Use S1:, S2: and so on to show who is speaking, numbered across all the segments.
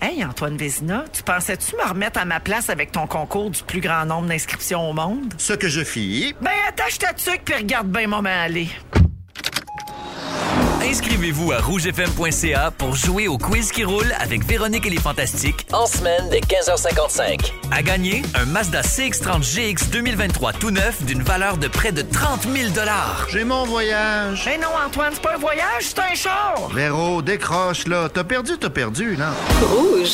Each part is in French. S1: Hey, Antoine Vézina, tu pensais-tu me remettre à ma place avec ton concours du plus grand nombre d'inscriptions au monde?
S2: Ce que je fis,
S1: Ben, attache ta tuque puis regarde bien moment aller.
S3: Inscrivez-vous à rougefm.ca pour jouer au quiz qui roule avec Véronique et les Fantastiques
S4: En semaine dès 15h55.
S3: À gagner, un Mazda CX-30 GX 2023 tout neuf d'une valeur de près de 30 000
S2: j'ai mon voyage.
S1: Ben non, Antoine, c'est pas un voyage, c'est un char!
S2: Véro, décroche là. T'as perdu, t'as perdu, non?
S5: Rouge.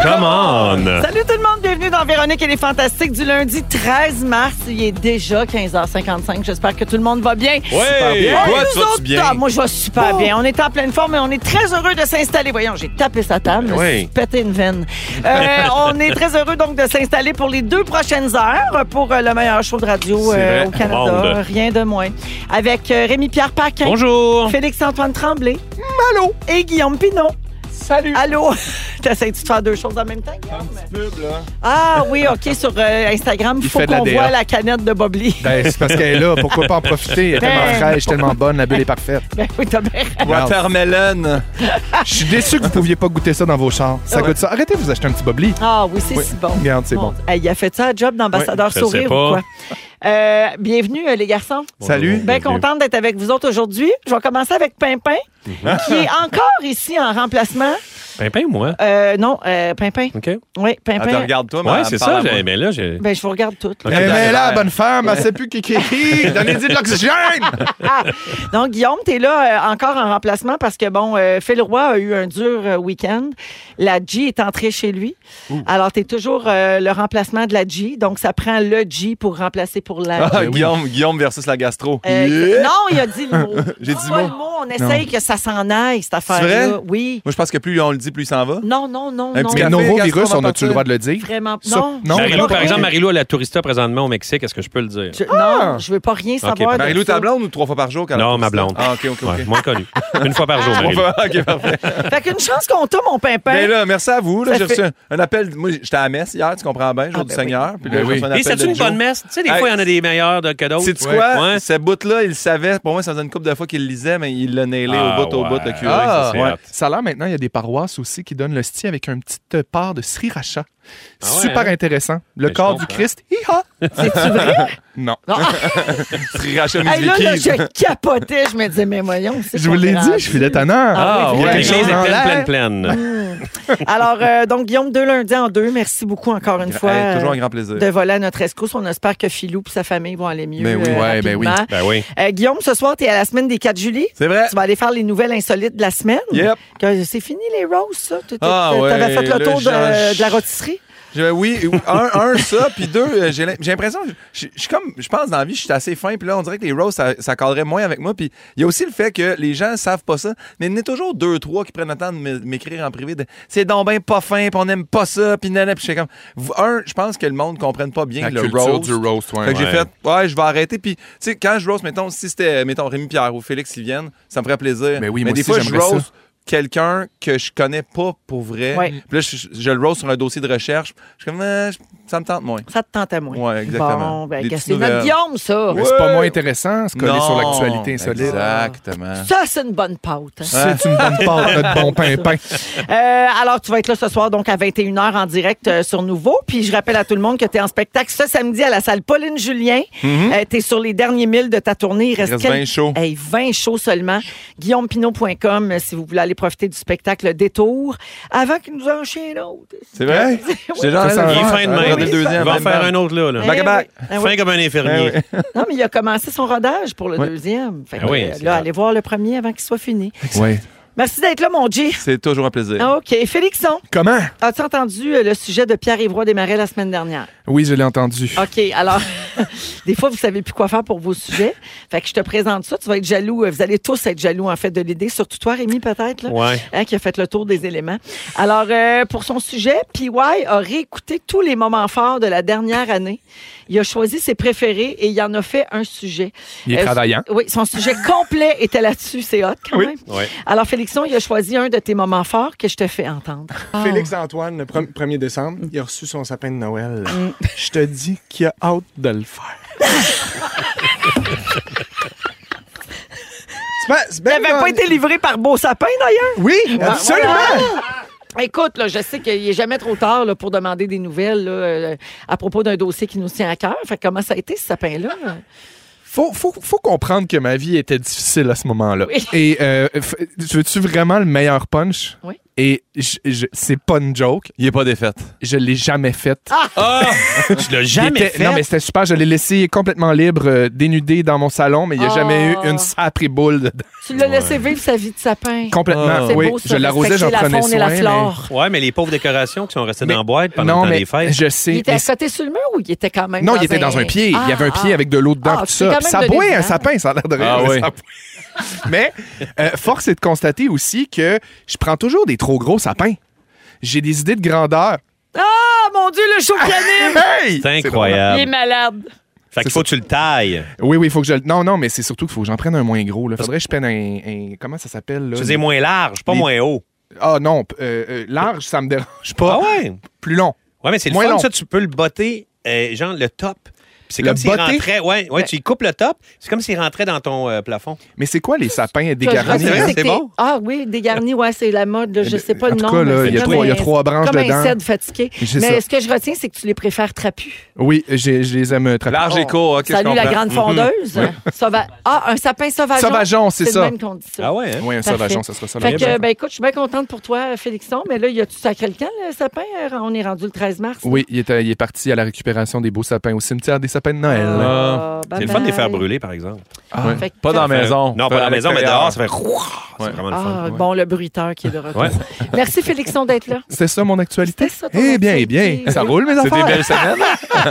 S6: Come on!
S7: Salut tout le monde, bienvenue dans Véronique et les Fantastiques du lundi 13 mars. Il est déjà 15h55. J'espère que tout le monde va bien.
S6: Super bien.
S7: Oh,
S6: Toi,
S7: nous
S6: tu vas-tu
S7: autres,
S6: bien?
S7: ah, moi, je vais super bien. On est en pleine forme et on est très heureux de s'installer. Voyons, j'ai tapé sa table,
S6: Ben Oui.
S7: j'ai pété une veine. Euh, on est très heureux donc de s'installer pour les deux prochaines heures pour euh, le meilleur show de radio
S6: C'est
S7: euh,
S6: vrai,
S7: au
S6: au
S7: Canada.
S6: monde.
S7: Rien de moins. Avec euh, Rémi-Pierre Paquin.
S6: Bonjour!
S7: Félix-Antoine Tremblay. Malo. Et Guillaume Pinot. Salut. Allô. T'essayes-tu de faire deux choses en même temps, Guillaume? Ah oui, OK, sur euh, Instagram,
S8: Il
S7: faut
S8: fait de la
S7: qu'on
S8: DA.
S7: voit la canette de Bobli.
S8: Ben, c'est parce qu'elle est là. Pourquoi pas en profiter? Elle est tellement
S7: Ben,
S8: fraîche, tellement bonne. La bulle est parfaite.
S7: Ben oui, t'as bien raison.
S6: Watermelon!
S8: Je suis déçu que vous pouviez pas goûter ça dans vos chars. Ça goûte ça. Arrêtez de vous acheter un petit bobli.
S7: Ah oui, c'est
S8: Oui,
S7: si bon.
S8: regarde, c'est
S7: Mon-
S8: bon.
S7: Hey, il a fait ça un job d'ambassadeur
S6: Oui, je
S7: sourire
S6: sais
S7: ou
S6: pas.
S7: quoi? Euh, bienvenue, euh, les garçons.
S8: Salut.
S7: Bien contente d'être avec vous autres aujourd'hui. Je vais commencer avec Pimpin,
S8: Mhm.
S7: qui est encore ici en remplacement.
S6: Pimpin ou moi?
S7: Euh, non, euh, Pimpin.
S6: OK.
S7: Oui,
S8: Ah,
S7: Pimpin.
S6: Regarde-toi, Ouais, c'est ça. j'ai- Ben là, j'ai.
S7: Ben, je vous regarde toutes.
S8: Eh
S6: Regarde
S8: ben
S6: derrière.
S8: là, bonne femme, elle sait plus qui qui rit. Donnez-lui de l'oxygène.
S7: Ah! Donc, Guillaume, t'es là euh, encore en remplacement parce que, bon, euh, Phil Roy a eu un dur euh, week-end. La G est entrée chez lui. Alors, t'es toujours euh, le remplacement de la G. Donc, ça prend le G pour remplacer pour la G.
S6: Guillaume, versus la gastro.
S7: Euh, Non, il a dit le mot.
S6: J'ai
S7: Pas
S6: dit le mot.
S7: On essaye que ça s'en aille, cette
S6: C'est
S7: affaire-là.
S6: vrai?
S7: Oui.
S6: Moi, je pense que plus on le dit, plus il s'en va.
S7: Non, non, non,
S6: Un
S7: non.
S6: petit
S8: Mais
S6: café,
S8: norovirus,
S6: gastro,
S8: on a-tu
S6: on
S8: le
S6: va
S8: droit de le dire?
S7: Vraiment.
S8: Ça,
S7: non. je veux
S8: non. Marilou,
S9: Marilou,
S7: pas
S9: par
S7: rien.
S9: exemple, Marilou à la tourista présentement au Mexique, est-ce que je peux le dire?
S7: Je-
S6: Ah.
S7: Non, je veux pas rien savoir. de
S6: Marilou,
S7: ça.
S6: ta blonde ou trois fois par jour? quand
S9: Non,
S6: elle
S9: ma
S6: fait
S9: blonde.
S6: ça? Ah, OK, OK, OK.
S9: Ouais, moins connu. Une fois par jour,
S6: Trois
S9: Marilou.
S6: fois- OK, parfait.
S7: Fait qu'une chance qu'on t'a, mon pimpin.
S6: Ben là, merci à vous. là.
S7: Ça
S6: J'ai reçu
S7: fait-
S6: un, un appel. Moi, j'étais à la messe hier, tu comprends bien, jour
S7: Ah,
S6: du
S7: ben
S6: Seigneur. Puis là,
S8: Ben
S6: j'ai reçu un
S9: Et
S6: appel
S9: c'est-tu
S6: de
S9: une
S6: Joe.
S9: bonne messe? Tu sais, des
S6: Hey,
S9: fois, il y en a des meilleures de- que d'autres.
S6: Sais-tu
S9: Ouais.
S6: quoi?
S9: Ouais.
S6: Ce bout-là, il le savait. Pour moi, ça faisait une coupe de fois qu'il le lisait, mais il l'a nailé
S9: Ah,
S6: au bout, au bout, le
S9: ouais.
S6: curé.
S9: Ah, c'est
S6: Ouais.
S9: hot.
S8: Ça a l'air maintenant, il y a des paroisses aussi qui donnent le sti avec une petite part de sriracha.
S9: Ah ouais,
S8: Super
S9: hein?
S8: intéressant. Le
S9: Ben, je
S8: corps du
S9: comprends.
S8: Christ. Hi-ha!
S7: C'est-tu vrai?
S8: Non.
S6: Sriracha
S7: Hey, là, là,
S6: Mizuki.
S7: je capotais. Je me disais, mais voyons, c'est
S8: Je vous l'ai dit, je suis détonneur.
S7: Ah,
S9: Ah,
S7: oui,
S9: ouais.
S8: quelque
S9: Quelque chose
S8: chose
S9: est
S8: en
S9: pleine,
S8: l'air.
S9: pleine, pleine.
S7: Alors, euh, donc, Guillaume, deux lundis en deux. Merci beaucoup encore une fois.
S6: Hey, Toujours
S7: euh,
S6: un grand plaisir.
S7: de voler à notre escousse. On espère que Philou et sa famille vont aller mieux.
S6: Ben oui.
S7: euh,
S8: Ouais, ben oui.
S7: rapidement.
S9: Ben oui.
S7: Euh, Guillaume, ce soir, tu es à la semaine des 4 juillet.
S6: C'est vrai.
S7: Tu vas aller faire les nouvelles insolites de la semaine.
S6: Yep.
S7: Que- C'est fini les roses, ça. Tu
S6: Ah
S7: avais
S6: ouais,
S7: fait le
S6: là,
S7: tour
S6: j'en-
S7: de, de la rôtisserie.
S6: Je- oui, un, un, ça, puis deux, euh, j'ai l'im- j'ai l'impression, je je suis comme, je pense dans la vie, je suis assez fin, puis là, on dirait que les roses, ça, ça calerait moins avec moi, puis il y a aussi le fait que les gens savent pas ça, mais il y en a toujours deux, trois qui prennent le temps de m'é- m'écrire en privé, de, c'est donc ben pas fin, puis on aime pas ça, puis nanana, puis je suis comme, vous- un, je pense que le monde comprenne pas bien
S8: La
S6: le
S8: culture
S6: roast.
S8: du roast, ouais.
S6: Fait que j'ai
S9: Ouais.
S6: fait, ouais, je vais arrêter, puis tu sais, quand je roast, mettons, si c'était, mettons, Rémi Pierre ou Félix, ils viennent, ça me ferait plaisir.
S8: Mais oui, moi
S6: des
S8: aussi,
S6: fois, je
S8: j'aimerais ça.
S6: roast quelqu'un que je connais pas pour vrai.
S7: Ouais.
S6: Puis là, je, je- je le roast sur un dossier de recherche. Je suis comme, euh, je- ça me tente moins.
S7: Ça te tentait moins.
S6: Ouais, exactement.
S7: Bon, ben,
S6: Des
S7: gars,
S6: petites
S7: c'est notre
S6: nouvelles.
S7: Guillaume, ça.
S8: Mais c'est pas moins intéressant, se coller sur l'actualité insolite. hein.
S6: Exactement.
S7: Ça, c'est une bonne pâte. hein.
S8: C'est une bonne part, notre bon pimpin.
S7: Euh, alors, tu vas être là ce soir, donc à 21h en direct euh, sur Nouveau. Puis je rappelle à tout le monde que tu es en spectacle ce samedi à la salle Pauline Julien. tu es sur les derniers milles de ta tournée. Il reste,
S6: reste
S7: quel-
S6: 20 shows.
S7: Hey, 20 shows seulement. GuillaumePinot.com euh, si vous voulez aller profiter du spectacle Détour avant qu'il nous en chie un autre.
S6: C'est vrai? J'étais genre,
S8: Ça sent
S6: là,
S9: Il est
S8: Ah,
S9: fin de
S6: regardez
S9: même.
S6: hein, le deuxième,
S9: Il va en
S6: même
S9: faire
S6: bande.
S9: un autre là. là.
S6: Bac à
S7: Eh
S6: bac.
S7: oui. Eh oui.
S9: Fin comme un infirmier.
S7: Non, mais il a commencé son rodage pour le
S6: Ouais.
S7: deuxième. Fait que,
S9: Ah oui,
S7: euh,
S9: c'est
S7: là,
S9: vrai.
S7: allez voir le premier avant qu'il soit fini.
S8: Ouais.
S7: Merci d'être là, mon G.
S6: C'est toujours un plaisir.
S7: Ah, OK. Félixon,
S8: Comment?
S7: as-tu entendu euh, le sujet de Pierre-Yvroy Desmarais la semaine dernière?
S8: Oui, je l'ai entendu.
S7: OK, alors, Des fois, vous savez plus quoi faire pour vos sujets. Fait que je te présente ça. Tu vas être jaloux. euh, Vous allez tous être jaloux, en fait, de l'idée. Surtout toi, Rémi, peut-être, là,
S9: Ouais.
S7: hein, qui a fait le tour des éléments. Alors, euh, pour son sujet, PY a réécouté tous les moments forts de la dernière année. Il a choisi ses préférés et il en a fait un sujet.
S8: Il est
S7: Euh,
S8: travaillant.
S7: Oui, son sujet complet était là-dessus. C'est hot, quand
S8: Oui.
S7: même.
S9: Ouais.
S7: Alors, Félixon, il a choisi un de tes moments forts que je te fais entendre.
S5: Félix Antoine, le prom- 1er décembre, il a reçu son sapin de Noël.
S7: Mm.
S5: Je te dis qu'il a hâte de le faire. C'est pas- c'est
S7: Il
S5: bien
S7: n'avait pas
S5: bon.
S7: été Ah, livré par Beau Sapin, d'ailleurs.
S5: Oui, absolument.
S7: Écoute, là, je sais qu'il n'est jamais trop tard là, pour demander des nouvelles là, euh, à propos d'un dossier qui nous tient à cœur. Fait que comment ça a été, ce sapin-là?
S8: Faut, faut, faut comprendre que ma vie était difficile à ce moment-là.
S7: Oui.
S8: Et euh, f- veux-tu vraiment le meilleur punch?
S7: Oui.
S8: Et je- je- c'est pas une joke.
S6: Il est pas défaite.
S8: Je l'ai jamais faite.
S9: Ah! Je l'ai jamais
S8: Il était-
S9: fait.
S8: Non, mais c'était super. Je l'ai laissé complètement libre, euh, dénudé dans mon salon, mais il n'y a
S7: Ah.
S8: jamais eu une saprée boule dedans.
S7: Tu l'as laissé vivre sa vie de sapin.
S9: Ah.
S8: Complètement.
S7: C'est
S8: oui,
S7: beau, ça,
S8: je l'arrosais,
S7: respecter
S8: j'en
S7: la
S8: prenais
S7: faune et
S8: soin.
S7: la
S8: mais-
S7: flore.
S9: Ouais, mais les pauvres décorations qui sont restées
S8: Mais-
S9: dans la boîte pendant
S8: non,
S9: le temps
S8: mais
S9: des fêtes.
S8: je sais.
S7: Il était
S8: mais-
S7: accoté sur le mur ou il était quand même
S8: Non,
S7: dans
S8: il était dans un pied. il y avait un
S7: Ah,
S8: pied
S7: ah.
S8: avec de l'eau dedans,
S7: Ah,
S8: tout
S7: c'est
S8: ça.
S7: quand
S8: Puis
S7: même
S8: ça
S7: de
S8: boit un
S7: l'évident.
S8: sapin, ça a l'air de rien.
S6: Ah
S8: mais
S6: oui.
S8: ça boit. mais euh, force est de constater aussi que je prends toujours des trop gros sapins. J'ai des idées de grandeur. hein?
S7: Ah, mon Dieu, le show qui anime!
S8: Hey!
S9: C'est
S7: Il est
S8: Euh,
S9: incroyable.
S7: malade.
S9: Fait qu'il faut que tu le tailles.
S8: Oui, oui, il faut que je. le- Non, non, mais c'est surtout qu'il faut que j'en prenne un moins gros. Là. Faudrait que je prenne un. un- Comment ça s'appelle? là?
S9: Tu faisais moins large, pas
S8: Les-
S9: moins haut.
S8: Ah non, p- euh, euh, large, ça me dérange pas.
S9: Ah ouais?
S8: Plus long.
S9: Ouais, mais c'est le
S8: Moins
S9: fun,
S8: long.
S9: ça. Tu peux le botter, euh, genre le top. Puis C'est
S8: Le
S9: comme s'il
S8: botter?
S9: rentrait. Ouais, ouais, tu y coupes le top. C'est comme s'il rentrait dans ton euh, plafond.
S8: Mais c'est quoi les sapins
S9: Ah,
S8: dégarnis?
S9: c'est
S7: Je
S9: vrai,
S7: sais
S8: là?
S7: que
S9: c'est
S7: t'es-
S9: bon.
S7: Ah oui, dégarni, ouais, c'est la mode. là, je sais pas
S8: en
S7: le
S8: tout
S7: nom.
S8: cas, là,
S7: mais
S8: il y a
S7: c'est
S8: trois- il y a
S7: comme un-
S8: trois branches
S7: comme
S8: dedans.
S7: un cèdre fatigué.
S8: Mais c'est
S7: Mais
S8: ça.
S7: ce que je retiens, c'est que tu les préfères trapus.
S8: Oui, j'ai- je les aime euh, très
S6: Large et court, ok, je
S7: Oh. Salut
S6: comprends.
S7: la grande fondeuse. Sauva- Ah, un sapin sauvageon.
S8: Sauvageon, c'est ça.
S7: la même condition.
S9: Ah ouais, hein?
S8: Oui, un
S7: Parfait.
S8: sauvageon, ça serait ça.
S7: Fait
S8: la
S7: que,
S8: prochaine
S7: ben, écoute, je suis bien contente pour toi, Félixon, mais là, y a-tu sacré le camp, le sapin? On est rendu le 13 mars.
S8: fois. Oui, il est, euh, il est parti à la récupération des beaux sapins au cimetière des sapins de Noël.
S7: Ah,
S9: C'est
S7: bye
S9: le fun de les
S7: bye.
S9: faire brûler, par exemple. Euh,
S8: Ah,
S7: Fait que-
S6: Pas dans la maison.
S9: Non, pas
S6: Fait
S9: dans
S6: à
S9: la maison, mais
S6: l'extérieur.
S9: dehors, ça fait. C'est vraiment le fun.
S7: Ah, bon, le bruiteur qui est de retour.
S9: Ouais.
S7: Merci, Félixon, d'être là.
S8: C'était ça mon actualité?
S7: C'était ça, ton
S8: Eh bien, eh
S7: actualité.
S8: bien, ça roule mes
S6: C'est
S8: affaires.
S6: des belles semaines.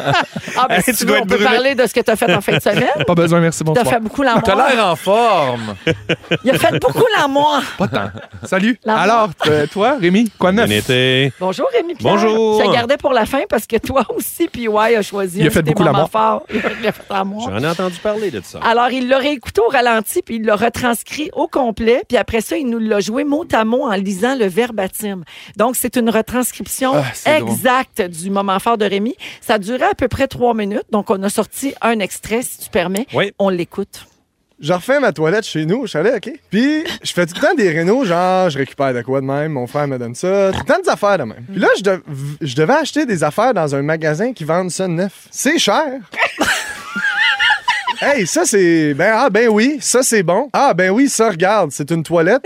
S7: Ah, ben,
S9: Eh,
S7: si
S9: tu
S7: tu
S9: dois
S7: veux,
S9: être
S7: on peut
S9: brûlé.
S7: parler de ce que tu as fait en fin de semaine.
S8: Pas besoin, merci,
S7: Tu as fait
S8: bonsoir.
S7: beaucoup
S6: T'as
S7: l'amour.
S6: l'air en forme.
S7: Il a fait beaucoup l'amour.
S8: Salut.
S7: La-
S8: Alors, euh, toi, Rémi, quoi de
S9: Bon
S8: neuf?
S9: été.
S7: Bonjour, Rémi Pierre.
S9: Bonjour.
S7: Je te gardais pour la fin parce que toi aussi, PY a choisi
S8: Il a
S7: un
S8: fait
S7: de tes
S8: beaucoup
S7: moments
S8: l'amour.
S7: forts. Il a fait l'amour.
S9: J'en ai entendu parler de ça.
S7: Alors, il l'a réécouté au ralenti, puis il l'a retranscrit au complet, puis après ça, il nous l'a joué mot à mot en lisant le verbatim. Donc, c'est une retranscription
S8: Ah, c'est drôle.
S7: exacte du moment fort de Rémi. Ça durait à peu près trois minutes, donc on a sorti un extrait, si tu permets.
S9: Oui.
S7: On l'écoute.
S5: Je refais ma toilette chez nous, au chalet, OK? Puis, je fais tout le temps des rénaux, genre, je récupère de quoi de même, mon frère me donne ça, tout le temps des affaires de même. Puis là, je, dev- je devais acheter des affaires dans un magasin qui vendent ça neuf. C'est cher! hey, ça, c'est... Ben, ah, ben oui, ça, c'est bon. Ah, ben oui, ça, regarde, c'est une toilette.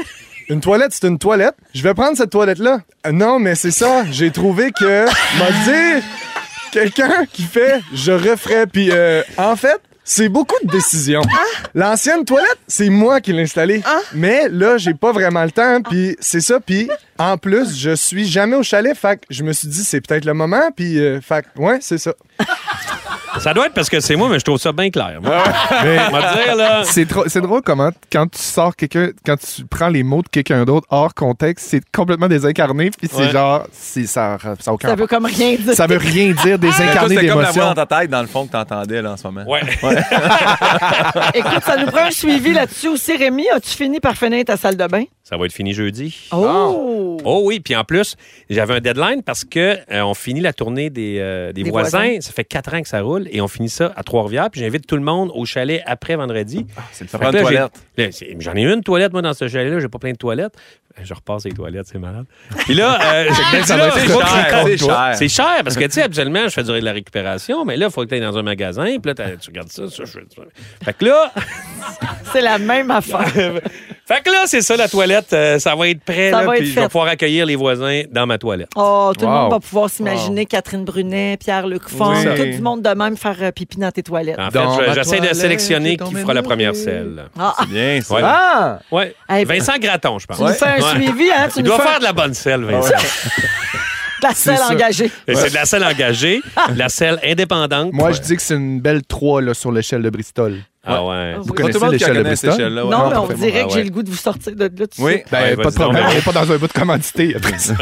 S5: Une toilette, c'est une toilette. Je vais prendre cette toilette-là. Euh, non, mais c'est ça, j'ai trouvé que... M'a dit quelqu'un qui fait « je referais », puis euh, en fait... C'est beaucoup de décisions. L'ancienne toilette, c'est moi qui l'ai installée. Mais là, j'ai pas vraiment le temps, puis c'est ça. Puis en plus, je suis jamais au chalet, fait que je me suis dit, c'est peut-être le moment, puis euh, fait que, ouais, c'est ça.
S9: Ça doit être parce que c'est moi, mais je trouve ça bien clair. moi. On va dire, là.
S8: C'est trop- c'est drôle comment, quand tu sors quelqu'un, quand tu prends les mots de quelqu'un d'autre hors contexte, c'est complètement désincarné, puis c'est
S9: Ouais.
S8: genre, c'est- ça n'a aucun
S7: Ça veut comme rien dire.
S8: Ah. Ça veut rien dire
S6: Mais toi,
S8: désincarner
S6: C'était comme la voix
S8: d'émotion.
S6: dans ta tête, dans le fond, que t'entendais là, en ce moment.
S9: Ouais.
S7: Écoute, ça nous prend un suivi là-dessus aussi. Rémi, as-tu fini par finir ta salle de bain?
S9: Ça va être fini jeudi.
S8: Ah.
S7: Oh!
S9: Oh oui, puis en plus, j'avais un deadline parce que euh, on finit la tournée des, euh, des
S7: Des
S9: voisins.
S7: voisins.
S9: Ça fait quatre ans que ça roule et on finit ça à Trois-Rivières. Puis j'invite tout le monde au chalet après vendredi.
S6: C'est
S9: Fait
S6: le prendre
S9: que là, j'ai-
S6: Ah, toilette.
S9: là, c'est- J'en ai une toilette, moi, dans ce chalet-là. J'ai pas plein de toilettes. Je repasse les toilettes, c'est malade. Puis là, euh, je-
S6: Ça va être
S9: là, je-
S6: cher, c'est cher.
S9: C'est cher parce que, tu sais, habituellement, je fais durer de la récupération, mais là, il faut que tu ailles dans un magasin. Puis là, t'as- tu regardes ça, ça, je- ça. Fait que là,
S7: C'est la même affaire.
S9: fait que là c'est ça, la toilette. euh, ça va être prêt.
S7: Ça
S9: là,
S7: va être
S9: puis je vais
S7: fait.
S9: pouvoir accueillir les voisins dans ma toilette.
S7: Oh, tout le
S8: Wow.
S7: monde va pouvoir s'imaginer Catherine Brunet, Pierre-Luc Font,
S8: Oui. Ah.
S7: tout du monde de même faire euh, pipi dans tes toilettes.
S9: En fait,
S8: Dans
S9: je-
S8: ma
S9: j'essaie de
S8: toilette,
S9: sélectionner
S8: j'ai
S9: qui
S8: tombé
S9: fera la
S8: mouillé.
S9: première selle.
S7: Ah, ah,
S6: Bien, ça.
S9: Ouais.
S5: Ah!
S9: Ouais.
S7: Hey,
S9: Vincent Graton, je pense.
S7: tu nous fais un
S9: Ouais.
S7: suivi, hein? Tu
S9: Il
S7: nous
S9: doit
S8: Ah
S7: fais un-
S9: faire de la bonne selle, Vincent.
S7: la selle
S8: ça.
S7: engagée.
S9: C'est de la selle engagée, de la selle indépendante.
S8: Moi, je dis que c'est une belle 3 là, sur l'échelle de Bristol.
S9: Ah ouais.
S7: Vous
S8: Vous
S6: Pas tout
S8: connaissez
S6: le monde qui
S8: l'échelle de
S6: connaît cette
S8: Bristol?
S6: échelle-là. ouais.
S7: non, mais on
S6: parfaitement.
S7: dirait
S9: Ah
S7: que j'ai
S9: ouais.
S7: le goût de vous sortir de là tout de suite.
S6: Oui.
S8: Ben,
S9: Ouais,
S8: pas de
S9: vas-y donc,
S8: problème.
S9: ben
S8: On est pas dans un bout de commandité après ça.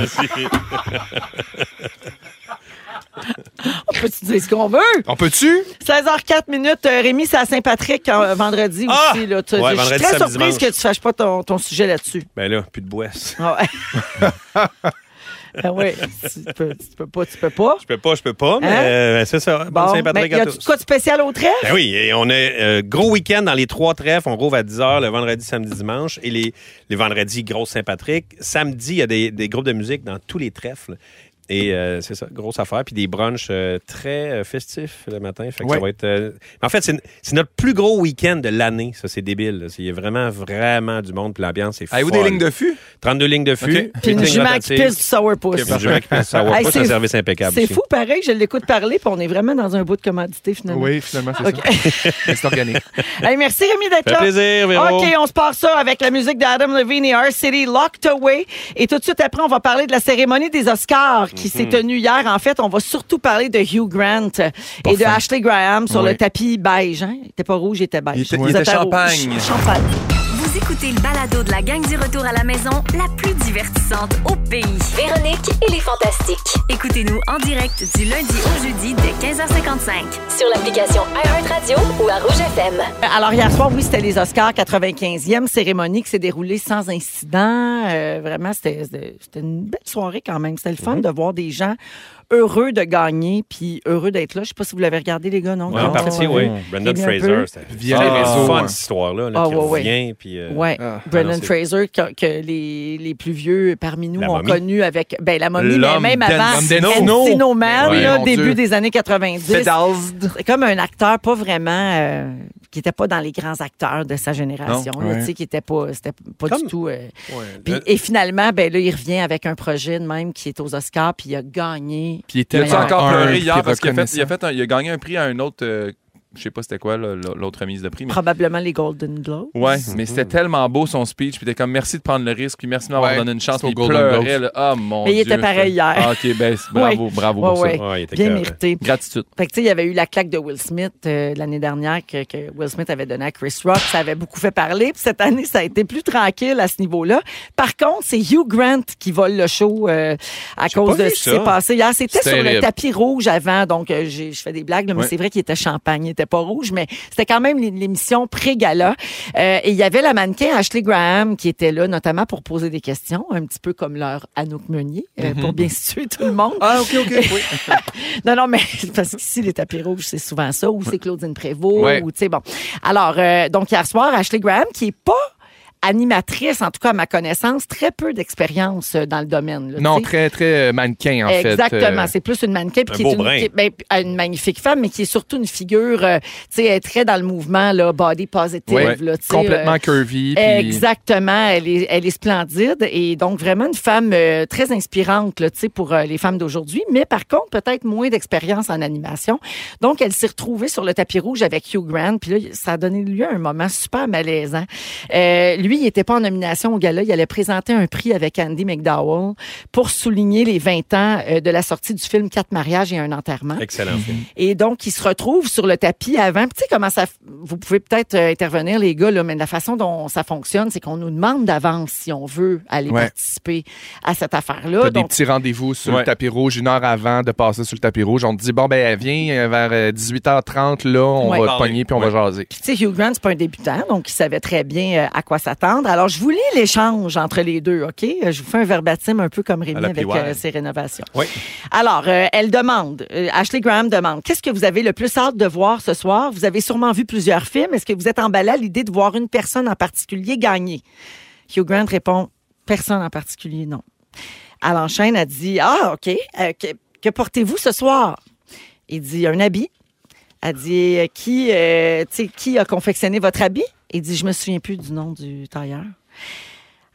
S7: On peut se dire ce qu'on veut.
S8: On peut-tu?
S7: 16h04 minutes. euh, Rémi, c'est à Saint-Patrick euh, vendredi
S9: Ah!
S7: aussi. Là, Tu-
S9: Ouais,
S7: je suis
S9: vendredi,
S7: très
S9: samedi,
S7: surprise
S9: dimanche.
S7: que tu ne fasses pas ton, ton sujet là-dessus.
S9: Ben là, plus de boisse.
S7: Ah ouais. Ah ouais, tu peux, tu peux pas, tu peux pas.
S9: Je peux pas, je peux pas, mais
S7: Hein?
S9: euh, c'est ça. Bonne
S7: Bon, mais
S9: Saint-Patrick
S7: y
S9: à
S7: a-tu de
S9: tous.
S7: quoi de spécial au trèfle?
S9: Ben oui, et on a euh, gros week-end dans les trois trèfles. On rouvre à 10h le vendredi, samedi, dimanche. Et les, les vendredis, gros Saint-Patrick. Samedi, il y a des, des groupes de musique dans tous les trèfles. Et euh, c'est ça, grosse affaire. Puis des brunchs euh, très euh, festifs le matin. Fait que ça va être, euh, mais En fait, c'est c'est notre plus gros week-end de l'année. Ça, c'est débile. là. C'est- Il y a vraiment, vraiment du monde. Puis l'ambiance est folle.
S6: Avez-vous des lignes de fût?
S9: 32 lignes de fût.
S6: Ok.
S7: Puis une
S9: huit lignes
S7: jument qui
S9: rotatives.
S7: pisse du sourpuss.
S9: Une jument qui pisse. Ça va
S7: Hey,
S9: pas, c'est
S7: c'est-
S9: un service impeccable
S7: C'est
S9: aussi.
S7: fou, pareil. Je l'écoute parler, puis on est vraiment dans un bout de commandité, finalement.
S8: Oui, finalement, c'est ça. Mais C'est organique.
S7: Hey, merci, Rémi, d'être
S9: Fait
S7: là.
S9: plaisir, Véro.
S7: OK, on se part ça avec la musique d'Adam Levine et Our City Locked Away. Et tout de suite après, on va parler de la cérémonie des Oscars
S6: Mhm.
S7: qui s'est tenue hier. En fait, on va surtout parler de Hugh Grant et de Ashley Graham sur
S6: Oui.
S7: le tapis beige. Hein? Il était pas rouge, il était beige.
S6: Il était-
S7: Vous
S6: il était
S7: êtes à rouge.
S6: champagne.
S7: Champagne.
S10: Vous écoutez le balado de la gang du retour à la maison, la plus divertissante au pays.
S11: Véronique et les Fantastiques.
S10: Écoutez-nous en direct du lundi au jeudi dès 15h55.
S11: Sur l'application iHeartRadio ou à Rouge FM.
S7: Euh, Alors, hier soir, oui, c'était les Oscars, 95e cérémonie qui s'est déroulée sans incident. Euh, vraiment, c'était c'était- c'était une belle soirée quand même. C'était le fun de voir des gens heureux de gagner puis heureux d'être là. Je sais pas si vous l'avez regardé, les gars, non?
S9: Ouais, en
S7: Non,
S9: partie,
S7: ouais.
S9: oui. Brendan
S7: J'ai mis un peu.
S9: Fraser, c'était
S8: Via
S9: c'est
S8: les
S9: le
S8: réseaux,
S9: fun,
S8: hein.
S9: cette histoire-là, là,
S7: Ah,
S9: qui
S7: ouais, ouais.
S9: revient. Puis, euh,
S7: Ouais,
S8: Ah,
S9: non,
S7: Brendan
S9: c'est-
S7: Fraser que, que les, les plus vieux parmi nous
S9: La
S7: ont
S9: momie.
S7: connu avec ben la momie mais
S6: L'homme
S7: même avant
S6: d'Encino.
S7: Encino Man
S9: Ouais.
S7: là,
S8: Mon
S7: début
S8: Dieu.
S7: des années 90. C'est comme un acteur pas vraiment euh, qui était pas dans les grands acteurs de sa génération,
S8: Non,
S7: là,
S8: ouais.
S7: tu sais qui était pas c'était pas du
S9: Comme-
S7: tout euh, puis- et finalement ben là il revient avec un projet de même qui est aux Oscars puis il a gagné.
S8: Puis il
S6: Il
S8: était
S6: a-tu encore
S8: humble,
S6: pleuré
S8: puis
S6: hier parce qu'il a, fait,
S8: reconnaissant.
S6: il a, fait un- il a gagné un prix à un autre, euh, je sais pas c'était quoi, là, l'autre remise de prix. Mais...
S7: Probablement les Golden Globes.
S6: Ouais, mais c'était tellement beau son speech. Puis t'es comme merci de prendre le risque, puis merci de m'avoir
S8: Ouais,
S6: donné une chance.
S8: c'est au
S6: Puis il
S8: Golden
S6: pleurait.
S8: Globes.
S6: là. Ah mon
S7: Mais il
S6: Dieu.
S7: était pareil hier.
S6: Ah, ok, ben, c'est- bravo,
S7: Ouais.
S6: bravo
S7: Ouais,
S6: pour
S7: ouais.
S6: ça.
S9: ouais, il était hein.
S7: Bien
S9: carré.
S7: mérité.
S6: Gratitude.
S7: Fait que, tu sais, il y avait eu la claque de Will Smith euh, l'année dernière que, que Will Smith avait donnée à Chris Rock. Ça avait beaucoup fait parler. Puis cette année, ça a été plus tranquille à ce niveau-là. Par contre, c'est Hugh Grant qui vole le show euh, à cause
S6: pas
S7: de
S6: vu
S7: ce qui
S6: ça.
S7: s'est passé hier. C'était
S6: C'est
S7: sur le
S6: terrible.
S7: tapis rouge avant, donc euh, j'ai- je fais des blagues, là, mais
S6: Ouais.
S7: c'est vrai qu'il était champagne, il était pas rouge, mais c'était quand même l'é- l'émission pré-gala. Euh, et il y avait la mannequin Ashley Graham qui était là, notamment pour poser des questions, un petit peu comme leur Anouk Meunier, euh, pour bien situer tout le monde.
S6: Mm-hmm. Ah, ok, ok. oui.
S7: Non, non, mais parce qu'ici, les tapis rouges, c'est souvent ça, ou c'est Claudine Prévost,
S6: Ouais.
S7: ou tu sais, bon. Alors, euh, donc hier soir, Ashley Graham, qui est pas animatrice, en tout cas à ma connaissance, très peu d'expérience euh, dans le domaine. là,
S8: Non,
S7: tu sais.
S8: très, très euh, mannequin, en fait.
S7: Exactement,
S8: Euh,
S7: c'est plus une mannequin puis
S9: un
S7: qui
S9: beau
S7: est une,
S9: brin.
S7: qui est- ben, une magnifique femme, mais qui est surtout une figure, euh, tu sais, elle est très dans le mouvement là, body positive,
S8: Ouais,
S7: là, tu sais,
S8: complètement
S7: euh,
S8: curvy. puis-
S7: Exactement, elle est, elle est splendide et donc vraiment une femme euh, très inspirante là, tu sais, pour euh, les femmes d'aujourd'hui, mais par contre peut-être moins d'expérience en animation. Donc elle s'est retrouvée sur le tapis rouge avec Hugh Grant, puis là ça a donné lieu à un moment super malaisant. Euh, lui, il n'était pas en nomination au gala, il allait présenter un prix avec Andy McDowell pour souligner les 20 ans euh, de la sortie du film Quatre mariages et un enterrement.
S9: Excellent film.
S7: Et donc, ils se retrouvent sur le tapis avant. Puis, Tu sais comment ça... f- Vous pouvez peut-être euh, intervenir, les gars, là, mais la façon dont ça fonctionne, c'est qu'on nous demande d'avance si on veut aller
S8: Ouais.
S7: participer à cette
S8: T'as
S7: affaire-là.
S8: des
S7: Ah, Donc,
S8: petits rendez-vous sur
S6: Ouais.
S8: le tapis rouge une heure avant de passer sur le tapis rouge. On te dit, bon, ben, elle vient euh, vers euh, 18h30, là, on
S7: Ouais.
S8: va te pogner puis on va jaser.
S7: puis, tu sais, Hugh Grant, c'est pas un débutant, donc il savait très bien euh, à quoi s'attendre. Alors, je vous lis l'échange entre les deux, OK? Euh, Je vous fais un verbatim un peu comme Rémi
S6: la
S7: avec
S6: PY.
S7: euh, ses rénovations.
S9: Oui.
S7: Alors, euh, elle demande, euh, Ashley Graham demande, qu'est-ce que vous avez le plus hâte de voir ce soir? Vous avez sûrement vu plusieurs films. Est-ce que vous êtes emballé à l'idée de voir une personne en particulier gagner? Hugh Grant répond, personne en particulier, non. Elle enchaîne, elle dit, ah, OK, euh, que, que portez-vous ce soir? Il dit, un habit. Elle dit, euh, qui, euh, tu sais, qui a confectionné votre habit? Il dit, je me souviens plus du nom du tailleur.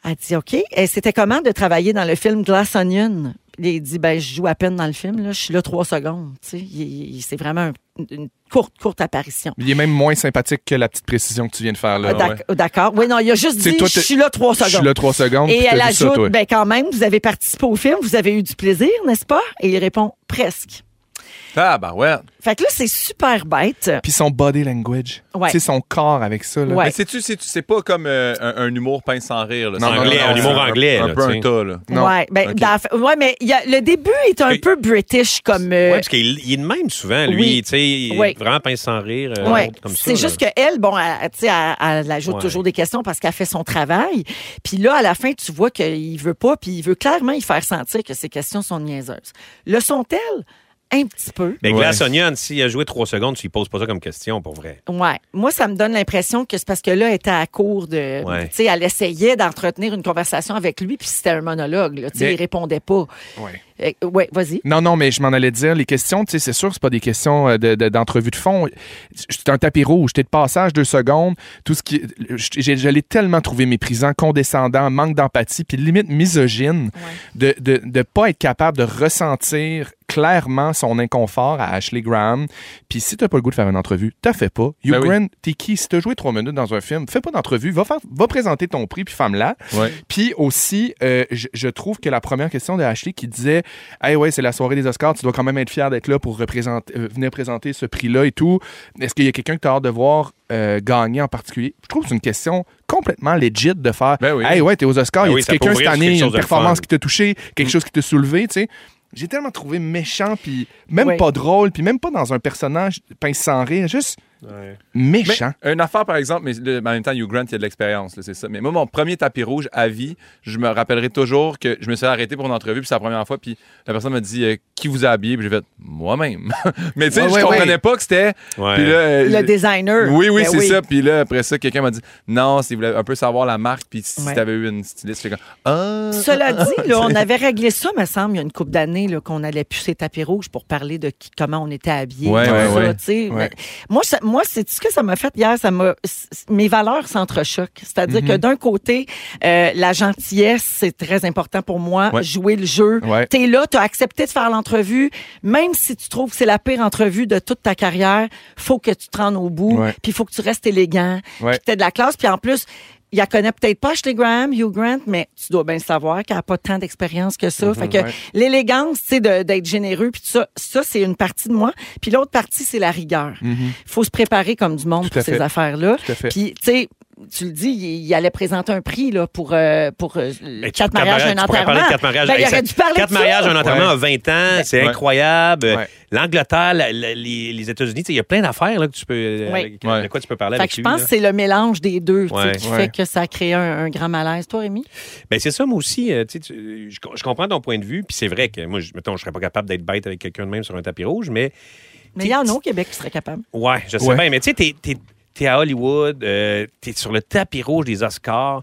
S7: Elle dit OK. Et c'était comment de travailler dans le film Glass Onion? Il dit ben je joue à peine dans le film là, je suis là trois secondes. Tu sais, Il- il- c'est vraiment un une courte, courte apparition.
S8: Il est même moins sympathique que la petite précision que tu viens de faire là.
S7: Ah, d'ac- D'accord. Oui, non, il a juste
S8: Tu sais,
S7: dit,
S8: toi,
S7: je
S8: t'es-
S7: suis là trois secondes.
S8: Je suis là trois secondes. puis
S7: Et
S8: t'as
S7: elle
S8: dit ça,
S7: ajoute,
S8: toi.
S7: ben quand même, vous avez participé au film, vous avez eu du plaisir, n'est-ce pas? Et il répond, presque.
S6: Ah, ben ouais.
S7: Fait que là, c'est super bête.
S8: Puis son body language.
S7: Ouais.
S8: Tu sais, son corps avec ça. Là.
S7: Ouais.
S6: Mais c'est-tu, c'est-tu- c'est pas comme euh, un, un humour peint sans rire. Là.
S8: Non,
S6: C'est
S8: non, non,
S9: un
S6: c'est
S9: humour
S6: un-
S9: anglais,
S6: Un
S9: là,
S6: peu
S9: tu
S6: un
S9: sais.
S6: tas, là.
S8: Non.
S7: Ouais, ben,
S6: Ok.
S7: dans la fin- ouais, mais il y a- le début est un
S9: Oui.
S7: peu british comme. euh,
S9: Oui, parce qu'il il est de même souvent, lui.
S7: Oui.
S9: Tu sais, il est
S7: Oui.
S9: vraiment pince sans rire. euh,
S7: Ouais.
S9: comme ça,
S7: C'est
S9: là.
S7: juste qu'elle, bon, elle, tu sais, elle, elle ajoute
S9: Ouais.
S7: toujours des questions parce qu'elle fait son travail. Puis là, à la fin, tu vois qu'il veut pas, puis il veut clairement y faire sentir que ses questions sont niaiseuses. Le sont-elles? Un petit peu.
S9: Mais
S8: Ouais.
S9: Glass Onion, s'il a joué trois secondes, tu lui poses pas ça comme question, pour vrai.
S7: Ouais. Moi, ça me donne l'impression que c'est parce que là, elle était à court de.
S9: Ouais.
S7: Tu sais, elle essayait d'entretenir une conversation avec lui, puis c'était un monologue. là. Tu sais,
S8: Mais-
S7: il répondait pas.
S8: Ouais.
S7: Euh, ouais, vas-y.
S8: Non, non, mais je m'en allais dire, les questions, tu sais, c'est sûr, c'est pas des questions euh, de- de- d'entrevue de, fond. C'est un tapis rouge, t'es de passage deux secondes. Tout ce qui. je- j'ai- Je l'ai tellement trouvé méprisant, condescendant, manque d'empathie, puis limite misogyne, de, de, de pas être capable de ressentir clairement son inconfort à Ashley Graham. Puis si t'as pas le goût de faire une entrevue, t'as fait pas. You
S6: Ben oui.
S8: Grant, t'es qui? Si t'as joué trois minutes dans un film, fais pas d'entrevue, va, faire, va présenter ton prix, puis femme-la.
S6: Ouais.
S8: Puis aussi, euh, je, je trouve que la première question de Ashley qui disait Hey, ouais, c'est la soirée des Oscars, tu dois quand même être fier d'être là pour représenter, euh, venir présenter ce prix-là et tout. Est-ce qu'il y a quelqu'un que tu as hâte de voir euh, gagner en particulier Je trouve que c'est une question complètement legit de faire
S6: Ben oui.
S8: Hey, ouais, t'es aux Oscars,
S9: Ben
S8: y a
S9: oui, ça peut
S8: quelqu'un cette
S9: ouvrir sur
S8: année,
S9: quelque
S8: une
S9: chose de
S8: performance
S9: fun. Mm.
S8: qui t'a touché, quelque chose qui t'a soulevé, tu sais. J'ai tellement trouvé méchant, puis même
S7: Oui.
S8: pas drôle, puis même pas dans un personnage pince sans rire, juste
S6: Mais
S8: méchant.
S6: une affaire, par exemple, mais le- en même temps, Hugh Grant, il y a de l'expérience, là, c'est ça. Mais moi, mon premier tapis rouge à vie, je me rappellerai toujours que je me suis arrêté pour une entrevue, puis c'est la première fois, puis la personne m'a dit euh, Qui vous a habillé Puis j'ai fait Moi-même. mais tu sais,
S8: Ouais,
S6: je
S8: ouais,
S6: comprenais
S8: ouais.
S6: pas que c'était.
S9: Ouais.
S6: Puis là, euh,
S7: Le
S6: j'ai-
S7: designer.
S6: Oui, oui,
S7: Ben
S6: c'est ça. Puis là, après ça, quelqu'un m'a dit Non, s'il voulait un peu savoir la marque, puis si
S7: Ouais.
S6: t'avais eu une styliste, j'étais comme Ah
S7: Cela dit, là, on avait réglé ça, me semble, il y a une couple d'années, là, qu'on allait pucer tapis rouge pour parler de qui- comment on était habillés.
S6: Ouais,
S7: tout
S6: ouais,
S7: ça,
S6: ouais.
S7: tu sais.
S8: Ouais.
S7: Mais Moi, ça- moi c'est ce que ça m'a fait hier. Ça m'a, c- c- mes valeurs s'entrechoquent. C'est-à-dire
S6: Mhm.
S7: que d'un côté, euh, la gentillesse, c'est très important pour moi.
S6: Ouais.
S7: Jouer le jeu.
S8: Ouais.
S7: T'es là, t'as accepté de faire l'entrevue. Même si tu trouves que c'est la pire entrevue de toute ta carrière, faut que tu te rendes au bout.
S8: Ouais.
S7: Puis il faut que tu restes élégant.
S8: Ouais.
S7: Puis que t'aies de la classe. Puis en plus, il la connaît peut-être pas, Ashley Graham, Hugh Grant, mais tu dois bien le savoir qu'elle n'a pas tant d'expérience que ça. fait que
S8: Mhm, ouais.
S7: l'élégance, c'est d'être généreux, puis tout ça, ça c'est une partie de moi. Puis l'autre partie, c'est la rigueur. Il faut se préparer comme du monde
S8: Mhm. Tout à
S7: pour ces
S8: fait.
S7: affaires-là.
S8: Tout à fait.
S7: Puis, tu sais, tu le dis, il, il allait présenter un prix là, pour, euh, pour euh,
S9: Mais tu-
S7: quatre mariages,
S9: tu
S7: un
S9: pourrais parler
S7: enterrement.
S9: de Quatre mariages,
S7: Ben, il
S9: Hey, ça-
S7: aurait dû parler
S9: quatre
S7: de ça.
S9: mariages, un enterrement
S8: Ouais.
S9: à 20 ans, c'est
S6: Ouais.
S9: incroyable.
S8: Ouais.
S9: L'Angleterre, la- la- les, les États-Unis, tu sais, il y a plein d'affaires là, que tu peux, euh,
S7: Ouais.
S9: avec-
S6: Ouais.
S9: de quoi tu peux parler
S7: Fait
S9: avec
S7: que je
S9: lui,
S7: pense
S9: là.
S7: que c'est le mélange des deux tu sais,
S9: Ouais.
S7: qui
S8: Ouais.
S7: fait que ça a créé un, un grand malaise. Toi, Rémi?
S9: Ben, c'est ça, moi aussi. euh, tu sais, tu- je, je comprends ton point de vue, puis c'est vrai que moi, je, mettons, je serais pas capable d'être bête avec quelqu'un de même sur un tapis rouge, mais
S7: Mais il y en a au Québec qui seraient capables.
S9: Ouais, je sais
S8: Ouais.
S9: bien, mais tu sais, t'es, t'es- t'es à Hollywood, euh, t'es sur le tapis rouge des Oscars.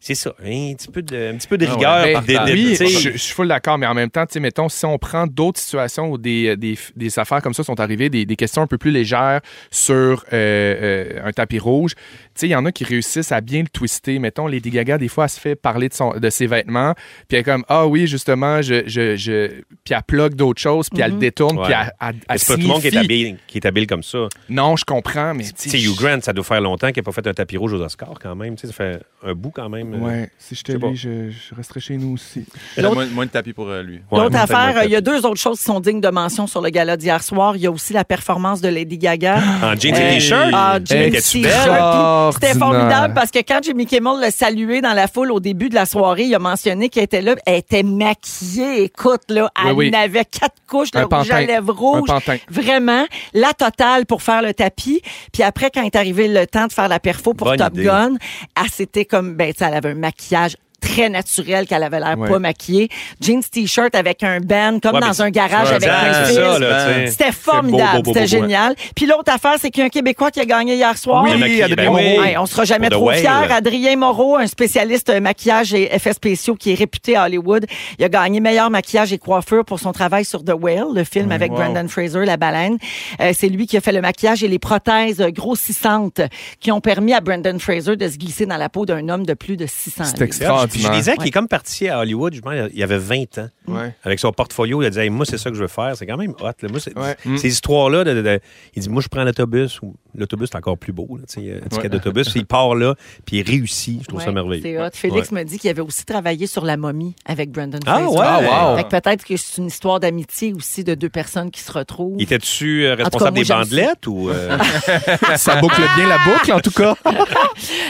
S9: C'est ça, un petit peu de, un petit peu de rigueur.
S8: Ben,
S9: par- de- de-
S8: oui,
S9: tu sais,
S8: je, je suis full d'accord, mais en même temps, tu sais, mettons, si on prend d'autres situations où des, euh, des, des affaires comme ça sont arrivées, des, des questions un peu plus légères sur euh, euh, un tapis rouge, tu sais, il y en a qui réussissent à bien le twister. Mettons, Lady Gaga, des fois, elle se fait parler de, son, de ses vêtements, puis elle est comme, ah oui, justement, je, je, je... puis elle plug d'autres choses, puis elle le détourne,
S9: Ouais.
S8: puis elle, elle,
S9: mais
S8: elle
S9: c'est pas tout le monde qui est,
S8: signifie.
S9: habile, qui est habile comme ça.
S8: Non, je comprends, mais
S9: Tu sais, Hugh Grant, ça doit faire longtemps qu'il n'a pas fait un tapis rouge aux Oscars quand même. Tu sais, ça fait un bout quand même. euh.
S8: Ouais, si j'étais
S9: Je sais pas.
S8: lui, je, je resterais chez nous aussi.
S6: Moins, moins de tapis pour euh, lui.
S9: Ouais,
S7: L'autre
S9: moi,
S7: affaire,
S9: tellement
S7: euh, il y a deux autres choses qui sont dignes de mention sur le gala d'hier soir. Il y a aussi la performance de Lady Gaga.
S9: En jeans
S7: Euh,
S9: et t-shirt.
S7: ah, jeans et
S9: Étais-tu
S7: t-shirt.
S9: belle?
S8: belle?
S7: C'était formidable parce que quand Jimmy Kimmel l'a salué dans la foule au début de la soirée, il a mentionné qu'elle était là. Elle était maquillée. Écoute, là, elle
S8: Oui, oui.
S7: avait quatre couches, le
S8: Un
S7: rouge à
S8: pantin.
S7: lèvres
S8: Un
S7: rouge.
S8: pantin.
S7: Vraiment, la totale pour faire le tapis. Puis après, quand est arrivé le temps de faire la perfo pour
S9: Bonne
S7: Top
S9: idée.
S7: Gun, elle s'était comme, ben, tu sais, elle avait un maquillage très naturel qu'elle avait l'air
S8: Ouais.
S7: pas maquillée. Jeans t-shirt avec un band comme
S9: Ouais, mais
S7: dans
S9: c'est-
S7: un garage
S9: Ouais,
S7: avec un
S9: exact, c'est
S7: fils.
S9: ça, là, tu sais.
S7: C'était
S9: beau, beau,
S7: formidable,
S9: beau,
S7: c'était
S9: beau, ouais.
S7: génial. Puis l'autre affaire, c'est qu'il y a un Québécois qui a gagné hier soir.
S9: Le maquillé,
S8: Adrien
S9: ben oui.
S7: Ouais, on sera jamais
S9: Pour The
S7: trop
S9: Whale.
S7: fiers. Adrien Moreau, un spécialiste euh, maquillage et effets spéciaux qui est réputé à Hollywood, il a gagné meilleur maquillage et coiffure pour son travail sur The Whale, le
S9: Mm,
S7: film avec Brandon Fraser, La Baleine. Euh, c'est lui qui a fait le maquillage et les prothèses euh, grossissantes qui ont permis à Brandon Fraser de se glisser dans la peau d'un homme de plus de 600
S8: C'est
S7: livres.
S9: Tiens, Je Puis je
S8: extraordinaire.
S9: disais qu'il est comme parti à Hollywood, je pense, il y avait 20 ans.
S8: Ouais.
S9: Avec son portfolio, il a dit Hey, Moi, c'est ça que je veux faire. C'est quand même hot. là. Moi, c'est-
S8: Ouais.
S9: Ces histoires-là, de- de- de- il dit Moi, je prends l'autobus. ou- L'autobus, c'est encore plus beau. là, tu sais, euh, ticket
S8: Ouais.
S9: d'autobus. Il part là, puis il réussit. Je trouve ça
S7: Ouais,
S9: merveilleux.
S7: C'est hot. Félix
S9: Ouais.
S7: me dit qu'il avait aussi travaillé sur la momie avec Brandon
S9: Ah,
S7: Fraser.
S9: ouais. Ah, wow.
S7: Fait que peut-être que c'est une histoire d'amitié aussi de deux personnes qui se retrouvent.
S9: Il était-tu euh,
S7: tout cas,
S9: responsable
S7: moi,
S9: des
S7: j'aime
S9: bandelettes ou. euh,
S8: Ça boucle bien la boucle, en tout cas.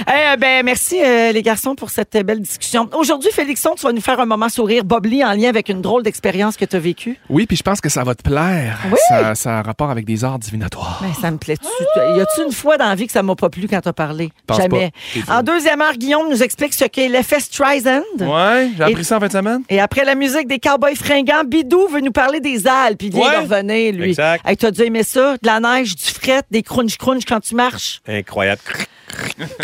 S7: Eh, ben, merci euh, les garçons pour cette euh, belle discussion. Aujourd'hui, Félixon, tu vas nous faire un moment sourire Bob Lee en lien avec une drôle d'expérience que tu as vécue.
S8: Oui, puis je pense que ça va te plaire. Ça, ça a un rapport avec des arts divinatoires.
S7: Ben, ça me plaît-tu? Y a-tu une fois dans la vie que ça m'a pas plu quand t'as parlé?
S8: Pense
S7: Jamais.
S8: pas.
S7: En deuxième heure, Guillaume nous explique ce qu'est l'effet Streisand.
S6: Ouais, j'ai appris ça en fin de semaine.
S7: Et après la musique des Cowboys fringants, Bidou veut nous parler des Alpes. Il vient
S9: Ouais.
S7: de revenir, lui.
S9: Exact.
S7: Hey, t'as dû aimer ça? De la neige, du fret, des crunch-crunch quand tu marches.
S9: Incroyable.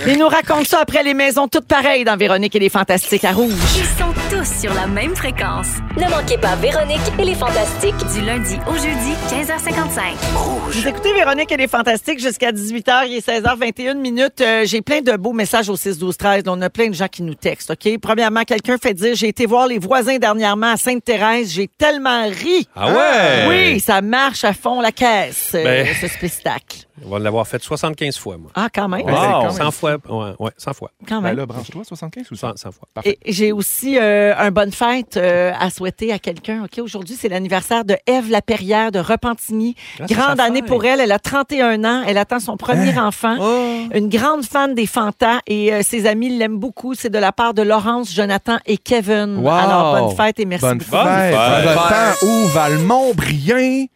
S7: Il nous raconte ça après les maisons toutes pareilles dans Véronique et les Fantastiques à Rouge.
S10: Ils sont tous sur la même fréquence.
S11: Ne manquez pas Véronique et les Fantastiques.
S10: Du lundi au jeudi, 15h55.
S7: Vous écoutez Véronique, elle est fantastique jusqu'à 18h, il est 16h21 minutes. Euh, j'ai plein de beaux messages au 6 12 13. On a plein de gens qui nous textent, OK Premièrement, quelqu'un fait dire j'ai été voir les voisins dernièrement à Sainte-Thérèse, j'ai tellement ri.
S9: Ah ouais?
S7: Oui, ça marche à fond la caisse euh,
S9: Ben-
S7: ce spectacle.
S9: On va l'avoir fait 75 fois, moi.
S7: Ah quand même,
S8: Ouais. Wow.
S9: 100 fois. Ouais, ouais, 100 fois.
S7: quand
S8: Ben
S7: même.
S8: là, branche-toi, 75 ou 100?
S9: 100, 100 fois.
S7: Et j'ai aussi euh, un bonne fête euh, à souhaiter à quelqu'un. Ok, aujourd'hui c'est l'anniversaire de Ève Laperrière de Repentigny.
S9: Ah, c'est
S7: Grande
S9: sa
S7: année
S9: fête.
S7: pour elle. Elle a 31 ans. Elle attend son premier enfant. Une grande fan des Fantas et euh, ses amis l'aiment beaucoup. C'est de la part de Laurence, Jonathan et Kevin.
S8: Wow.
S7: Alors bonne fête et merci.
S8: Bonne
S7: beaucoup.
S8: fête. Bonne
S9: fête.
S8: fête. Où Valmont, Brien,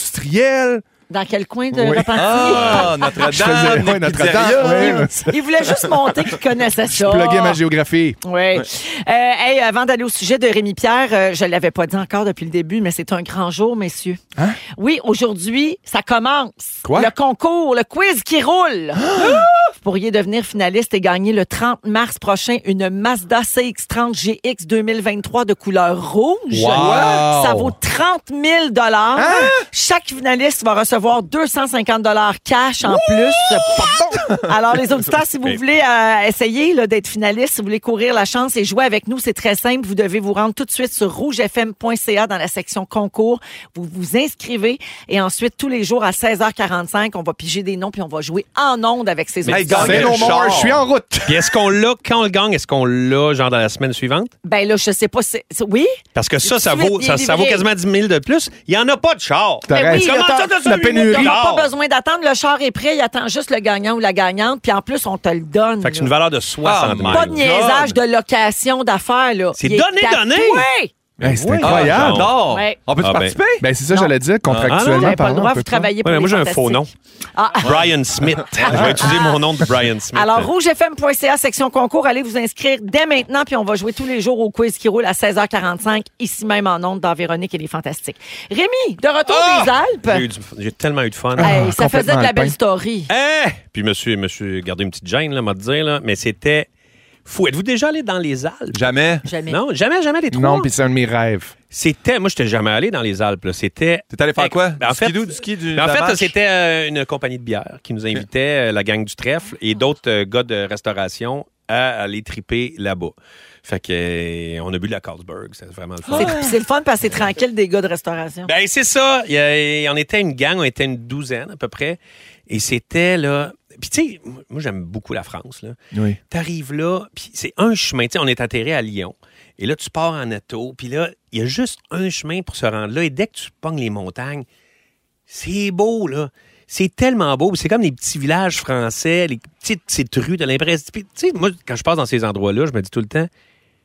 S8: industriel.
S7: Dans quel coin de
S8: Oui.
S7: Repentigny?
S6: Ah,
S8: Je faisais
S6: Notre-Dame,
S8: ouais,
S6: notre
S8: Notre-Dame. ouais.
S7: Il voulait juste monter qu'il connaissait
S8: Je
S7: ça.
S8: pluguais ma géographie.
S7: Oui. Euh, hey, avant d'aller au sujet de Rémi Pierre, euh, je ne l'avais pas dit encore depuis le début, mais c'est un grand jour, messieurs.
S8: Hein?
S7: Oui, aujourd'hui, ça commence.
S8: Quoi?
S7: Le concours, le quiz qui roule. Ah! Vous pourriez devenir finaliste et gagner le 30 mars prochain une Mazda CX-30 GX 2023 de couleur rouge.
S8: Wow.
S7: Ça vaut 30 000 dollars. Chaque finaliste va recevoir 250 dollars cash en plus. Alors, les auditeurs, si vous voulez euh, essayer là, d'être finaliste, si vous voulez courir la chance et jouer avec nous, c'est très simple. Vous devez vous rendre tout de suite sur rougefm.ca dans la section concours. Vous vous inscrivez et ensuite, tous les jours à 16h45, on va piger des noms puis on va jouer en onde avec ces
S9: Mais
S7: auditeurs.
S9: gagne
S8: C'est
S9: le
S8: non more,
S9: char.
S8: je suis en route.
S9: Puis est-ce qu'on l'a, quand on le gagne, est-ce qu'on l'a, genre, dans la semaine suivante?
S7: Ben là, je sais pas si... c'est- Oui?
S9: Parce que ça, ça
S7: Tu veux
S9: vaut,
S7: être
S9: ça, ça vaut
S7: délivré.
S9: quasiment 10 000 de plus. Il n'y en a pas de char.
S8: T'as
S7: Ben oui, là,
S8: raison.
S9: Comment ça,
S7: t'as-
S9: t'as ça,
S8: La
S9: huit
S8: pénurie.
S9: mille
S7: T'as
S9: dollars?
S7: pas besoin d'attendre, le char est prêt, il attend juste le gagnant ou la gagnante, puis en plus, on te le donne.
S9: Fait que c'est une
S7: là.
S9: valeur de 60 000.
S6: Ah,
S7: Pas de niaisage de location d'affaires, là.
S9: C'est
S7: Il est
S9: donné,
S7: tatoué.
S9: donné.
S8: Ben, c'est
S9: oui. Ah,
S8: incroyable.
S9: non.
S6: J'adore.
S7: Ouais.
S6: On peut-tu
S9: Ah, ben.
S6: participer?
S8: Ben, c'est ça, que
S7: Non.
S8: j'allais dire,
S7: Vous n'avez
S8: contractuellement
S7: pas le
S8: parlant,
S7: droit,
S8: on peut
S7: vous travaillez pour
S9: Ouais, mais
S7: les
S9: moi, j'ai un faux nom.
S7: Fantastiques. Ah, ah.
S9: Brian Smith. Je vais utiliser mon nom de Brian Smith.
S7: Alors, rougefm.ca, section concours, allez vous inscrire dès maintenant, puis on va jouer tous les jours au quiz qui roule à 16h45, ici même en ondes, dans Véronique et les Fantastiques. Rémi, de retour des
S9: Ah! J'ai eu
S7: Alpes.
S9: du- j'ai tellement eu de
S7: Hey,
S9: fun.
S7: ça
S8: Ah, complètement
S7: faisait de la
S8: alpin.
S7: belle story.
S9: Hein? Puis monsieur, monsieur, gardez une petite gêne, là, m'a dire, là, mais c'était fou. Êtes-vous déjà allé dans les Alpes?
S6: Jamais.
S7: Jamais.
S9: Non, jamais, jamais les trois.
S8: Non, puis c'est un de mes rêves.
S9: C'était, moi, j'étais jamais allé dans les Alpes. là. C'était. ben,
S6: T'es allé faire quoi?
S9: En
S6: Du
S9: fait,
S6: skidoo, du ski, du-
S9: Mais en
S6: de la
S9: fait,
S6: marche?
S9: c'était euh, une compagnie de bière qui nous invitait, euh, la gang du trèfle et d'autres euh, gars de restauration à aller triper là-bas. Fait que euh, on a bu de la Carlsberg, c'était vraiment le fun.
S7: C'est- C'est le fun parce que c'est tranquille des gars de restauration.
S9: Ben c'est ça, Il y a- on était une gang, on était une douzaine à peu près et c'était là puis tu sais, moi j'aime beaucoup la France là.
S8: Oui.
S9: T'arrives là, puis c'est un chemin. Tu sais, on est atterré à Lyon. Et là, tu pars en auto. Puis là, il y a juste un chemin pour se rendre là. Et dès que tu pognes les montagnes, c'est beau, là. C'est tellement beau. C'est comme les petits villages français, les petites, petites rues de l'impression. Puis, Tu sais, moi, quand je passe dans ces endroits-là, je me dis tout le temps,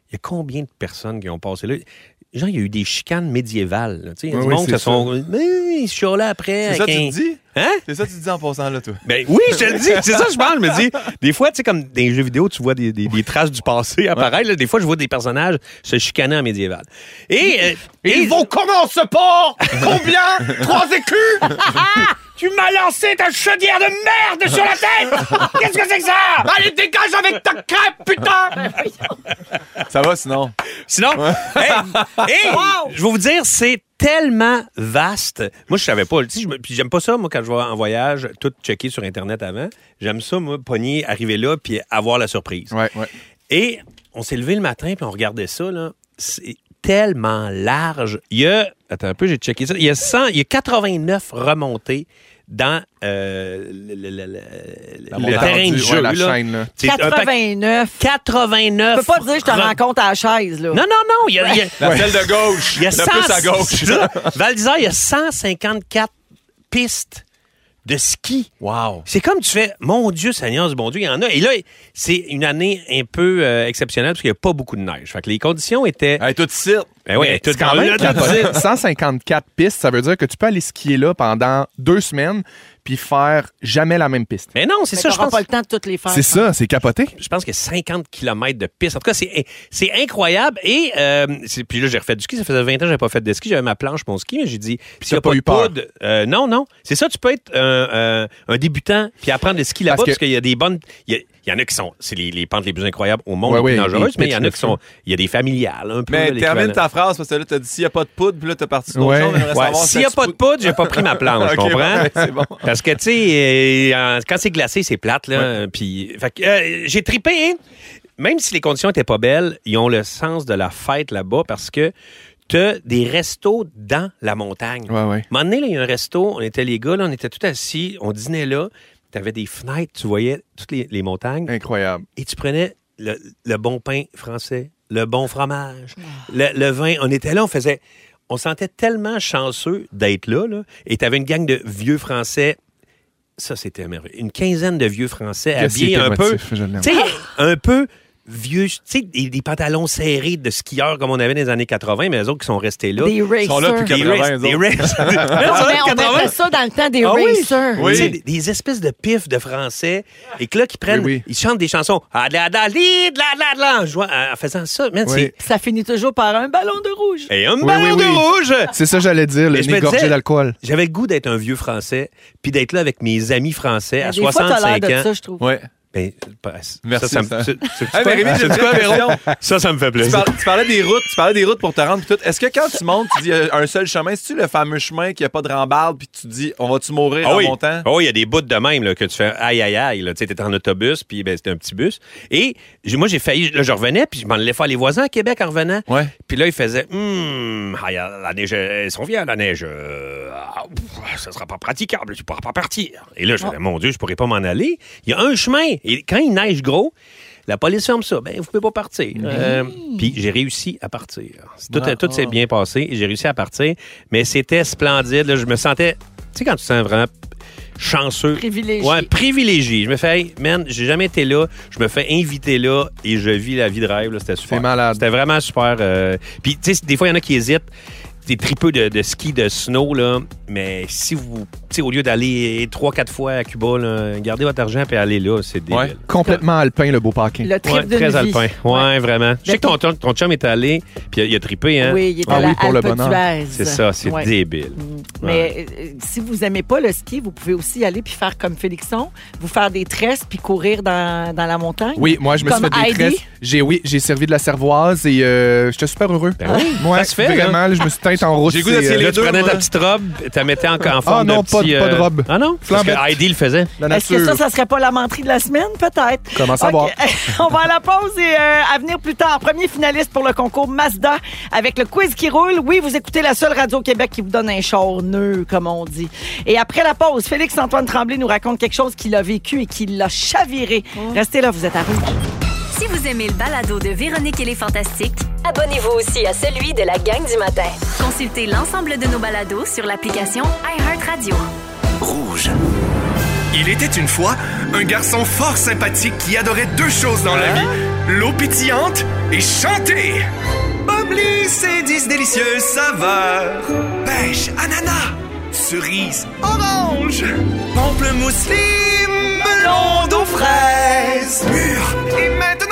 S9: il y a combien de personnes qui ont passé là? Genre, il y a eu des chicanes médiévales. là. Tu sais, il y a
S8: Oui,
S9: du
S8: oui,
S9: monde qui
S8: c'est
S9: se sont. Mais ils se chialaient après.
S6: C'est ça que
S9: avec
S6: tu
S9: un-
S6: te dis?
S9: Hein?
S6: C'est ça que tu te dis en passant là, toi?
S9: Ben oui, je te le dis. C'est ça, je pense. Je me dis, des fois, tu sais, comme dans les jeux vidéo, tu vois des, des- des traces du passé apparaître. là. des fois, je vois des personnages se chicaner en médiéval. Et, euh, et-
S8: comment ce port? Combien? Trois écus?
S9: Tu m'as lancé ta chaudière de merde sur la tête! Qu'est-ce que c'est que ça? Allez, dégage avec ta crêpe, putain!
S6: Ça va sinon?
S9: Sinon, hey, hey, je vais vous dire, c'est tellement vaste. Moi, je savais pas. Tu sais, je me- Puis j'aime pas ça, moi, quand je vais en voyage, tout checker sur Internet avant. J'aime ça, moi, pogner, arriver là, puis avoir la surprise.
S8: Ouais, ouais.
S9: Et on s'est levé le matin puis on regardait ça, là. C'est tellement large. Il y a, attends un peu, j'ai checké ça. Il y a 100, il y a 89 remontées dans euh, le, le- le- le- le
S8: montagne.
S9: terrain de
S8: Ouais,
S9: jeu.
S8: la
S9: là.
S8: chaîne, là.
S9: C'est un paquet-
S7: 89.
S9: 89.
S7: Tu peux pas dire je te
S9: Re-
S7: rencontre à la chaise, là.
S9: Non, non, non. Il y a, il y a-
S6: La celle de gauche.
S9: il y a
S6: le plus à
S9: 100
S6: gauche.
S9: Val d'Isère, il y a 154 pistes de ski.
S6: Wow.
S9: C'est comme tu fais, mon Dieu, Seigneur du bon Dieu, il y en a. Et là, c'est une année un peu euh, exceptionnelle parce qu'il n'y a pas beaucoup de neige. Fait que les conditions étaient.
S6: Hey, tout de suite.
S9: Ben oui, tout
S8: C'est quand
S9: on
S8: même
S9: l'a tout dit.
S8: capoté. 154 pistes, ça veut dire que tu peux aller skier là pendant deux semaines puis faire jamais la même piste.
S9: Mais non, c'est
S7: Mais
S9: ça, je
S7: t'auras
S9: pense.
S7: pas le temps de toutes les faire.
S8: C'est ça, c'est capoté.
S9: Je pense que 50 km de piste. En tout cas, c'est, c'est incroyable. Et euh, c'est- puis là, j'ai refait du ski. Ça faisait 20 ans que j'avais pas fait de ski. J'avais ma planche, mon ski, mais j'ai dit. s'il y
S8: t'as
S9: a
S8: pas
S9: de
S8: eu peur?
S9: poudre, euh, non, non. C'est ça, tu peux être un, euh, un débutant puis apprendre le ski là-bas parce,
S8: Parce que-
S9: qu'il y a des bonnes. Il y, a- il y en a qui sont. C'est les, les pentes les plus incroyables au monde,
S8: Ouais,
S9: les plus
S8: ouais,
S9: dangereuses,
S8: les
S9: mais il y en a
S8: pitch
S9: qui sont. Il y a des familiales, un peu. là,
S6: Mais
S9: l'équivalent.
S6: termine ta phrase parce que là, t'as dit s'il n'y a pas de poudre, puis là, t'as parti d'autre
S8: Ouais.
S6: chose. on aimerait
S9: Ouais,
S6: savoir si
S9: S'il n'y a
S6: tu
S9: pas de poudre, j'ai pas pris ma planche,
S6: Ok,
S9: tu comprends?
S6: ouais, c'est bon.
S9: Parce que, tu sais, euh, en- quand c'est glacé, c'est plate, là. Puis, fait que, euh, j'ai tripé, Même si les conditions n'étaient pas belles, ils ont le sens de la fête là-bas parce que t'as des restos dans la montagne.
S8: Ouais, ouais.
S9: Un moment donné, là, il y a un resto, on était les gars, là, on était tout assis, on dînait là, t'avais des fenêtres, tu voyais toutes les, les montagnes
S8: Incroyable.
S9: et tu prenais le, le bon pain français, le bon fromage, le, le vin. On était là, on faisait. On se sentait tellement chanceux d'être là, là. Et tu avais une gang de vieux Français. Ça, c'était merveilleux. Une quinzaine de vieux Français
S8: Qu'est-ce qui
S9: habillés
S8: est
S9: un peu.
S8: émotif, je l'aime.
S9: Tu sais, un peu vieux. Tu sais, des, des pantalons serrés de skieurs comme on avait dans les années 80, mais les autres qui sont restés là.
S7: Des racers.
S6: sont là depuis
S9: Des
S6: 80,
S9: races-
S6: eux
S9: des
S6: autres.
S9: races- Non,
S7: Ah, mais
S9: ça,
S7: on
S9: 80.
S7: mettait ça dans le temps des
S9: Ah oui?
S7: racers.
S9: Tu sais, des, des espèces de pifs de français. Et que là, qui prennent,
S8: Oui, oui.
S9: ils chantent des chansons. Ah, de la, de la, li, de la, de la, de la en jouant- en- en faisant ça, man,
S8: Oui.
S7: Ça finit toujours par un ballon de rouge.
S9: c'est. Et un
S8: Oui,
S9: ballon
S8: oui, oui.
S9: de rouge!
S8: C'est ça que j'allais dire, le
S9: Mais je me
S8: nez gorgé
S9: disais-
S8: d'alcool.
S9: J'avais le goût d'être un vieux français, puis d'être là avec mes amis français
S7: Mais
S9: à
S7: des fois, t'as
S9: 65
S7: l'air de
S9: ans.
S7: ça, je trouve.
S6: Ouais.
S9: Ben, pas- ça,
S6: Merci,
S9: ça me-
S6: ça.
S9: c'est- c'est-
S6: Hey, mais Rémi, j'ai une question.
S9: Ça, ça me fait
S6: Tu,
S9: plaisir.
S6: par- tu parlais des routes, tu parlais des routes pour te rendre puis tout. Est-ce que quand tu montes, tu dis euh, un seul chemin, c'est-tu le fameux chemin qui a pas de rambarde puis tu dis on va-tu mourir
S9: Ah
S6: en
S9: oui.
S6: montant?
S9: Ah oui, il y a des bouts de même là, que tu fais aïe aïe aïe. là. Tu étais en autobus, puis ben, c'était un petit bus. Et j'ai- moi, j'ai failli, là, je revenais, puis je m'en allais faire les voisins à Québec en revenant.
S6: Ouais.
S9: Puis là, ils faisaient Hum, aïe, la neige, ils sont vieux, la neige. euh, ah, ouf, ça sera pas praticable, tu pourras pas partir. Et là, je disais, mon Dieu, je pourrais pas m'en aller. Il y a un chemin. Et quand il neige gros, la police ferme ça. Ben, vous pouvez pas partir. Euh, puis j'ai réussi à partir. Tout, tout s'est bien passé. et J'ai réussi à partir. Mais c'était splendide. là. je me sentais. Tu sais, quand tu te sens vraiment chanceux.
S7: Privilégié.
S9: Ouais, privilégié. Je me fais, hey, man, j'ai jamais été là. Je me fais inviter là et je vis la vie de rêve. là. C'était super.
S8: C'est
S6: Ah.
S8: malade.
S9: C'était vraiment super. euh, Puis, tu sais, des fois, il y en a qui hésitent. Des tripeux de, de ski, de snow, là. Mais si vous, tu sais, au lieu d'aller trois, quatre fois à Cuba, là, gardez votre argent et allez là. C'est débile.
S6: Ouais.
S8: Complètement alpin, le beau parking.
S7: Le trip
S9: Ouais,
S7: de
S9: très alpin. Ouais, vraiment. Je sais que ton, ton, ton chum est allé, puis il a- il a trippé, hein?
S7: Oui, il est
S8: Ah
S7: à la
S8: oui, pour le
S7: Alpe
S8: bonheur.
S7: d'Huez.
S9: C'est ça, c'est
S7: Ouais. Mm.
S9: débile.
S7: Mais euh, si vous n'aimez pas le ski, vous pouvez aussi y aller puis faire comme Félixon, vous faire des tresses puis courir dans, dans la montagne.
S8: Oui, moi, je me suis
S7: Comme
S8: fait des
S7: Heidi.
S8: tresses. J'ai, oui, j'ai servi de la servoise et euh, j'étais super heureux.
S9: Ben oui,
S8: Ouais,
S9: ça se fait, là.
S8: Vraiment, là, je me suis teinte en route.
S6: J'ai goût
S8: c'est,
S6: d'essayer
S8: euh,
S6: les
S9: Là, tu
S6: deux,
S9: prenais
S6: moi.
S9: ta petite robe, tu la mettais en, en forme
S8: non,
S9: de
S8: pas de-
S9: petit,
S8: pas de robe.
S9: Ah non? Parce que
S8: Flambette.
S9: Heidi le faisait.
S8: La
S7: Est-ce que ça,
S8: nature.
S7: ça serait pas la menterie de la semaine? Peut-être.
S8: Comment ça
S7: OK. Ah, On va à la pause et euh, à venir plus tard. Premier finaliste pour le concours Mazda avec le quiz qui roule. Oui, vous écoutez la seule radio au Québec qui vous donne un char nœud, comme on dit. Et après la pause, Félix-Antoine Tremblay nous raconte quelque chose qu'il a vécu et qui l'a chaviré. Restez là, vous êtes à rouge.
S10: Si vous aimez le balado de Véronique et les Fantastiques,
S11: Abonnez-vous aussi à celui de la gang du matin.
S10: consultez l'ensemble de nos balados sur l'application iHeartRadio.
S3: Rouge.
S12: Il était une fois un garçon fort sympathique qui adorait deux choses dans la vie l'eau pétillante et chanter. Bob Lee, ses dix délicieuses saveurs pêche, ananas, cerise, orange, pamplemousse, lime, melon d'eau fraise, mûre et maintenant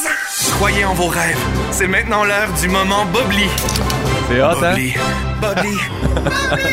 S12: framboise. Croyez en vos rêves, c'est maintenant l'heure du moment Bob Lee.
S6: C'est hot, hein?
S12: Bob Lee, Bob Lee.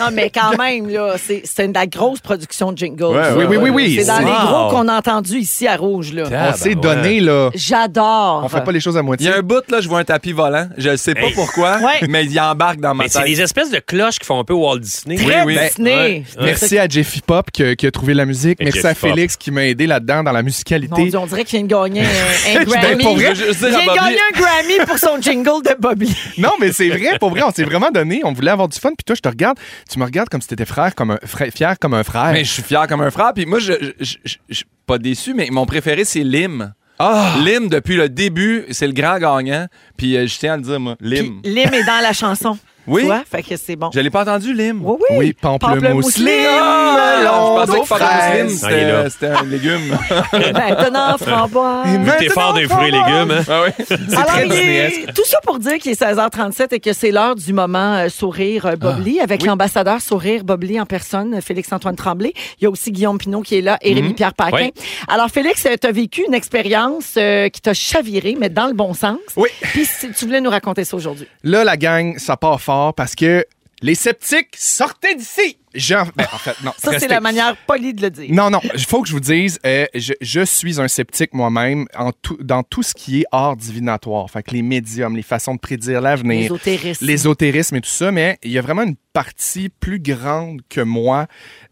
S7: Non, mais quand même, là, c'est c'est de la grosse production de jingles.
S8: Ouais,
S7: là.
S8: oui, oui, oui, oui.
S7: C'est dans les
S8: Wow.
S7: gros qu'on a entendus ici à Rouge, là.
S8: on s'est donné, là.
S7: J'adore.
S8: On fait pas les choses à moitié.
S6: Il y a un bout, là, je vois un tapis volant. Je ne sais pas
S9: Hey.
S6: pourquoi,
S7: Ouais.
S6: mais il embarque dans ma
S9: Mais c'est
S6: tête.
S9: des espèces de cloches qui font un peu Walt Disney.
S7: Très Disney.
S8: Merci à Jeffy Pop qui, qui a trouvé la musique.
S9: Et
S8: Merci
S9: Jeffy
S8: à Félix qui m'a aidé là-dedans dans la musicalité.
S7: Mon Dieu, on dirait qu'il vient de gagner euh, un, un
S8: Ben,
S7: Grammy.
S8: pour vrai,
S6: je veux juste dire à
S7: Il vient de
S6: Bob
S7: gagner
S6: Lee-
S7: un Grammy pour son jingle de Bob Lee.
S8: Non, mais c'est vrai, pour vrai, on s'est vraiment donné. On voulait avoir du fun. Puis toi, je te regarde, tu me regardes comme si t'étais frère, comme un frère, fier comme un frère.
S6: Mais je suis fier comme un frère. Puis moi, je je- je- je- je suis pas déçu, mais mon préféré, c'est Lim.
S8: Ah!
S6: Lim, depuis le début, c'est le grand gagnant. Puis euh, je tiens à le dire, moi, Lim.
S7: Puis euh, Lim est dans la chanson.
S6: Oui.
S7: Tu vois? Fait que c'est bon.
S6: Je l'ai pas entendu, Lim.
S7: Oui, oui.
S8: Oui, pamplemousse.
S7: Lim,
S6: Ah!
S7: melon,
S6: je pensais que pamplemousse Lim,
S7: fraise.
S9: Ah, il est
S6: c'était-
S9: là.
S6: c'était un légume.
S7: Maintenant, Ben, framboise.
S9: Vu que t'es fort des fruits et légumes, hein?
S6: ah oui.
S7: Alors,
S8: très
S7: il est-
S8: Disney-esque.
S7: tout ça pour dire qu'il est 16h37 et que c'est l'heure du moment euh, sourire euh,
S6: Ah,
S7: Bob Lee avec l'ambassadeur sourire Bob Lee en personne, euh, Félix-Antoine Tremblay. Il y a aussi Guillaume Pinot qui est là
S6: Mhm.
S7: et Rémi-Pierre Paquin.
S9: Ouais.
S7: Alors, Félix, tu as vécu une expérience euh, qui t'a chaviré, mais dans le bon sens.
S8: Oui.
S7: Puis si tu voulais nous raconter ça aujourd'hui.
S8: Là, la gang, ça part fort parce que les sceptiques, sortez d'ici! Jean... ben, en fait, non.
S7: Ça, c'est
S8: restez.
S7: la manière polie de le dire.
S8: Non, non, il faut que je vous dise, euh, je, je suis un sceptique moi-même en tout- dans tout ce qui est art divinatoire. Fait que les médiums, les façons de prédire l'avenir,
S7: L'ésotérisme.
S8: l'ésotérisme et tout ça, mais il y a vraiment une partie plus grande que moi,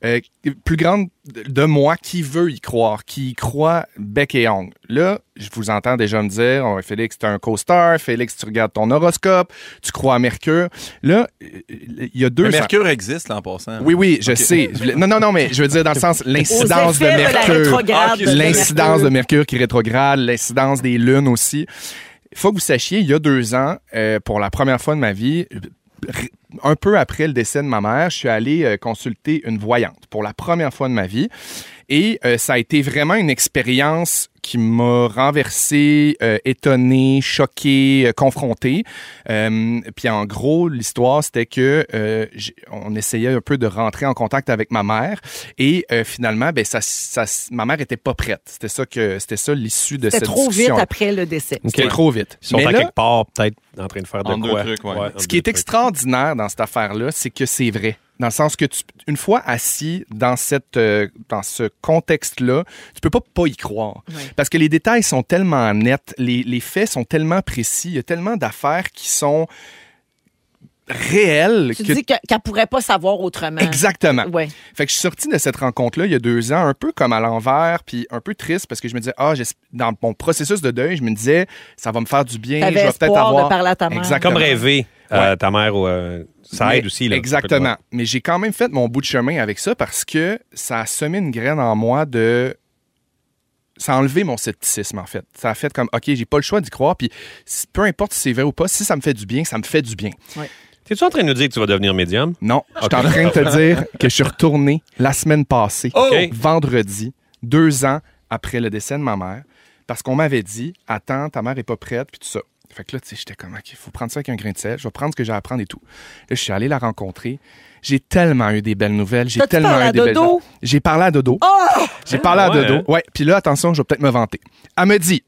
S8: euh, plus grande de de moi qui veut y croire, qui y croit bec et ongle. Là, je vous entends déjà me dire, oh, Félix, t'es un co-star, Félix, tu regardes ton horoscope, tu crois à Mercure. Là, euh, il y a deux...
S6: Mais Mercure existe, là, en passant.
S8: Oui, oui, je sais. Je voulais- Non, non, non, mais je veux dire dans le sens
S7: Aux
S8: l'incidence de
S7: effets la
S8: Mercure.
S7: rétrograde
S6: Ah, ok,
S7: de
S8: L'incidence
S7: Mercure.
S8: de Mercure qui rétrograde, l'incidence des lunes aussi. Il faut que vous sachiez, il y a deux ans, euh, pour la première fois de ma vie, un peu après le décès de ma mère, je suis allé euh, consulter une voyante pour la première fois de ma vie. Et euh, ça a été vraiment une expérience qui m'a renversé, euh, étonné, choqué, euh, confronté. Euh, puis en gros, l'histoire, c'était que euh, j'ai- on essayait un peu de rentrer en contact avec ma mère. Et euh, finalement, ben, ça, ça, ma mère était pas prête. C'était ça que c'était ça l'issue de cette
S7: C'était trop vite
S8: discussion.
S7: après le décès.
S8: C'était trop vite.
S9: Ils sont
S8: Mais
S9: à
S8: là-
S9: quelque part, peut-être, en train de faire de
S6: Entre
S9: quoi.
S6: deux trucs, ouais.
S9: entre
S8: ce qui est
S9: deux trucs.
S8: extraordinaire dans cette affaire-là, c'est que c'est vrai. Dans le sens que, tu- une fois assis dans, cette, euh, dans ce contexte-là, tu peux pas pas y croire. Parce que les détails sont tellement nets, les, les faits sont tellement précis, il y a tellement d'affaires qui sont réelles.
S7: Tu
S8: que-
S7: dis que- qu'elle pourrait pas savoir autrement.
S8: Exactement.
S7: Ouais.
S8: Fait que je suis sorti de cette rencontre-là il y a deux ans, un peu comme à l'envers, puis un peu triste parce que je me disais, ah, j'esp- dans mon processus de deuil, je me disais, ça va me faire du bien, je
S7: T'avais
S8: vais peut-être
S7: espoir de
S8: avoir.
S7: parler à ta mère.
S8: Exactement.
S9: Comme rêver à ta mère ou euh, ça
S8: Mais-
S9: aide aussi. Là,
S8: Exactement. Mais j'ai quand même fait mon bout de chemin avec ça parce que ça a semé une graine en moi de. Ça a enlevé mon scepticisme, en fait. Ça a fait comme, OK, j'ai pas le choix d'y croire. Puis si- peu importe si c'est vrai ou pas, si ça me fait du bien, ça me fait du bien.
S9: T'es-tu en train de nous dire que tu vas devenir médium?
S8: Non, je suis en train de te dire que je suis retourné la semaine passée,
S9: OK.
S8: vendredi, deux ans après le décès de ma mère, parce qu'on m'avait dit Attends, ta mère est pas prête, puis tout ça. Fait que là, tu sais, j'étais comme OK, faut prendre ça avec un grain de sel, je vais prendre ce que j'ai à apprendre et tout. Là, je suis allé la rencontrer. J'ai tellement eu des belles nouvelles, j'ai
S7: T'as-tu
S8: tellement
S7: parlé à
S8: eu des belles
S7: Dodo? Oh!
S8: J'ai parlé à Dodo. J'ai parlé à
S9: Ouais,
S8: Dodo. Ouais, puis là, attention, je vais peut-être me vanter. Elle me dit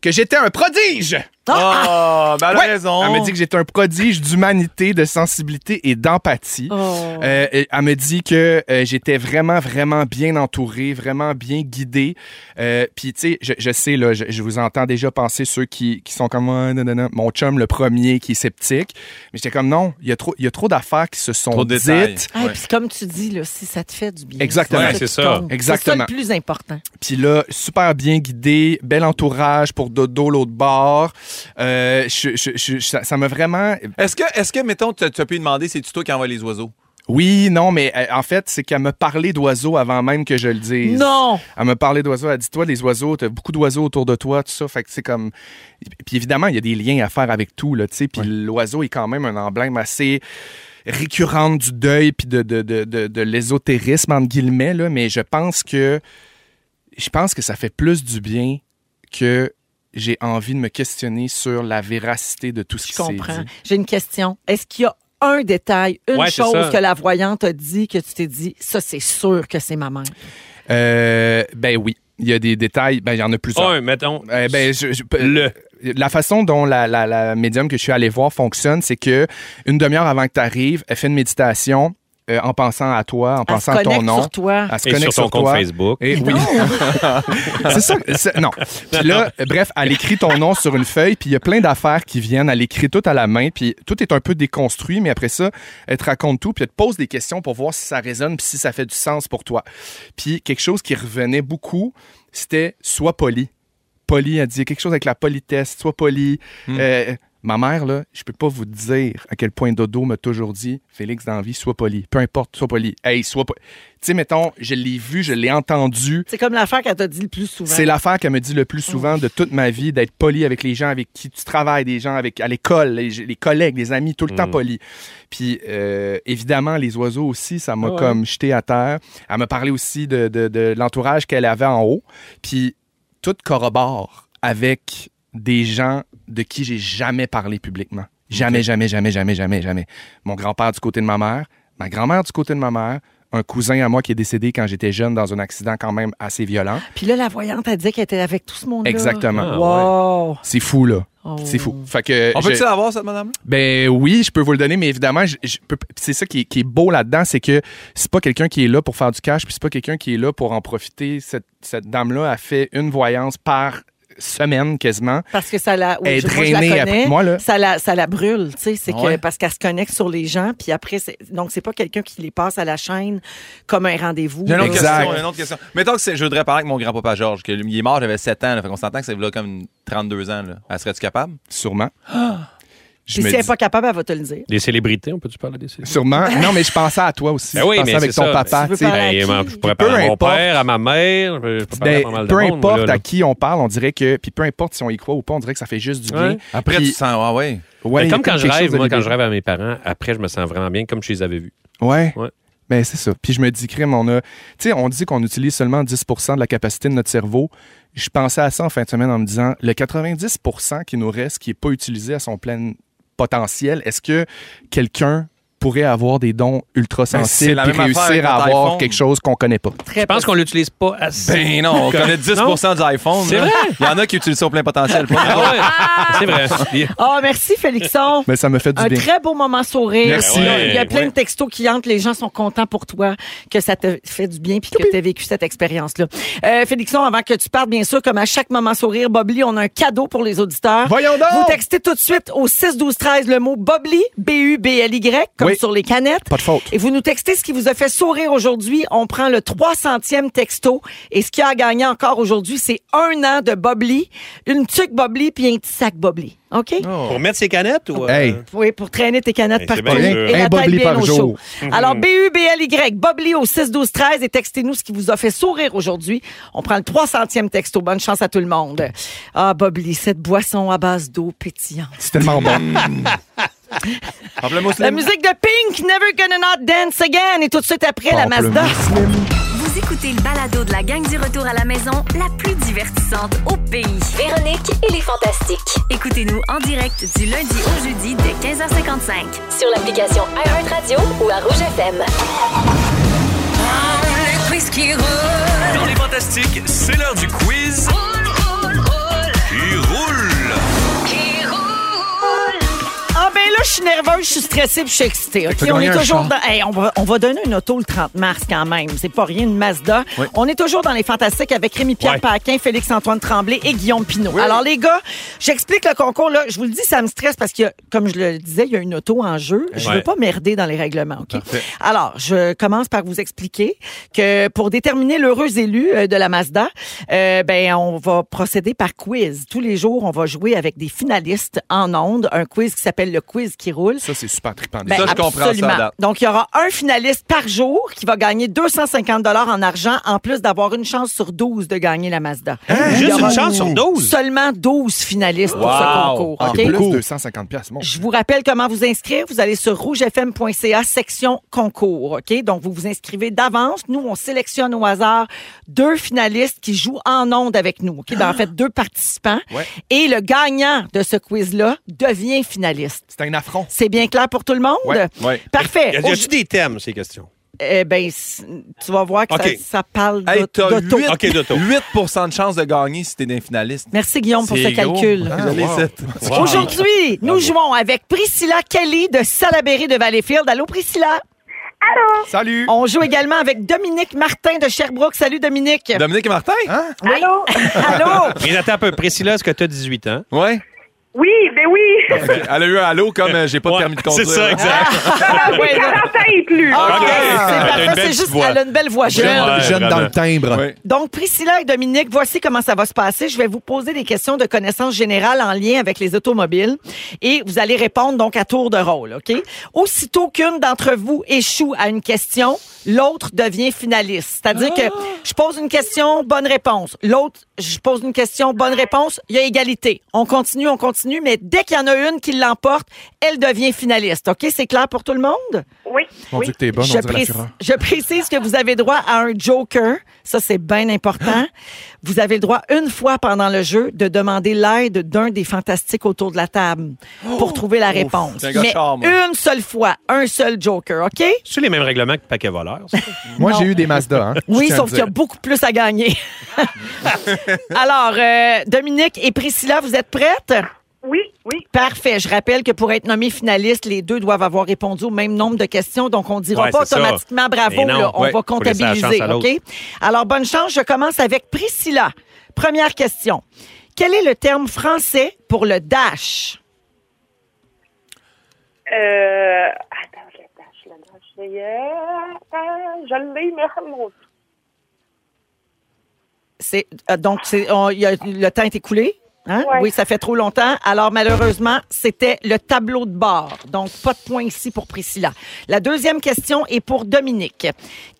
S8: que j'étais un prodige.
S6: Ah, ben, elle a
S8: Ouais.
S6: raison.
S8: Elle me dit que j'étais un prodige d'humanité, de sensibilité et d'empathie.
S7: Oh.
S8: Euh, et elle me dit que euh, j'étais vraiment, vraiment bien entouré, vraiment bien guidé. Euh, Puis, tu sais, je, je sais, là, je, je vous entends déjà penser ceux qui, qui sont comme Ah, non, non, non. mon chum, le premier, qui est sceptique. Mais j'étais comme non, il y a trop, il y a trop d'affaires qui se sont
S6: Trop de
S8: dites.
S6: détails.
S7: Ah, et
S6: Ouais.
S7: puis comme tu dis, là, si ça te fait du bien.
S8: Exactement.
S9: Ouais, c'est
S7: qui
S9: ça.
S7: compte. C'est ça
S8: Exactement.
S7: le plus important.
S8: Puis là, super bien guidé, bel entourage pour Dodo, l'autre bord. Euh, je- je- je- ça ça m'a vraiment
S6: Est-ce que, est-ce que, mettons, tu as pu lui demander, c'est-tu toi qui envoie les oiseaux?
S8: Oui, non, mais euh, en fait, c'est qu'elle me parlait d'oiseaux avant même que je le dise.
S7: Non!
S8: Elle me parlait d'oiseaux. Elle dit Toi, les oiseaux, t'as beaucoup d'oiseaux autour de toi, tout ça. Fait que c'est comme. Puis évidemment, il y a des liens à faire avec tout, là, tu sais. Puis l'oiseau est quand même un emblème assez récurrent du deuil puis de, de, de, de, de l'ésotérisme, entre guillemets, là. Mais je pense que. Je pense que ça fait plus du bien que j'ai envie de me questionner sur la véracité de tout ce
S7: Je
S8: qui s'est
S7: comprends.
S8: dit.
S7: J'ai une question. Est-ce qu'il y a un détail, une
S9: Ouais, c'est
S7: chose
S9: ça.
S7: que la voyante a dit que tu t'es dit, ça, c'est sûr que c'est ma mère?
S8: Euh, ben oui. Il y a des détails. Ben, il y en a plusieurs.
S9: Un, mettons.
S8: Eh ben, je- je-
S9: Le.
S8: La façon dont la, la, la médium que je suis allé voir fonctionne, c'est que une demi-heure avant que tu arrives, elle fait une méditation. euh, en pensant à toi, en
S7: Elle se
S8: pensant à ton
S7: connecte
S8: nom.
S7: sur toi.
S8: Elle se
S9: Et
S8: connecte
S9: sur ton compte
S8: toi.
S9: Facebook.
S8: Et oui. c'est ça. c'est- non. Puis
S9: Non,
S8: là, bref, elle écrit ton nom sur une feuille, puis il y a plein d'affaires qui viennent. Elle écrit tout à la main, puis tout est un peu déconstruit, mais après ça, elle te raconte tout, puis elle te pose des questions pour voir si ça résonne, puis si ça fait du sens pour toi. Puis quelque chose qui revenait beaucoup, c'était sois poli. Poli, elle dit quelque chose avec la politesse, sois poli. Euh, Ma mère, là, je peux pas vous dire à quel point Dodo m'a toujours dit Félix d'envie, sois poli. Peu importe, sois poli. Hey, sois poli. Tu sais, mettons, je l'ai vu, je l'ai entendu.
S7: C'est comme l'affaire qu'elle t'a dit le plus souvent.
S8: C'est l'affaire qu'elle me dit le plus souvent de toute ma vie, d'être poli avec les gens avec qui tu travailles, des gens avec à l'école, les, les collègues, les amis, tout le temps poli. Puis euh, évidemment, les oiseaux aussi, ça m'a
S5: Ah ouais.
S8: comme jeté à terre. Elle m'a parlé aussi de, de- de l'entourage qu'elle avait en haut. Puis tout corrobore avec des gens de qui j'ai jamais parlé publiquement. Jamais, jamais, jamais, jamais, jamais, jamais. Mon grand-père du côté de ma mère, ma grand-mère du côté de ma mère, un cousin à moi qui est décédé quand j'étais jeune dans un accident quand même assez violent.
S7: Puis là, la voyante, elle dit qu'elle était avec tout ce monde-là.
S8: Exactement.
S7: Wow.
S8: C'est fou, là.
S7: Oh.
S8: C'est fou. Fait que.
S6: On
S8: je-
S6: peut-tu l'avoir, cette madame
S8: Ben oui, je peux vous le donner, mais évidemment, je- je peux- c'est ça qui est, qui est beau là-dedans, c'est que c'est pas quelqu'un qui est là pour faire du cash, puis c'est pas quelqu'un qui est là pour en profiter. Cette, cette dame-là a fait une voyance par semaine quasiment.
S7: Parce que ça la, oui,
S8: Elle
S7: je-
S8: est
S7: moi, je la
S8: drainée
S7: connais.
S8: après moi, là.
S7: Ça la, ça la brûle, tu sais, c'est que
S8: Ouais.
S7: parce qu'elle se connecte sur les gens, puis après, c'est, donc c'est pas quelqu'un qui les passe à la chaîne comme un rendez-vous.
S6: J'ai une autre
S8: Exact.
S6: question, j'ai une autre question. Mettons que c'est- je voudrais parler avec mon grand-papa Georges, que lui, il est mort, j'avais 7 ans, là, fait qu'on s'entend que c'est là comme 32 ans, là. Ah, serais-tu capable?
S8: Sûrement. Je
S7: Puis
S8: me
S7: si elle est
S8: dis-
S7: pas capable, elle va te le dire.
S9: Des célébrités, on peut-tu parler des célébrités?
S8: Sûrement. Non, mais je pensais à toi aussi.
S9: Ben
S8: je
S9: oui,
S8: pensais
S9: mais
S8: avec
S9: c'est
S8: ton
S9: ça.
S8: papa.
S7: Tu veux
S8: tu sais.
S7: parler à
S9: Hey,
S7: qui?
S9: moi, je pourrais parler à mon
S8: importe.
S9: père, à ma mère, je peux parler
S8: Ben,
S9: à pas mal de
S8: peu
S9: monde, moi,
S8: importe
S9: là, là.
S8: à qui on parle, on dirait que. Puis peu importe si on y croit ou pas, on dirait que ça fait juste du bien.
S9: Ouais.
S6: Après,
S8: Puis-
S6: tu sens, ah ouais.
S8: ouais,
S9: Mais
S8: il y a
S9: Ben, comme quand je
S8: quelque chose
S9: rêve,
S8: de
S9: moi, quand
S8: libéral.
S9: je rêve à mes parents, après, je me sens vraiment bien comme je les avais vus.
S8: Ouais.
S9: Ouais.
S8: Ben, c'est ça. Puis je me dis, crime, on a. Tu sais, on dit qu'on utilise seulement 10 de la capacité de notre cerveau. Je pensais à ça en fin de semaine en me disant, le 90 qui nous reste, qui n'est pas utilisé à son plein potentiel, est-ce que quelqu'un pourrait avoir des dons ultra
S6: Ben, c'est
S8: sensibles
S6: la
S8: et
S6: même affaire avec
S8: réussir à
S6: notre
S8: avoir
S6: iPhone.
S8: quelque chose qu'on connaît pas?
S9: Je pense qu'on l'utilise pas assez.
S6: Ben non, on connaît 10 du iPhone.
S9: C'est
S6: là.
S9: vrai?
S6: Il y en a qui utilisent son plein potentiel. pas
S9: Ah
S6: moi.
S9: ouais, c'est vrai. Il-
S7: Ah, merci, Félixon.
S8: Mais ça me fait du
S7: Un
S8: bien.
S7: très beau moment sourire.
S8: Merci.
S7: Il y a- Il y a
S9: Ouais,
S7: plein
S9: ouais.
S7: de textos qui entrent. Les gens sont contents pour toi, que ça te fait du bien puis que tu as vécu cette expérience-là. Euh, Félixon, avant que tu partes, bien sûr, comme à chaque moment sourire, Bobli, on a un cadeau pour les auditeurs.
S8: Voyons donc!
S7: Vous textez tout de suite au 6-12-13 le mot Bobli, B-U-B-L-Y, comme
S8: Oui.
S7: sur les canettes.
S8: Pas de faute.
S7: Et vous nous textez ce qui vous a fait sourire aujourd'hui. On prend le 300e texto. Et ce qui a gagné encore aujourd'hui, c'est un an de Bobli, une tuque Bobli puis un petit sac Bobli. OK?
S9: Pour mettre ses canettes ou. euh,
S8: Hey.
S7: Oui, pour traîner tes canettes
S9: Eh,
S7: par
S9: c'est
S7: terre
S9: bien
S7: et
S9: sûr. Mhm.
S7: la
S8: Un
S7: tête
S8: bobli
S7: bien
S8: par
S7: au
S8: jour.
S7: chaud. Alors, B-U-B-L-Y, Bobli au 6-12-13 et textez-nous ce qui vous a fait sourire aujourd'hui. On prend le 300e texto. Bonne chance à tout le monde. Ah, Bobli, cette boisson à base d'eau pétillante.
S8: C'est tellement bon.
S6: Pamplemousse,
S7: La
S6: Lynn.
S7: musique de Pink, Never Gonna Not Dance Again. Et tout de suite après, la
S8: Pamplemousse.
S7: Mazda.
S10: Vous écoutez le balado de la gang du retour à la maison, la plus divertissante au pays.
S11: Véronique et les Fantastiques.
S10: Écoutez-nous en direct du lundi au jeudi dès 15h55.
S11: Sur l'application iHeartRadio ou à Rouge FM.
S12: Dans les fantastiques, c'est l'heure du quiz. Qui roule.
S7: Ah ben là, je suis nerveuse, je suis stressée, puis je suis excitée. OK? On
S8: gagner
S7: est
S8: un
S7: toujours
S8: char.
S7: dans... Hey, on, va, on va donner une auto le 30 mars quand même. C'est pas rien, une Mazda. On est toujours dans les fantastiques avec Rémi-Pierre
S9: Ouais.
S7: Paquin, Félix-Antoine Tremblay et Guillaume Pinot. Alors les gars, j'explique le concours. là. Je vous le dis, ça me stresse parce que, comme je le disais, il y a une auto en jeu. Je
S9: Ouais.
S7: veux pas merder dans les règlements. OK? Alors, je commence par vous expliquer que pour déterminer l'heureux élu euh, de la Mazda, euh, ben on va procéder par quiz. Tous les jours, on va jouer avec des finalistes en ondes, un quiz qui s'appelle le quiz qui roule.
S8: Ça, c'est super trippant.
S7: Ben,
S6: Ça, je comprends ça,
S7: absolument.
S6: à date.
S7: Donc, il y aura un finaliste par jour qui va gagner 250 en argent, en plus d'avoir une chance sur 12 de gagner la Mazda. Il y
S9: Juste
S7: aura
S9: une chance sur 12.
S7: Seulement 12 finalistes pour ce
S6: Wow.
S7: concours.
S8: Ah,
S7: OK?
S8: c'est plus 250 pièces, mon.
S7: Je vous rappelle comment vous inscrire. Vous allez sur rougefm.ca, section concours. OK? Donc, vous vous inscrivez d'avance. Nous, on sélectionne au hasard deux finalistes qui jouent en ondes avec nous. OK? Ben, en fait, deux participants.
S8: Ouais.
S7: Et le gagnant de ce quiz-là devient finaliste.
S8: C'est un affront.
S7: C'est bien clair pour tout le monde?
S8: Ouais,
S6: ouais.
S7: Parfait.
S9: Y a- y a-tu des thèmes, ces questions?
S7: Eh ben, c- tu vas voir que
S9: OK.
S7: ça, ça parle
S6: Hey,
S7: d'au-
S6: t'as
S7: d'auto.
S6: 8,
S9: Ok, d'auto.
S6: 8 de chance de gagner si t'es d'un finaliste.
S7: Merci Guillaume pour ce
S6: C'est gros. Ah.
S7: calcul.
S6: Désolé, c'est-
S7: Aujourd'hui, nous jouons avec Priscilla Kelly de Salaberry de Valleyfield. Allô, Priscilla? Allô?
S8: Salut!
S7: On joue également avec Dominique Martin de Sherbrooke. Salut, Dominique.
S6: Dominique Martin?
S7: Hein? Allô? Allô?
S9: Renata, un peu. Priscilla, est-ce que tu as 18 ans?
S6: Ouais.
S13: Oui, ben oui.
S6: Elle a eu un halo comme euh, j'ai pas de permis de conduire.
S9: c'est ça, exact.
S13: Non, non, j'ai 40 ans et plus.
S7: Ah, OK,
S6: Elle a
S7: c'est
S6: une
S7: Ah, parfait.
S6: belle
S7: C'est
S6: petite
S7: juste
S6: voix.
S7: elle a une belle voix jeune.
S14: Jeune, jeune dans le timbre.
S7: Donc, Priscilla et Dominique, voici comment ça va se passer. Je vais vous poser des questions de connaissance générale en lien avec les automobiles et vous allez répondre donc à tour de rôle, OK? Aussitôt qu'une d'entre vous échoue à une question, l'autre devient finaliste. C'est-à-dire que je pose une question, bonne réponse. L'autre, je pose une question, bonne réponse. Il y a égalité. On continue, on continue, mais dès qu'il y en a une qui l'emporte, elle devient finaliste, OK? C'est clair pour tout le monde?
S13: Oui.
S8: Mon Dieu, que t'es bonne, on
S7: je,
S8: dirait la
S7: préc-
S8: fureur.
S7: je précise que vous avez droit à un joker. Ça, c'est bien important. Vous avez le droit, une fois pendant le jeu, de demander l'aide d'un des fantastiques autour de la table
S8: Oh!
S7: pour trouver la réponse.
S9: c'est un gars de
S7: Mais
S9: char, moi.
S7: une seule fois, un seul joker, OK?
S9: C'est les mêmes règlements que paquet voleur. ça?
S8: Moi, j'ai eu des Mazda. Hein,
S7: Oui,
S8: je tiens à
S7: sauf
S8: le
S7: qu'il y a
S8: dire.
S7: beaucoup plus à gagner. Alors, euh, Dominique et Priscilla, vous êtes prêtes?
S13: Oui, oui.
S7: Parfait. Je rappelle que pour être nommé finaliste, les deux doivent avoir répondu au même nombre de questions, donc on ne dira
S9: Ouais,
S7: pas
S9: c'est ça.
S7: automatiquement bravo,
S9: Mais non,
S7: là. on va
S9: ouais, faut laisser la
S7: comptabiliser.
S9: chance à
S7: OK?
S9: l'autre.
S7: Alors, bonne chance. Je commence avec Priscilla. Première question. Quel est le terme français pour le dash?
S13: Euh, attends, je la tâche, je la tâche. Je l'ai, euh, ah, Je l'ai, mais mon Dieu.
S7: C'est euh, donc c'est- on- il y a- le temps est écoulé. hein?
S13: Ouais.
S7: Oui, ça fait trop longtemps. Alors malheureusement, c'était le tableau de bord. Donc pas de point ici pour Priscilla. La deuxième question est pour Dominique.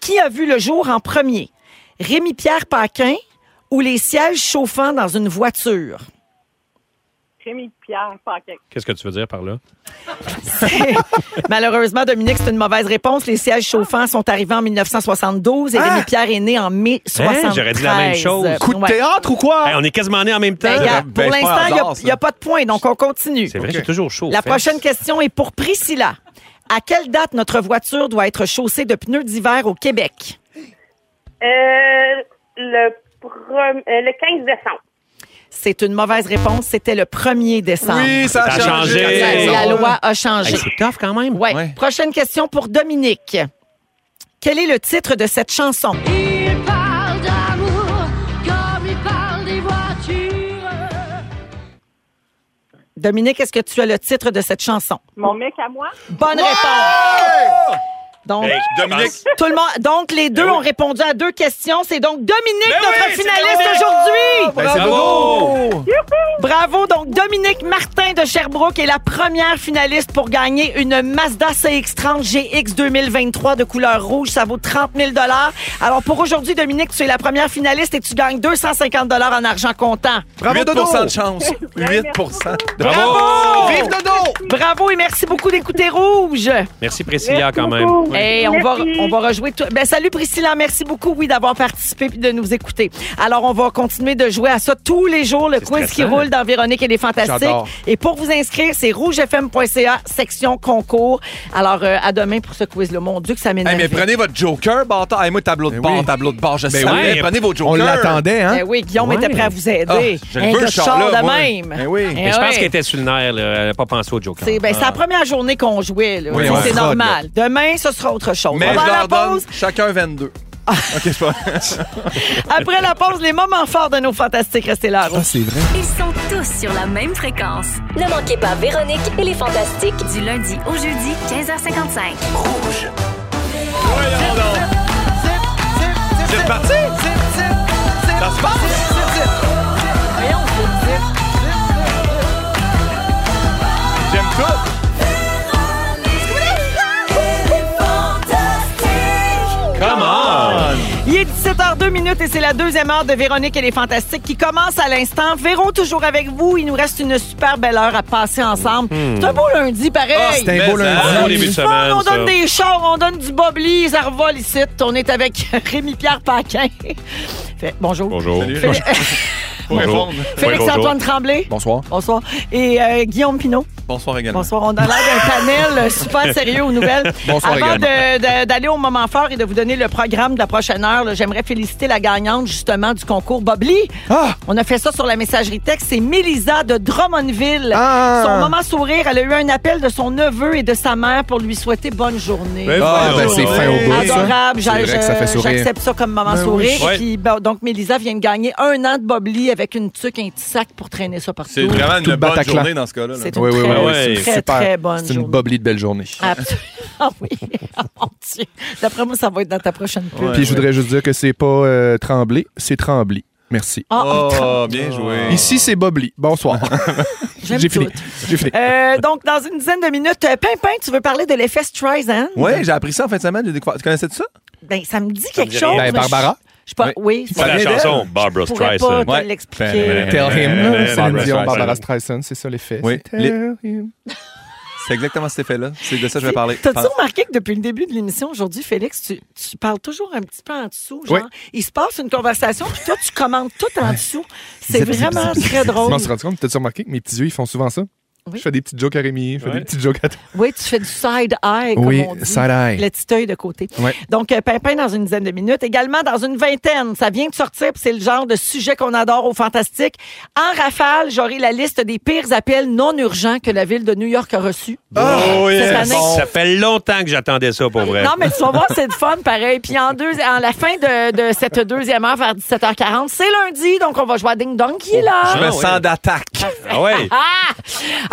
S7: Qui a vu le jour en premier Rémi Pierre Paquin ou les sièges chauffants dans une voiture
S13: Rémi Pierre Paquet.
S9: Qu'est-ce que tu veux dire par là?
S7: C'est- Malheureusement, Dominique, c'est une mauvaise réponse. Les sièges chauffants sont arrivés en 1972 et Rémi Pierre est né en mai
S9: Ah! Hein?
S7: 73.
S9: J'aurais dit la même chose.
S7: Ouais.
S9: ou quoi? on est quasiment nés en même temps.
S7: Ben, regarde, pour
S9: Ben, c'est pas un
S7: l'instant,
S9: hasard, ça.
S7: il n'y a, pas de point, donc on continue.
S9: C'est vrai, c'est toujours chaud.
S7: La
S9: fait.
S7: prochaine question est pour Priscilla. À quelle date notre voiture doit être chaussée de pneus d'hiver au Québec?
S13: Euh, le, prem- euh, le 15 décembre.
S7: C'est une mauvaise réponse. C'était le 1er décembre.
S6: Oui, ça a Ça a changé. changé.
S7: La, la loi a changé.
S6: Hey, c'est
S7: tough quand même. Ouais. Prochaine question pour Dominique. Quel est le titre de cette chanson?
S15: Il parle d'amour comme il parle des voitures.
S7: Dominique, est-ce que tu as le titre de cette chanson?
S13: Mon mec à moi?
S7: Bonne réponse! Donc,
S13: Hey, Dominique. Ben
S7: tout le monde, donc, les deux ont répondu à deux questions. C'est donc Dominique, notre
S13: oui, c'est
S7: finaliste
S13: Dominique.
S7: aujourd'hui!
S13: Ben, c'est
S9: Oh!
S13: Bravo. beau.
S7: Bravo! Donc, Dominique Martin de Sherbrooke est la première finaliste pour gagner une Mazda CX-30 GX 2023 de couleur rouge. Ça vaut 30 000 Alors, pour aujourd'hui, Dominique, tu es la première finaliste et tu gagnes 250 en argent comptant.
S6: 8 de chance. 8
S7: Bravo!
S6: Vive
S7: Dodo! Bravo et merci beaucoup d'écouter Rouge.
S9: Merci Priscilla quand même.
S7: Hey, on, va, on va rejouer tout. Ben, salut Priscilla, merci beaucoup oui, d'avoir participé et de nous écouter. Alors, on va continuer de jouer à ça tous les jours, le quiz qui
S16: stressant.
S7: roule dans Véronique et les Fantastiques.
S16: J'adore.
S7: Et pour vous inscrire, c'est rougefm.ca, section concours. Alors, euh, à demain pour ce quiz-là. Mon Dieu, que ça m'énerve.
S6: Hey, mais prenez votre joker, bâtard. Hey, moi, tableau de bord, tableau de bord, je
S14: Ben
S6: savais.
S14: oui.
S6: Prenez vos jokers.
S14: On l'attendait, hein?
S7: Ben oui, Guillaume était prêt à vous aider.
S6: Ah, je le
S7: Un
S6: veux,
S7: gars
S6: ce char-là,
S7: char de
S6: moi.
S7: même.
S6: Ben oui. Ah.
S7: Eh
S9: Mais je pense
S7: oui.
S9: qu'elle était sur le nerf, là. elle n'a pas pensé au Joker.
S7: C'est ben, c'est la première journée qu'on jouait. là.
S9: Oui,
S7: C'est-
S9: on
S7: c'est
S9: se rôde,
S7: normal. Demain, ce sera autre chose.
S6: Mais
S7: On
S6: je
S7: va à la
S6: leur
S7: pause.
S6: donne chacun 22. OK, c'est pas...
S7: Après la pause, les moments forts de nos fantastiques. Restez là. Rouge.
S14: c'est vrai.
S10: Ils sont tous sur la même fréquence. Ne manquez pas Véronique et les Fantastiques du lundi au jeudi 15h55. Rouge.
S6: C'est reparti? Ça se passe? J'aime tout.
S9: Come on!
S7: Il est 17h02 minutes et c'est la deuxième heure de Véronique et les Fantastiques qui commence à l'instant. Véro, toujours avec vous. Il nous reste une super belle heure à passer ensemble. C'est un beau lundi, pareil.
S9: Hmm. Ah, c'est un beau Mais lundi. ça, un beau début de
S7: Fun,
S9: semaine,
S7: on
S9: ça.
S7: donne des chars, on donne du bobli, ça revole ici. On est avec Rémi-Pierre Paquin. Fait- bonjour.
S9: Bonjour.
S7: Fé-
S9: Bonjour. Bonjour.
S7: Félix-Antoine Tremblay.
S8: Bonsoir.
S7: Bonsoir. Et euh, Guillaume Pinot.
S6: Bonsoir également.
S7: Bonsoir, on a l'air d'un panel euh, super sérieux aux nouvelles.
S6: Bonsoir
S7: Avant
S6: également.
S7: de- de- d'aller au moment fort et de vous donner le programme de la prochaine heure, là, j'aimerais féliciter la gagnante justement du concours Bob Lee. On a fait ça sur la messagerie texte. C'est Mélisa de Drummondville.
S8: Ah!
S7: Son moment sourire, elle a eu un appel de son neveu et de sa mère pour lui souhaiter bonne journée.
S8: Ben, Ah, bonne ben, c'est journée. fin au bout, ça.
S7: Adorable.
S8: C'est
S7: J'a-
S8: vrai que ça fait sourire.
S7: J'accepte ça comme moment
S8: Ben oui.
S7: sourire.
S8: Ouais.
S7: Puis, ben, donc, Mélisa vient de gagner un an de Bob Lee avec une tuque, un petit sac pour traîner ça partout.
S6: C'est vraiment une
S8: Tout le
S6: bonne
S8: Bataclan.
S6: journée dans ce cas-là. là.
S7: C'est une très, très, très bonne
S8: C'est une
S7: journée.
S8: boblie de belle journée.
S7: Absolument. Ah oui. Ah, mon Dieu. D'après moi, ça va être dans ta prochaine pub.
S8: Puis je voudrais juste dire que c'est pas euh, Tremblay, c'est Tremblay. Merci.
S7: Ah,
S6: Oh,
S7: ah, Tremblay.
S6: bien joué.
S8: Ici, c'est Bobli. Bonsoir.
S7: J'aime
S8: J'ai fini.
S7: tout.
S8: J'ai fini.
S7: Euh, donc, dans une dizaine de minutes, euh, Pimpin, tu veux parler de l'effet Streisand?
S6: Oui, j'ai appris ça en fin de semaine. j'ai découvert- Tu connaissais-tu ça?
S7: Ben, ça me dit
S6: me
S7: quelque
S6: dit
S7: chose.
S6: rien.
S7: mais
S6: Ben, Barbara?
S7: je- Je sais pas, oui.
S6: Pas la
S7: c'est-
S6: chanson,
S9: Barbara
S7: Je pourrais
S9: Streisand.
S7: pas te
S9: Ouais.
S6: Ben,
S7: l'expliquer.
S8: Tell him, là, Céline
S6: Barbara
S8: Dion,
S6: Streisand.
S8: Euh, Barbara Streisand, c'est ça l'effet.
S6: Oui.
S8: C'est
S6: Les-
S8: Tell him.
S6: C'est exactement cet effet-là. C'est de ça que je vais parler.
S7: T'as-tu remarqué que depuis le début de l'émission aujourd'hui, Félix, tu, tu parles toujours un petit peu en dessous? Genre,
S8: Oui.
S7: il se passe une conversation, puis toi, tu commandes tout en dessous. C'est
S8: Zip, zip,
S7: vraiment
S8: zip.
S7: très
S8: Tu
S7: drôle.
S8: m'en suis rendu compte? T'as-tu remarqué que mes petits yeux, ils font souvent ça?
S7: Oui.
S8: Je fais des petites jokes à Rémi, je fais
S7: Ouais.
S8: des petites jokes à toi.
S7: Oui, tu fais du side-eye, comme
S8: Oui,
S7: on dit.
S8: side-eye.
S7: Le petit œil de côté.
S8: Ouais.
S7: Donc, euh, Pimpin dans une dizaine de minutes. Également, dans une vingtaine, ça vient de sortir, puis c'est le genre de sujet qu'on adore au Fantastique. En rafale, j'aurai la liste des pires appels non urgents que la ville de New York a reçus.
S9: Oh, ben. oui,
S7: cette année.
S9: Ça fait longtemps que j'attendais ça, pour vrai.
S7: Non, mais tu vas voir, c'est de fun, pareil. Puis en, deux, en la fin de, de cette deuxième heure, vers 17h40, c'est lundi, donc on va jouer à Ding Dong qui est là.
S6: Je me sens d'attaque. Ah ouais.
S7: Ah!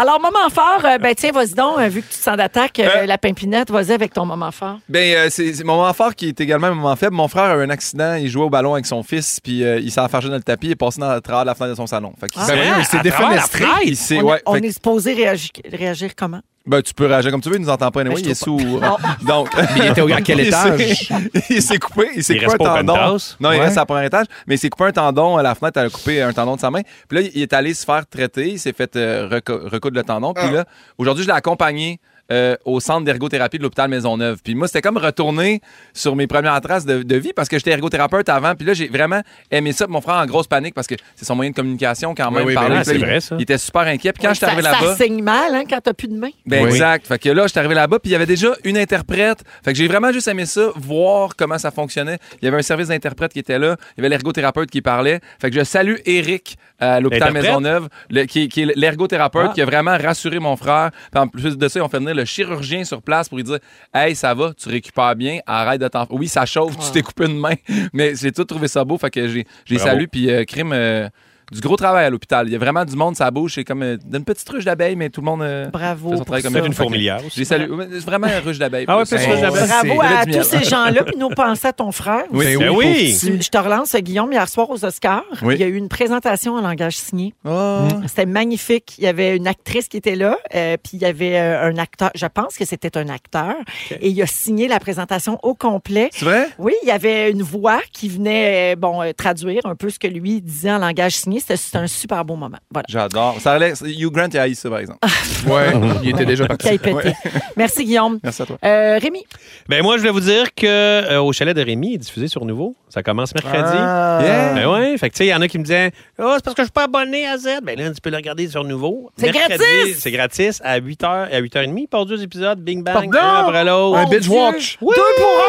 S7: Alors, moment fort, euh, ben tiens, vas-y donc, euh, vu que tu te sens d'attaque, euh, la pimpinette, vas-y avec ton moment fort.
S6: Ben, euh, c'est c'est mon moment fort qui est également un moment faible. Mon frère a eu un accident, il jouait au ballon avec son fils, puis euh, il s'est enfargé dans le tapis et est passé dans, à travers la fenêtre de son salon. Fait qu'il
S7: Ah. Ben voyons, il s'est
S6: à travers la
S7: défenestré.
S6: fenêtre. Il s'est-
S7: on
S6: ouais,
S7: on
S6: fait que-
S7: est supposé réagir, réagir comment?
S6: Ben, tu peux réagir comme tu veux, il nous entend pas. anyway,
S7: Ben, je
S6: il est
S7: trouve
S6: sous. euh,
S7: pas.
S6: Donc,
S8: Mais il était au- à quel
S6: il s'est-
S8: étage?
S6: Il s'est coupé, il s'est
S8: Il
S6: coupé un
S8: reste pas au
S6: tendon.
S8: penthouse?
S6: Non, il
S8: Ouais.
S6: reste à la première étage, mais il s'est coupé un tendon à la fenêtre, elle a coupé un tendon de sa main. Puis là, il est allé se faire traiter, il s'est fait euh, reco- recoudre le tendon. Puis là, aujourd'hui, je l'ai accompagné. euh, au centre d'ergothérapie de l'hôpital Maisonneuve. Puis moi, c'était comme retourner sur mes premières traces de, de vie parce que j'étais ergothérapeute avant. Puis là, j'ai vraiment aimé ça. Puis Mon frère en grosse panique parce que c'est son moyen de communication quand même.
S9: Oui, oui, ben
S6: parler.
S9: oui,
S6: Puis
S9: c'est
S6: là, il-
S9: vrai, ça.
S6: Il était super inquiet. Puis quand je suis
S7: ça,
S6: arrivé
S7: ça
S6: là-bas...
S7: signe mal hein, quand t'as plus de main.
S6: Ben
S7: Oui.
S6: exact. Fait que là, je suis arrivé là-bas, puis il y avait déjà une interprète. Fait que j'ai vraiment juste aimé ça, voir comment ça fonctionnait. Il y avait un service d'interprète qui était là, il y avait l'ergothérapeute qui parlait. Fait que je salue Eric à l'hôpital
S9: L'interprète?
S6: Maisonneuve, le- qui, qui est l'ergothérapeute
S9: Ah.
S6: qui a vraiment rassuré mon frère. Puis en plus de ça, ils ont fait venir le chirurgien sur place pour lui dire "Hey, ça va, tu récupères bien, arrête de t'en Oui, ça chauffe, tu t'es coupé une main." Mais j'ai tout trouvé ça beau, fait que j'ai j'ai
S9: Bravo.
S6: salué puis euh, crime euh, du gros travail à l'hôpital. Il y a vraiment du monde, ça bouge. C'est comme euh, d'une petite ruche d'abeille, mais tout le monde. euh,
S7: Bravo
S6: fait son
S7: pour
S6: travail comme
S7: ça.
S6: il faut.
S9: Une fourmilière
S6: Fait que
S9: aussi.
S6: J'ai salué. Ouais, c'est Vraiment un ruche d'abeille.
S9: Ah ouais, plus ruche d'abeille.
S7: Bravo à tous ces
S6: gens.
S7: gens-là, puis nos pensées à ton frère.
S6: Oui, Ben ben oui, oui. pour
S7: Tu- Je te relance, Guillaume, hier soir aux Oscars,
S6: Oui.
S7: il y a eu une présentation en langage signé.
S8: Oh.
S7: C'était magnifique. Il y avait une actrice qui était là, euh, puis il y avait euh, un acteur, je pense que c'était un acteur, et il a signé la présentation au complet.
S6: C'est vrai?
S7: Oui, il y avait une voix qui venait euh, bon, euh, traduire un peu ce que lui disait en langage signé. C'était c'était un super beau moment. Voilà.
S6: J'adore. Ça allait. Hugh Grant, il a haï ça, par exemple.
S8: Ouais, il était déjà parti.
S7: Qui a pété. Merci, Guillaume.
S6: Merci à toi.
S7: Euh, Rémi,
S9: Ben moi, je voulais vous dire que euh, au chalet de Rémi, il est diffusé sur Nouveau. Ça commence mercredi.
S6: Ah.
S9: Yeah. Ben ouais. Fait que tu sais, il y en a qui me disaient Oh, c'est parce que je suis pas abonné à Z. Ben là, tu peux le regarder sur Nouveau.
S7: C'est
S9: Mercredi,
S7: gratis!
S9: C'est gratis à 8h, à 8h30. Par deux épisodes, Bing Bang,
S7: Pardon?
S9: un après l'autre.
S7: Mon Dieu. Deux pour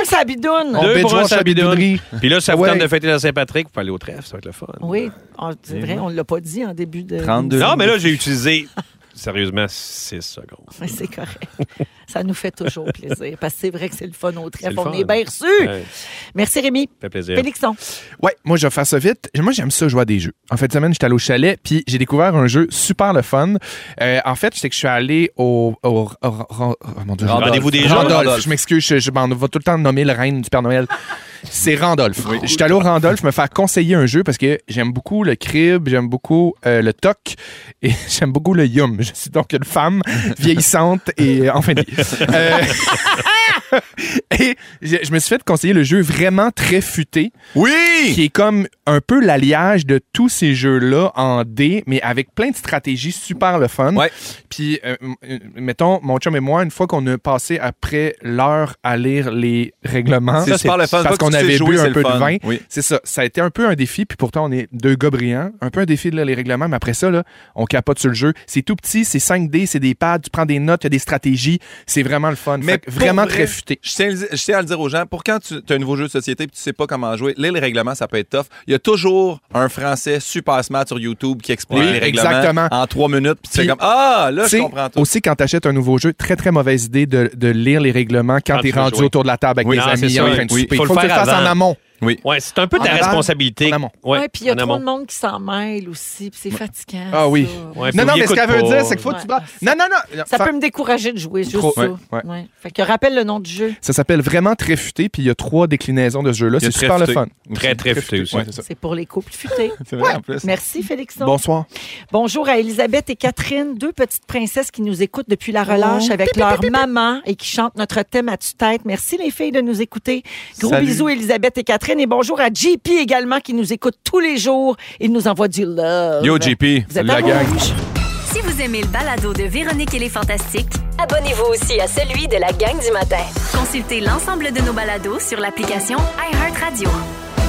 S7: un, ça bidoune.
S9: Deux pour un, ça bidoune.
S8: bidounerie.
S9: Puis là, ça vous
S8: Ouais.
S9: tente de fêter la Saint-Patrick, vous pouvez aller au trèfle, ça va être le fun.
S7: Oui, on- c'est vrai, on ne l'a pas dit en début de.
S9: Non, mais là, j'ai utilisé sérieusement 6 secondes.
S7: Mais c'est correct. Ça nous fait toujours plaisir parce que c'est vrai que c'est le fun au
S9: C'est
S7: trèfle.
S9: le
S7: On
S9: fun.
S7: est bien reçus.
S9: Ouais.
S7: Merci Rémi.
S9: Ça fait plaisir.
S7: Félixon.
S8: Ouais, moi je vais faire ça vite. Moi j'aime ça jouer à des jeux. En fait, semaine, j'étais allé au chalet, puis j'ai découvert un jeu super le fun. Euh, en fait, c'est que je suis allé au, au- au- au- oh, mon Dieu,
S9: Rendez-vous
S8: Randolph.
S9: des jeux.
S8: Randolph.
S9: Randolph.
S8: Je m'excuse, je, je m'en vais tout le temps nommer le reine du Père Noël. C'est Randolph. Je suis allé au Randolph me faire conseiller un jeu parce que j'aime beaucoup le crib, j'aime beaucoup euh, le toc et j'aime beaucoup le yum. Je suis donc une femme vieillissante et euh, en fin de vie. Euh, Et je, je me suis fait conseiller le jeu vraiment très futé.
S6: Oui!
S8: Qui est comme un peu l'alliage de tous ces jeux-là en D, mais avec plein de stratégies super le fun. Puis, euh, m- euh, mettons, mon chum et moi, une fois qu'on a passé après l'heure à lire les règlements,
S6: C'est super le fun. Une fois
S8: Ah. parce
S6: que tu
S8: qu'on
S6: sais
S8: avait
S6: jouer,
S8: bu
S6: c'est
S8: un
S6: le
S8: peu
S6: fun.
S8: de vin,
S6: Oui.
S8: c'est ça. Ça a été un peu un défi, puis pourtant, on est deux gars brillants. Un peu un défi de lire les règlements, mais après ça, là, on capote sur le jeu. C'est tout petit, c'est 5D, c'est des pads, tu prends des notes, il y a des stratégies. C'est vraiment le fun. Fait que
S6: pour
S8: vraiment
S6: vrai,
S8: très futé.
S6: Je tiens, à le dire- je tiens à le dire aux gens, pour quand tu as un nouveau jeu de société et tu sais pas comment jouer, lire les règlements, ça peut être tough. Il y a toujours un Français super smart sur YouTube qui explique
S8: Oui,
S6: les règlements
S8: exactement.
S6: en trois minutes. Puis tu fais
S8: Puis,
S6: comme Ah, là,
S8: Tu
S6: je
S8: sais,
S6: comprends tout.
S8: Aussi, quand tu achètes un nouveau jeu, très, très mauvaise idée de, de lire les règlements quand,
S9: Quand
S8: tu es
S9: tu veux
S8: rendu
S9: jouer.
S8: autour de la table avec
S9: Oui,
S8: tes
S9: non, c'est
S8: amis
S9: ça,
S8: en
S9: oui,
S8: train de
S9: oui.
S8: souper.
S9: Faut le
S8: que tu le
S9: faire
S8: fasses en
S9: avant.
S8: amont.
S6: Oui.
S9: Ouais, c'est un peu
S8: En
S9: ta
S8: amont.
S9: responsabilité.
S8: En amont.
S9: Ouais,
S7: Ouais, puis il y a
S9: en
S7: trop
S9: amont.
S7: de monde qui s'en mêle aussi, puis c'est fatigant.
S8: Ah oui.
S7: ça.
S9: Ouais,
S8: non, non,
S9: faut qu'il
S8: mais ce
S9: écoute
S8: qu'elle veut
S9: pas.
S8: dire, c'est qu'il faut que tu bats. Non, non, non.
S7: Ça
S8: Fa-
S7: peut me décourager de jouer, juste
S8: Trop,
S7: ça.
S8: ouais, ouais.
S7: Ouais. Fait que rappelle le nom du jeu.
S8: Ça s'appelle vraiment très futé, puis il y a trois déclinaisons de ce jeu-là.
S6: Il y a
S8: C'est
S6: très
S8: super le
S6: futé.
S8: fun.
S9: Très, très futé aussi.
S8: Ouais, c'est ça.
S7: C'est pour les couples futés.
S6: C'est vrai, en plus.
S7: Merci, Félixon.
S8: Bonsoir.
S7: Bonjour à Elisabeth et Catherine, deux petites princesses qui nous écoutent depuis la relâche
S16: Oh.
S7: avec leur maman et qui chantent notre thème à tue-tête. Merci les filles de nous écouter. Gros
S16: Salut.
S7: bisous Elisabeth et Catherine et bonjour à JP également qui nous écoute tous les jours. Il nous envoie du love.
S6: Yo, JP.
S7: Vous êtes
S6: Salut la
S7: à
S6: gang.
S7: rouge.
S10: Si vous aimez le balado de Véronique et les Fantastiques,
S11: Abonnez-vous aussi à celui de la gang du matin.
S10: consultez l'ensemble de nos balados sur l'application iHeartRadio.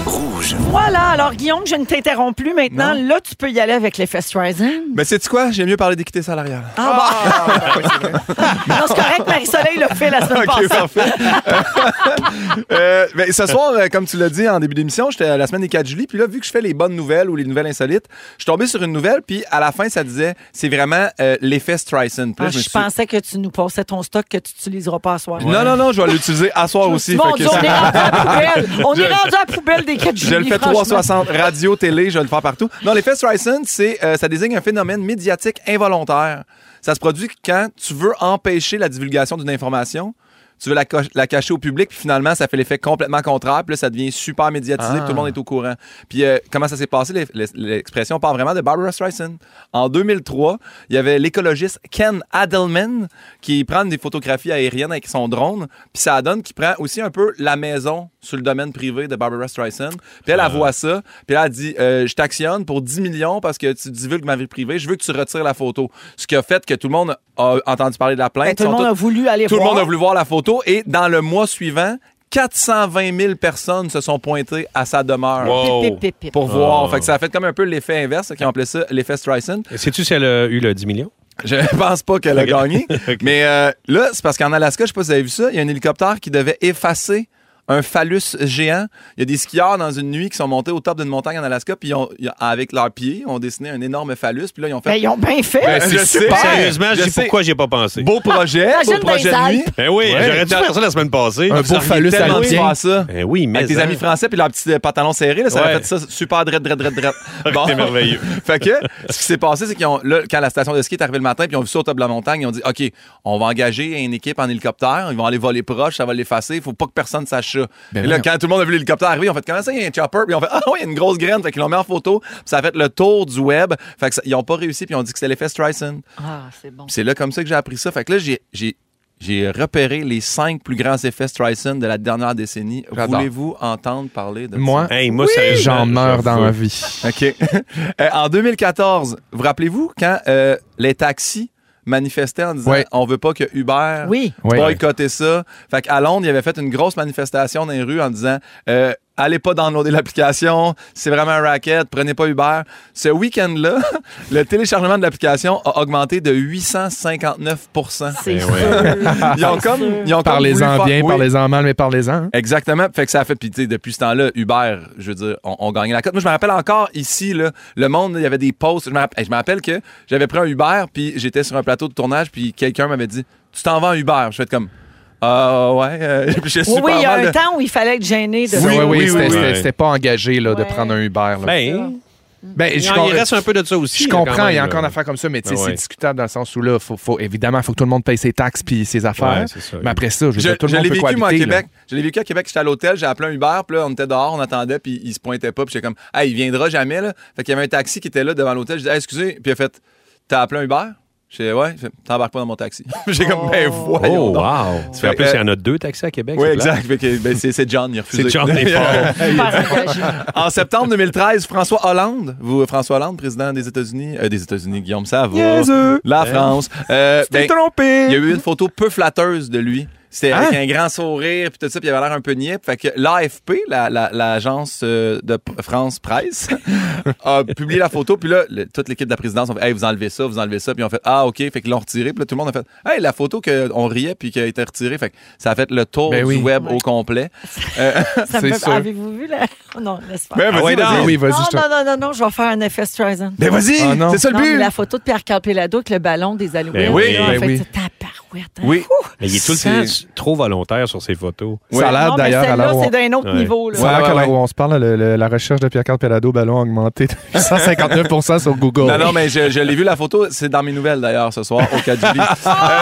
S3: Rouge.
S7: Voilà, alors Guillaume, je ne t'interromps plus maintenant. Là, tu peux y aller avec les Streisand.
S6: Mais sais-tu quoi? J'aime mieux parler d'équité salariale.
S7: Ah, bon. non, c'est correct, Marie-Soleil l'a fait la semaine passée.
S6: Ok, parfait. Euh, ben, ce soir, euh, comme tu l'as dit en début d'émission, j'étais à la semaine des 4 juillet. Puis là, vu que je fais les bonnes nouvelles ou les nouvelles insolites, je suis tombé sur une nouvelle. Puis à la fin, ça disait c'est vraiment euh, l'effet Streisand. Puis là,
S7: Ah,
S6: je me
S7: je
S6: suis dit,
S7: pensais que tu nous passais ton stock que tu n'utiliseras pas à soir.
S6: Non, non, non, je vais l'utiliser à soir aussi.
S7: Mon
S6: fait
S7: Dieu,
S6: que
S7: on est rendu à la poubelle. On
S6: Je-
S7: est rendu à la poubelle des 4
S6: Je le fais 360, radio, télé, je vais le faire partout. Non, l'effet Streisand, c'est, euh, ça désigne un phénomène médiatique involontaire. Ça se produit quand tu veux empêcher la divulgation d'une information, tu veux la, co- la cacher au public, puis finalement, ça fait l'effet complètement contraire, puis là, ça devient super médiatisé,
S9: Ah.
S6: puis tout le monde est au courant. Puis euh, comment ça s'est passé? l'eff- l'eff- L'expression part vraiment de Barbara Streisand. En 2003, il y avait l'écologiste Ken Adelman qui prend des photographies aériennes avec son drone, puis ça donne qu'il prend aussi un peu la maison sur le domaine privé de Barbara Streisand. Puis
S9: Ah.
S6: elle, elle voit ça. Puis là, elle dit euh, Je t'actionne pour 10 millions parce que tu divulgues ma vie privée. Je veux que tu retires la photo. Ce qui a fait que tout le monde a entendu parler de la plainte.
S7: Ben, tout le
S6: Ils sont
S7: monde
S6: tous-
S7: a voulu aller
S6: Tout le
S7: voir.
S6: monde a voulu voir la photo. Et dans le mois suivant, 420 000 personnes se sont pointées à sa demeure
S9: Wow. Pip, pip, pip, pip.
S6: pour voir.
S9: Ah.
S6: Fait que ça a fait comme un peu l'effet inverse, qui appelait ça l'effet Streisand.
S9: Sais-tu si elle a eu le 10 millions?
S6: Je pense pas qu'elle a gagné. Mais euh, là, c'est parce qu'en Alaska, je sais pas si vous avez vu ça, il y a un hélicoptère qui devait effacer un phallus géant. Il y a des skieurs dans une nuit qui sont montés au top d'une montagne en Alaska, puis ils ont- ils ont- avec leurs pieds, ont dessiné un énorme phallus, puis là, ils ont fait.
S7: Ben, ils ont bien fait. Ben, c'est
S6: Je sais,
S7: super.
S9: Sérieusement, je
S6: je
S9: dis
S6: sais.
S9: pourquoi j'y ai pas pensé.
S6: Beau projet,
S9: Imagine
S6: beau projet
S9: dans
S6: de
S9: les
S6: nuit.
S9: Alpes. Ben oui, j'aurais dû faire ça la semaine passée. Un
S6: Ah,
S9: beau
S6: vous auriez
S9: phallus
S6: tellement dû
S9: alpien.
S6: faire ça.
S9: Ben oui, mais
S6: Avec tes
S9: hein.
S6: amis français puis leur petit euh, pantalon serré, là, ça aurait
S9: Ouais.
S6: fait ça super drette, drette, drette, drette.
S9: C'était merveilleux.
S6: fait que ce qui s'est passé, c'est qu'ils ont, là, quand la station de ski est arrivée le matin, puis ils ont vu ça au top de la montagne, ils ont dit OK, on va engager une équipe en hélicoptère, ils vont aller voler proche, ça va l'effacer, il faut pas que personne sache ça.
S8: Ben
S6: Et là,
S8: voyons.
S6: quand tout le monde a vu l'hélicoptère arriver, ils ont fait Comment ça, il y a un chopper Puis ils ont fait Ah oui, il y a une grosse graine. Fait qu'ils l'ont mis en photo, puis ça a fait le tour du web. Fait que ça- ils ont pas réussi, puis ils ont dit que c'était l'effet Streisand.
S7: Ah, c'est bon.
S6: Puis C'est là comme ça que j'ai appris ça. Fait que là, j'ai- j'ai. J'ai repéré les cinq plus grands effets Streisand de la dernière décennie.
S8: J'adore.
S6: Voulez-vous entendre parler de
S8: Moi,
S6: ça?
S8: Oui. j'en meurs dans ma vie.
S6: OK. Euh, en 2014, vous rappelez-vous quand euh, les taxis manifestaient en disant on veut pas que Uber
S7: oui.
S8: Oui.
S6: boycotter ça. Fait qu'à Londres, il avait fait une grosse manifestation dans les rues en disant euh, allez pas downloader l'application, c'est vraiment un racket, prenez pas Uber. Ce week-end-là, le téléchargement de l'application a augmenté de 859
S7: C'est
S9: Ben
S6: sûr. Ils ont comme ils ont comme voulu
S8: Parlez-en
S6: faire-
S8: bien,
S6: oui.
S8: parlez-en mal, mais parlez-en. hein.
S6: Exactement. Fait que ça a fait. Puis, tu sais, depuis ce temps-là, Uber, je veux dire, on, on gagnait la cote. Moi, je me rappelle encore ici, là, le monde, il y avait des posts. Je me rappelle, je me rappelle que j'avais pris un Uber, puis j'étais sur un plateau de tournage, puis quelqu'un m'avait dit Tu t'en vas en Uber. Je fais comme Ah, ouais. euh, puis j'ai
S7: Oui,
S6: super
S7: oui, il y a
S6: mal
S7: un
S6: de-
S7: temps où il fallait être gêné de
S8: Oui, oui, oui, c'était- c'était
S6: oui.
S8: c'était pas engagé là, de prendre un Uber. là.
S9: Ben,
S8: Ben,
S9: il,
S8: je
S9: en-
S8: com-
S9: il reste un peu de ça aussi.
S8: Je
S9: là, quand
S8: comprends, il y a euh,
S9: même,
S8: encore
S9: là.
S8: d'affaires comme ça, mais tu sais,
S9: Ah ouais.
S8: c'est discutable dans le sens où là, faut, faut, évidemment, il faut que tout le monde paye ses taxes puis ses affaires.
S9: Ouais, c'est ça.
S8: mais après ça, je veux
S6: Je,
S8: dire, tout
S6: je
S8: le monde
S6: l'ai
S8: peut cohabiter.
S6: vécu, moi, à
S8: là.
S6: Québec. Je l'ai vécu à Québec. J'étais à l'hôtel, j'ai appelé un Uber, puis là, on était dehors, on attendait, puis il se pointait pas, puis j'étais comme, ah, il viendra jamais, là. Fait qu'il y avait un taxi qui était là devant l'hôtel. Je dis, Hey, excusez, puis il a fait, t'as appelé un Uber? J'ai dit, ouais, t'embarques pas dans mon taxi. J'ai comme, ben
S9: Oh,
S6: voyons. donc.
S9: wow.
S6: Fait
S9: en plus,
S6: que-
S9: il y en a deux taxis à Québec.
S6: Oui,
S9: c'est
S6: exact. Fait que, ben, c'est c'est John, il a refusé.
S9: C'est John, il est fort.
S6: Il a dit- en septembre 2013, François Hollande, vous, François Hollande, président des États-Unis, euh, des États-Unis, Guillaume, ça va.
S9: Ben,
S5: Niaiseux.
S6: La
S5: Hein?
S6: France. Euh,
S5: t'es trompé.
S6: Il y a eu une photo peu flatteuse de lui. C'était avec
S5: Hein?
S6: un grand sourire, puis tout ça, puis il avait l'air un peu niais. Fait que l'AFP, la- la- l'agence euh, de P- France Presse, a publié la photo, puis là, le- toute l'équipe de la présidence a fait Hey, vous enlevez ça, vous enlevez ça, puis ils ont fait Ah, OK, fait qu'ils l'ont retiré, puis là, tout le monde a fait Hey, la photo qu'on riait, puis qui a été retirée, fait que ça a fait le tour
S8: Ben
S6: du
S8: oui.
S6: web au complet. Euh,
S7: Ça me fait- Avez-vous vu la. Oh non, laisse faire.
S6: Ben, vas-y, Ah ouais, vas-y. non. Oui, vas-y,
S7: Non,
S6: je te-
S7: non, non, non, non, je vais faire un effet Streisand.
S6: Ben, vas-y, Ah, non. c'est ça le
S7: Non,
S6: but.
S7: mais La photo de Pierre Carpelado avec le ballon des Alouettes.
S9: Ben oui,
S7: là, en
S9: ben
S7: fait,
S9: oui.
S7: c'est tabarouette, hein.
S9: Oui.
S7: Ouh!
S9: Mais il est tout le temps trop volontaire sur ses photos.
S8: Ça a l'air
S7: Non, mais
S8: d'ailleurs à
S7: celle-là,
S8: l'heure où on-
S7: c'est d'un autre
S9: Ouais. niveau, là.
S8: Ça a l'air
S9: Ouais,
S8: qu'à
S9: ouais,
S8: l'heure où on se parle, le- le- la recherche de Pierre-Carl Pelado ballon a augmenté de 159 sur Google.
S6: Non, non, mais je, je l'ai vu la photo. C'est dans mes nouvelles d'ailleurs ce soir au cas du lit.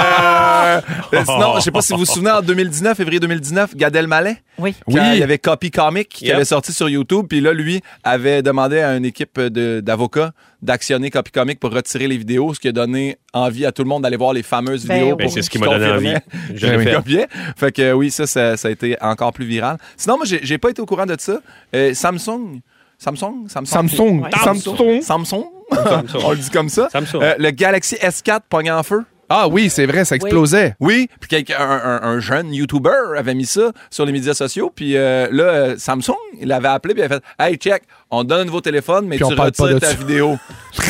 S6: Euh, euh, sinon, je sais pas si vous vous souvenez, en 2019, février 2019, Gad Elmaleh.
S7: Oui.
S6: Quand
S8: Oui.
S6: Il y avait Copy Comic qui
S8: Yep.
S6: avait sorti sur YouTube. Puis là, lui avait demandé à une équipe de- d'avocats d'actionner Copy Comic pour retirer les vidéos, ce qui a donné envie à tout le monde d'aller voir les fameuses
S9: Ben
S6: vidéos.
S9: oui. Ben, c'est ce qui m'a
S6: qui
S9: donné
S6: confirmaient
S9: envie. Je l'ai
S8: Ben
S6: qu'ils
S9: fait.
S6: copiaient. Fait que euh, oui, ça, ça, ça a été encore plus viral. Sinon, moi, j'ai j'ai pas été au courant de ça. Euh, Samsung. Samsung? Samsung.
S8: Samsung.
S6: Ouais.
S8: Samsung.
S6: Samsung. On le dit comme ça.
S9: Samsung.
S6: Euh, le Galaxy S4 pognant en feu.
S8: Ah oui, c'est vrai, ça explosait.
S6: Oui, puis quelqu'un- un, un- un jeune YouTuber avait mis ça sur les médias sociaux, puis euh, là, euh, Samsung, il l'avait appelé, puis il avait fait « Hey, check, on te donne un nouveau téléphone, mais
S8: Puis on
S6: tu
S8: parle pas
S6: retires
S8: de
S6: ta
S8: ça.
S6: vidéo.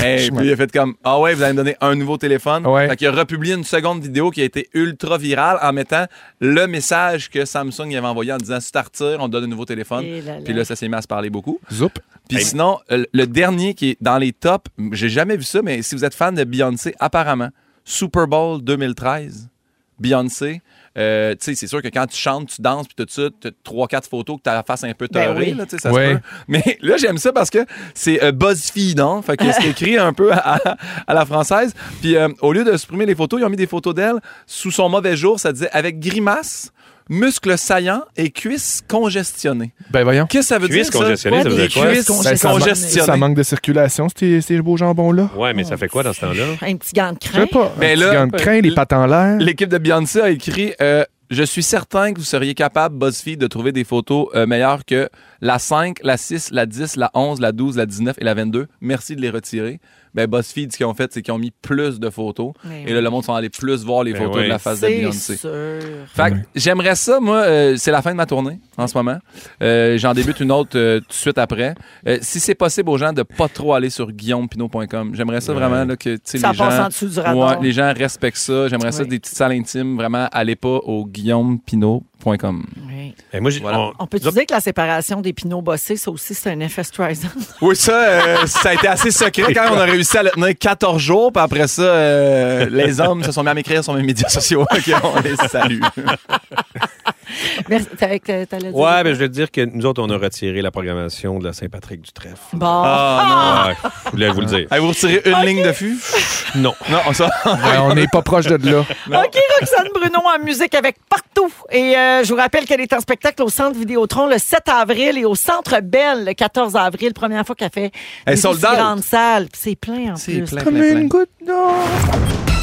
S6: Hey, puis il a fait comme « Ah ouais, vous allez me donner un nouveau téléphone. Fait qu'il a republié une seconde vidéo qui a été ultra virale en mettant le message que Samsung il avait envoyé en disant « Si tu retires, on te donne un nouveau téléphone.
S8: Et là là. »
S6: Puis là, ça s'est mis à se parler beaucoup.
S8: Zoup.
S6: Puis sinon, euh, le dernier qui est dans les tops, j'ai jamais vu ça, mais si vous êtes fan de Beyoncé, apparemment, Super Bowl 2013, Beyoncé. euh, tu sais, c'est sûr que quand tu chantes, tu danses, puis tout de suite, t'as trois, quatre photos que t'as la face un peu
S8: Ben
S6: torrée,
S8: oui.
S6: là, tu sais, ça
S8: Ouais.
S6: se peut. Mais là, j'aime ça parce que c'est euh, BuzzFeed, hein? Fait que c'est écrit un peu à, à la française. Puis euh, au lieu de supprimer les photos, ils ont mis des photos d'elle. Sous son mauvais jour, ça disait avec grimace, muscles saillants et cuisses congestionnées.
S8: Ben voyons.
S6: Qu'est-ce que ça veut
S9: Cuisses
S6: dire?
S9: congestionnées, ça veut
S6: Des
S9: dire quoi?
S6: cuisses
S8: Ben, ça, man-
S6: congestionnées.
S8: ça manque de circulation, ces, ces beaux jambons-là.
S9: Ouais, mais ça fait quoi dans ce temps-là?
S7: Un petit gant de
S8: Je
S7: crin.
S8: sais pas. Mais
S6: Mais Ben, là-
S8: là, craint, les pattes en l'air.
S6: L'équipe de Beyoncé a écrit euh, Je suis certain que vous seriez capable, BuzzFeed, de trouver des photos euh, meilleures que la 5, la 6, la 10, la 11, la 12, la 19 et la 22. Merci de les retirer. Ben, BuzzFeed, ce qu'ils ont fait, c'est qu'ils ont mis plus de photos.
S7: Mais
S6: et là, le monde s'en allait plus voir les
S9: Ben
S6: photos
S9: oui.
S6: de la face de
S7: C'est
S6: Beyoncé.
S7: sûr.
S6: Fait que j'aimerais ça, moi, euh, c'est la fin de ma tournée en ce moment. Euh, J'en débute une autre euh, tout de suite après. Euh, si c'est possible aux gens de pas trop aller sur guillaumepinot.com, j'aimerais ça vraiment là, que tu sais,
S7: Ça
S6: les
S7: passe
S6: gens,
S7: en dessous du radar.
S6: Ouais, les gens respectent ça. J'aimerais ça des petites salles intimes. Vraiment, allez pas au guillaumepinot.com.
S7: Oui.
S9: Ben, moi, j'ai- on-
S7: On peut dire que la séparation des pinots bossés, ça aussi, c'est un effet Streisand.
S6: Oui, ça, euh, ça a été assez secret quand même. on a réussi à le tenir 14 jours. Puis après ça, euh, les hommes se sont mis à m'écrire sur mes médias sociaux. OK, on les salue.
S7: Merci. T'avais- t'allais dire-
S9: Ouais, ben, je veux dire que nous autres, on a retiré la programmation de la Saint-Patrick du Trèfle.
S7: Bon.
S9: Ah, non. je voulais vous le dire.
S6: Allez, vous retirez une ligne de fût?
S9: Non.
S6: Non, ça.
S8: Ben, on n'est pas proche de là.
S7: OK, Roxane Bruno en musique avec partout. Et euh, je vous rappelle qu'elle est en spectacle au Centre Vidéotron le 7 avril et au Centre Belle le 14 avril. Première fois qu'elle fait
S6: Elle est
S7: des
S6: sold
S7: aussi
S6: out.
S7: grandes salles. Puis C'est plein en plus.
S6: plein, Comme plein, une plein.
S8: goutte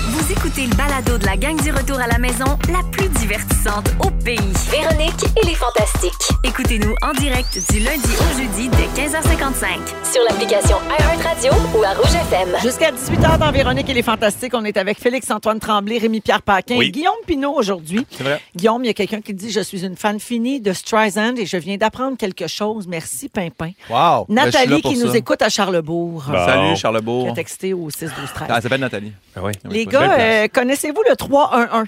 S10: Vous écoutez le balado de la gang du retour à la maison, la plus divertissante au pays.
S11: Véronique et les Fantastiques.
S10: Écoutez-nous en direct du lundi au jeudi dès 15h55.
S11: Sur l'application iHeartRadio ou à Rouge FM.
S7: Jusqu'à 18h dans Véronique et les Fantastiques, on est avec Félix-Antoine Tremblay, Rémi-Pierre Paquin
S11: Oui.
S7: et Guillaume Pinot aujourd'hui.
S6: C'est vrai.
S7: Guillaume, il y a quelqu'un qui dit « Je suis une fan finie de Streisand et je viens d'apprendre quelque chose. Merci, Pimpin. »
S6: Wow. Ben, je suis là
S7: Nathalie
S6: pour
S7: qui
S6: ça.
S7: nous écoute à Charlebourg.
S6: Bon. Salut, Charlebourg.
S7: Qui a texté au 6 12 13.
S6: Ah, elle s'appelle Nathalie.
S9: Ah ouais.
S7: Les gars, euh, connaissez-vous le 3-1-1?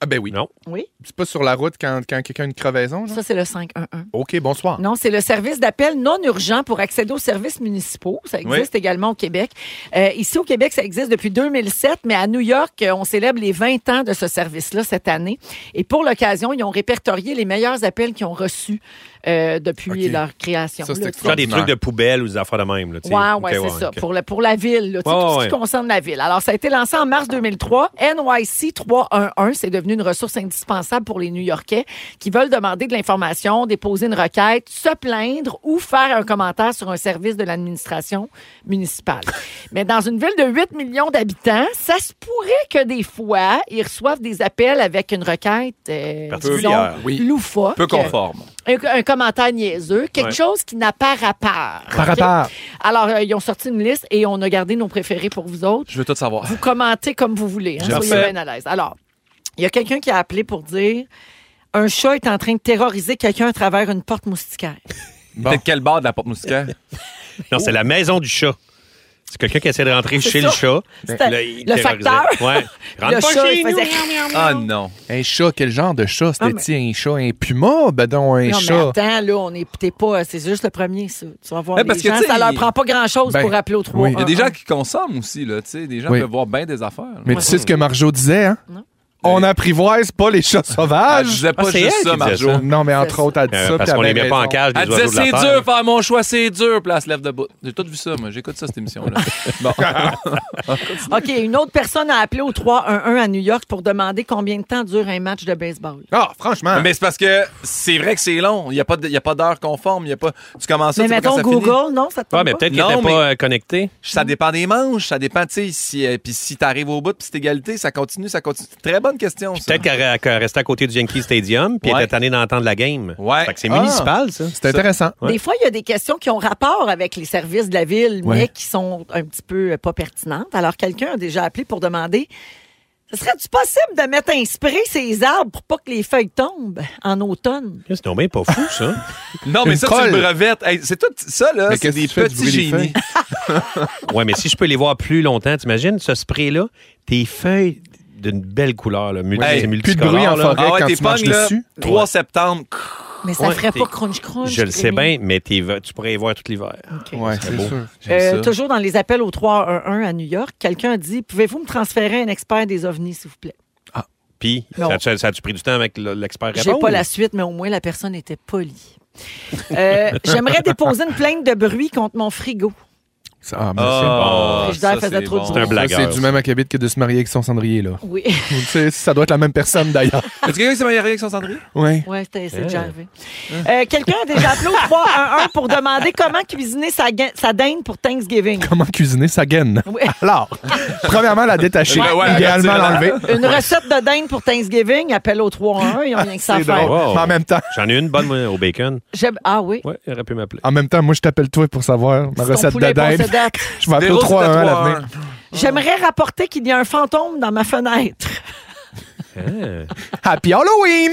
S8: Ah ben oui.
S9: Non.
S7: Oui.
S8: C'est pas sur la route quand, quand quelqu'un a une crevaison, genre?
S7: Ça, c'est le 5-1-1.
S8: OK, bonsoir.
S7: Non, c'est le service d'appel non urgent pour accéder aux services municipaux. Ça existe
S8: Oui.
S7: également au Québec. Euh, ici, au Québec, ça existe depuis 2007, mais à New York, euh, on célèbre les 20 ans de ce service-là cette année. Et pour l'occasion, ils ont répertorié les meilleurs appels qu'ils ont reçus euh, depuis leur création.
S9: Ça,
S7: là,
S9: c'est
S7: tu sais.
S9: extraordinaire. Genre des trucs de poubelle ou des affaires de même. Là, tu sais.
S7: Ouais, ouais,
S9: Ok,
S7: c'est ça.
S9: ok.
S7: Pour, la, pour la ville, là, tu sais,
S9: Ouais,
S7: tout ce
S9: ouais,
S7: qui
S9: ouais.
S7: concerne la ville. Alors, ça a été lancé en mars 2003. NYC 311, c'est devenu une ressource indispensable pour les New-Yorkais qui veulent demander de l'information, déposer une requête, se plaindre ou faire un commentaire sur un service de l'administration municipale. Mais dans une ville de 8 millions d'habitants, ça se pourrait que des fois, ils reçoivent des appels avec une requête euh,
S6: Particulière.
S7: disons,
S6: Oui.
S7: loufoque.
S6: Peu conforme.
S7: Un, un commentaire niaiseux, quelque
S6: Ouais.
S7: chose qui n'a pas rapport.
S6: Par
S7: OK?
S6: rapport.
S7: Alors, euh, ils ont sorti une liste et on a gardé nos préférés pour vous autres.
S6: Je veux tout savoir.
S7: Vous commentez comme vous voulez. hein,
S6: J'aime
S7: soyez
S6: ça.
S7: bien à l'aise. Alors, il y a quelqu'un qui a appelé pour dire un chat est en train de terroriser quelqu'un à travers une porte moustiquaire.
S6: Peut-être quel bar de la porte moustiquaire?
S9: Non, c'est la maison du chat. C'est quelqu'un qui essaie de rentrer
S6: C'est
S9: chez
S6: ça.
S9: le chat.
S7: C'était
S9: Là, il
S7: le
S9: terrorisait.
S7: facteur.
S9: Ouais. Rentre
S7: Le
S9: pas
S7: chat,
S9: chez
S7: il
S9: nous.
S7: faisait-
S8: Ah non. Un chat, quel genre de chat?
S7: Ah,
S8: C'était-tu un chat, un puma? Ben donc, un
S7: non,
S8: chat.
S7: mais attends, là, on n'est t'es pas. C'est juste le premier, ça. Tu vas voir.
S6: Ouais,
S7: les
S6: parce que,
S7: gens,
S6: tu sais,
S7: ça leur
S6: il-
S7: prend pas grand-chose
S8: Ben,
S7: pour appeler au 3
S8: oui.
S6: Il y a des gens qui consomment aussi, là, tu sais. Des gens
S8: Oui.
S6: peuvent voir bien des affaires.
S8: Mais tu sais ce que Marjo disait, hein? On apprivoise pas les chats sauvages.
S6: Elle disait pas Ah, c'est juste elle ça, qui disait Marjo. ça.
S8: Non, mais entre autres, elle dit
S9: Euh,
S8: ça.
S9: parce
S8: puis
S9: qu'on les
S8: avait
S9: met pas en
S8: raison.
S9: cage, les
S6: Elle disait, c'est dur, faire mon choix, c'est dur, place lève de bout. J'ai tout vu ça, moi. J'écoute ça, cette émission-là. bon.
S7: OK, une autre personne a appelé au 311 à New York pour demander combien de temps dure un match de baseball.
S8: Ah, franchement.
S6: Mais c'est parce que c'est vrai que c'est long. Il n'y a pas de- il y a pas d'heure conforme. Il y a pas... Tu commences ça,
S7: Mais
S6: tu sais pas
S7: mettons
S6: quand ça finit. Ah,
S7: Google, non? Ça te
S6: Ouais,
S7: tente pas?
S9: euh, connecté.
S6: Ça dépend des manches, ça dépend, tu sais, si, euh, puis si t'arrives au bout, puis c'est égalité, ça continue, ça continue. C'est une Très bonne question, ça.
S9: Peut-être qu'elle re- qu'elle restait à côté du Yankee Stadium, puis elle était tannée d'entendre la game.
S6: Ouais.
S9: Fait que c'est
S6: Ah.
S9: municipal, ça.
S8: C'est intéressant.
S7: Des fois, il y a des questions qui ont rapport avec les services de la ville, mais
S9: Ouais.
S7: qui sont un petit peu euh, pas pertinentes. Alors, quelqu'un a déjà appelé pour demander ce serait-tu possible de mettre un spray ces arbres pour pas que les feuilles tombent en automne?
S9: C'est donc bien pas fou, ça.
S6: Non, mais ça, tu le brevettes. Hey, c'est tout ça, là.
S9: Mais
S6: C'est
S9: qu'est-ce
S6: des
S9: que tu fais de
S6: petits
S9: brûler les
S6: génies.
S9: ouais, mais si je peux les voir plus longtemps, t'imagines ce spray-là, tes feuilles d'une belle couleur, là, multi,
S6: Hey,
S9: c'est
S6: plus de
S9: multicolore,
S6: bruit en
S9: là.
S6: forêt Ah ouais, quand t'es tu marches pogné, là, dessus. 3 septembre.
S7: Mais ça
S9: Ouais,
S7: ferait
S9: t'es-
S7: pas crunch-crunch.
S9: Je le sais
S7: Rémi.
S9: bien, mais t'es- tu pourrais y voir tout l'hiver.
S8: Ouais,
S9: serait
S8: c'est
S9: beau.
S8: sûr.
S7: Euh, toujours dans les appels au 311 à New York, quelqu'un a dit Pouvez-vous me transférer un expert des ovnis, s'il vous plaît?
S9: Puis,
S7: Non.
S9: ça a- ça a-tu pris du temps avec le- l'expert
S7: J'ai
S9: répond,
S7: pas
S9: ou-
S7: la suite, mais au moins la personne était polie. Euh, J'aimerais déposer une plainte de bruit contre mon frigo.
S8: Ça, ah, mais
S9: Ah,
S8: c'est-
S7: Frigidaire ça, faisait c'est trop de bon. bruit.
S9: C'est un blagueur,
S8: Ça, C'est du
S9: ça.
S8: même acabit que de se marier avec son cendrier, là.
S7: Oui.
S8: Tu sais, ça doit être la même personne, d'ailleurs.
S6: Est-ce que quelqu'un s'est marié avec son cendrier?
S8: Oui.
S7: Ouais, c'était- c'est
S8: Hein.
S7: déjà arrivé. Euh, Quelqu'un a déjà appelé au 311 pour demander comment cuisiner sa, gain- sa dinde pour Thanksgiving.
S8: Comment cuisiner sa gaine?
S7: Oui.
S8: Alors, premièrement, la détacher,
S7: Ouais, ouais,
S8: idéalement
S7: ouais.
S8: l'enlever.
S7: Une recette de dinde pour Thanksgiving, appelle au 311, ils ont rien que ça à
S8: C'est
S7: faire.
S8: drôle. Mais en même temps.
S9: J'en ai une bonne moi, au bacon.
S7: J'aime- Ah oui.
S9: Ouais, il aurait pu m'appeler.
S8: En même temps, moi, je t'appelle toi pour savoir ma
S7: Si ton
S8: recette
S7: poulet
S8: de
S7: est bon,
S8: dinde.
S7: c'est date.
S8: Je vais appeler au 3 à l'avenir.
S7: J'aimerais rapporter qu'il y a un fantôme dans ma fenêtre.
S9: Ah.
S8: Happy Halloween!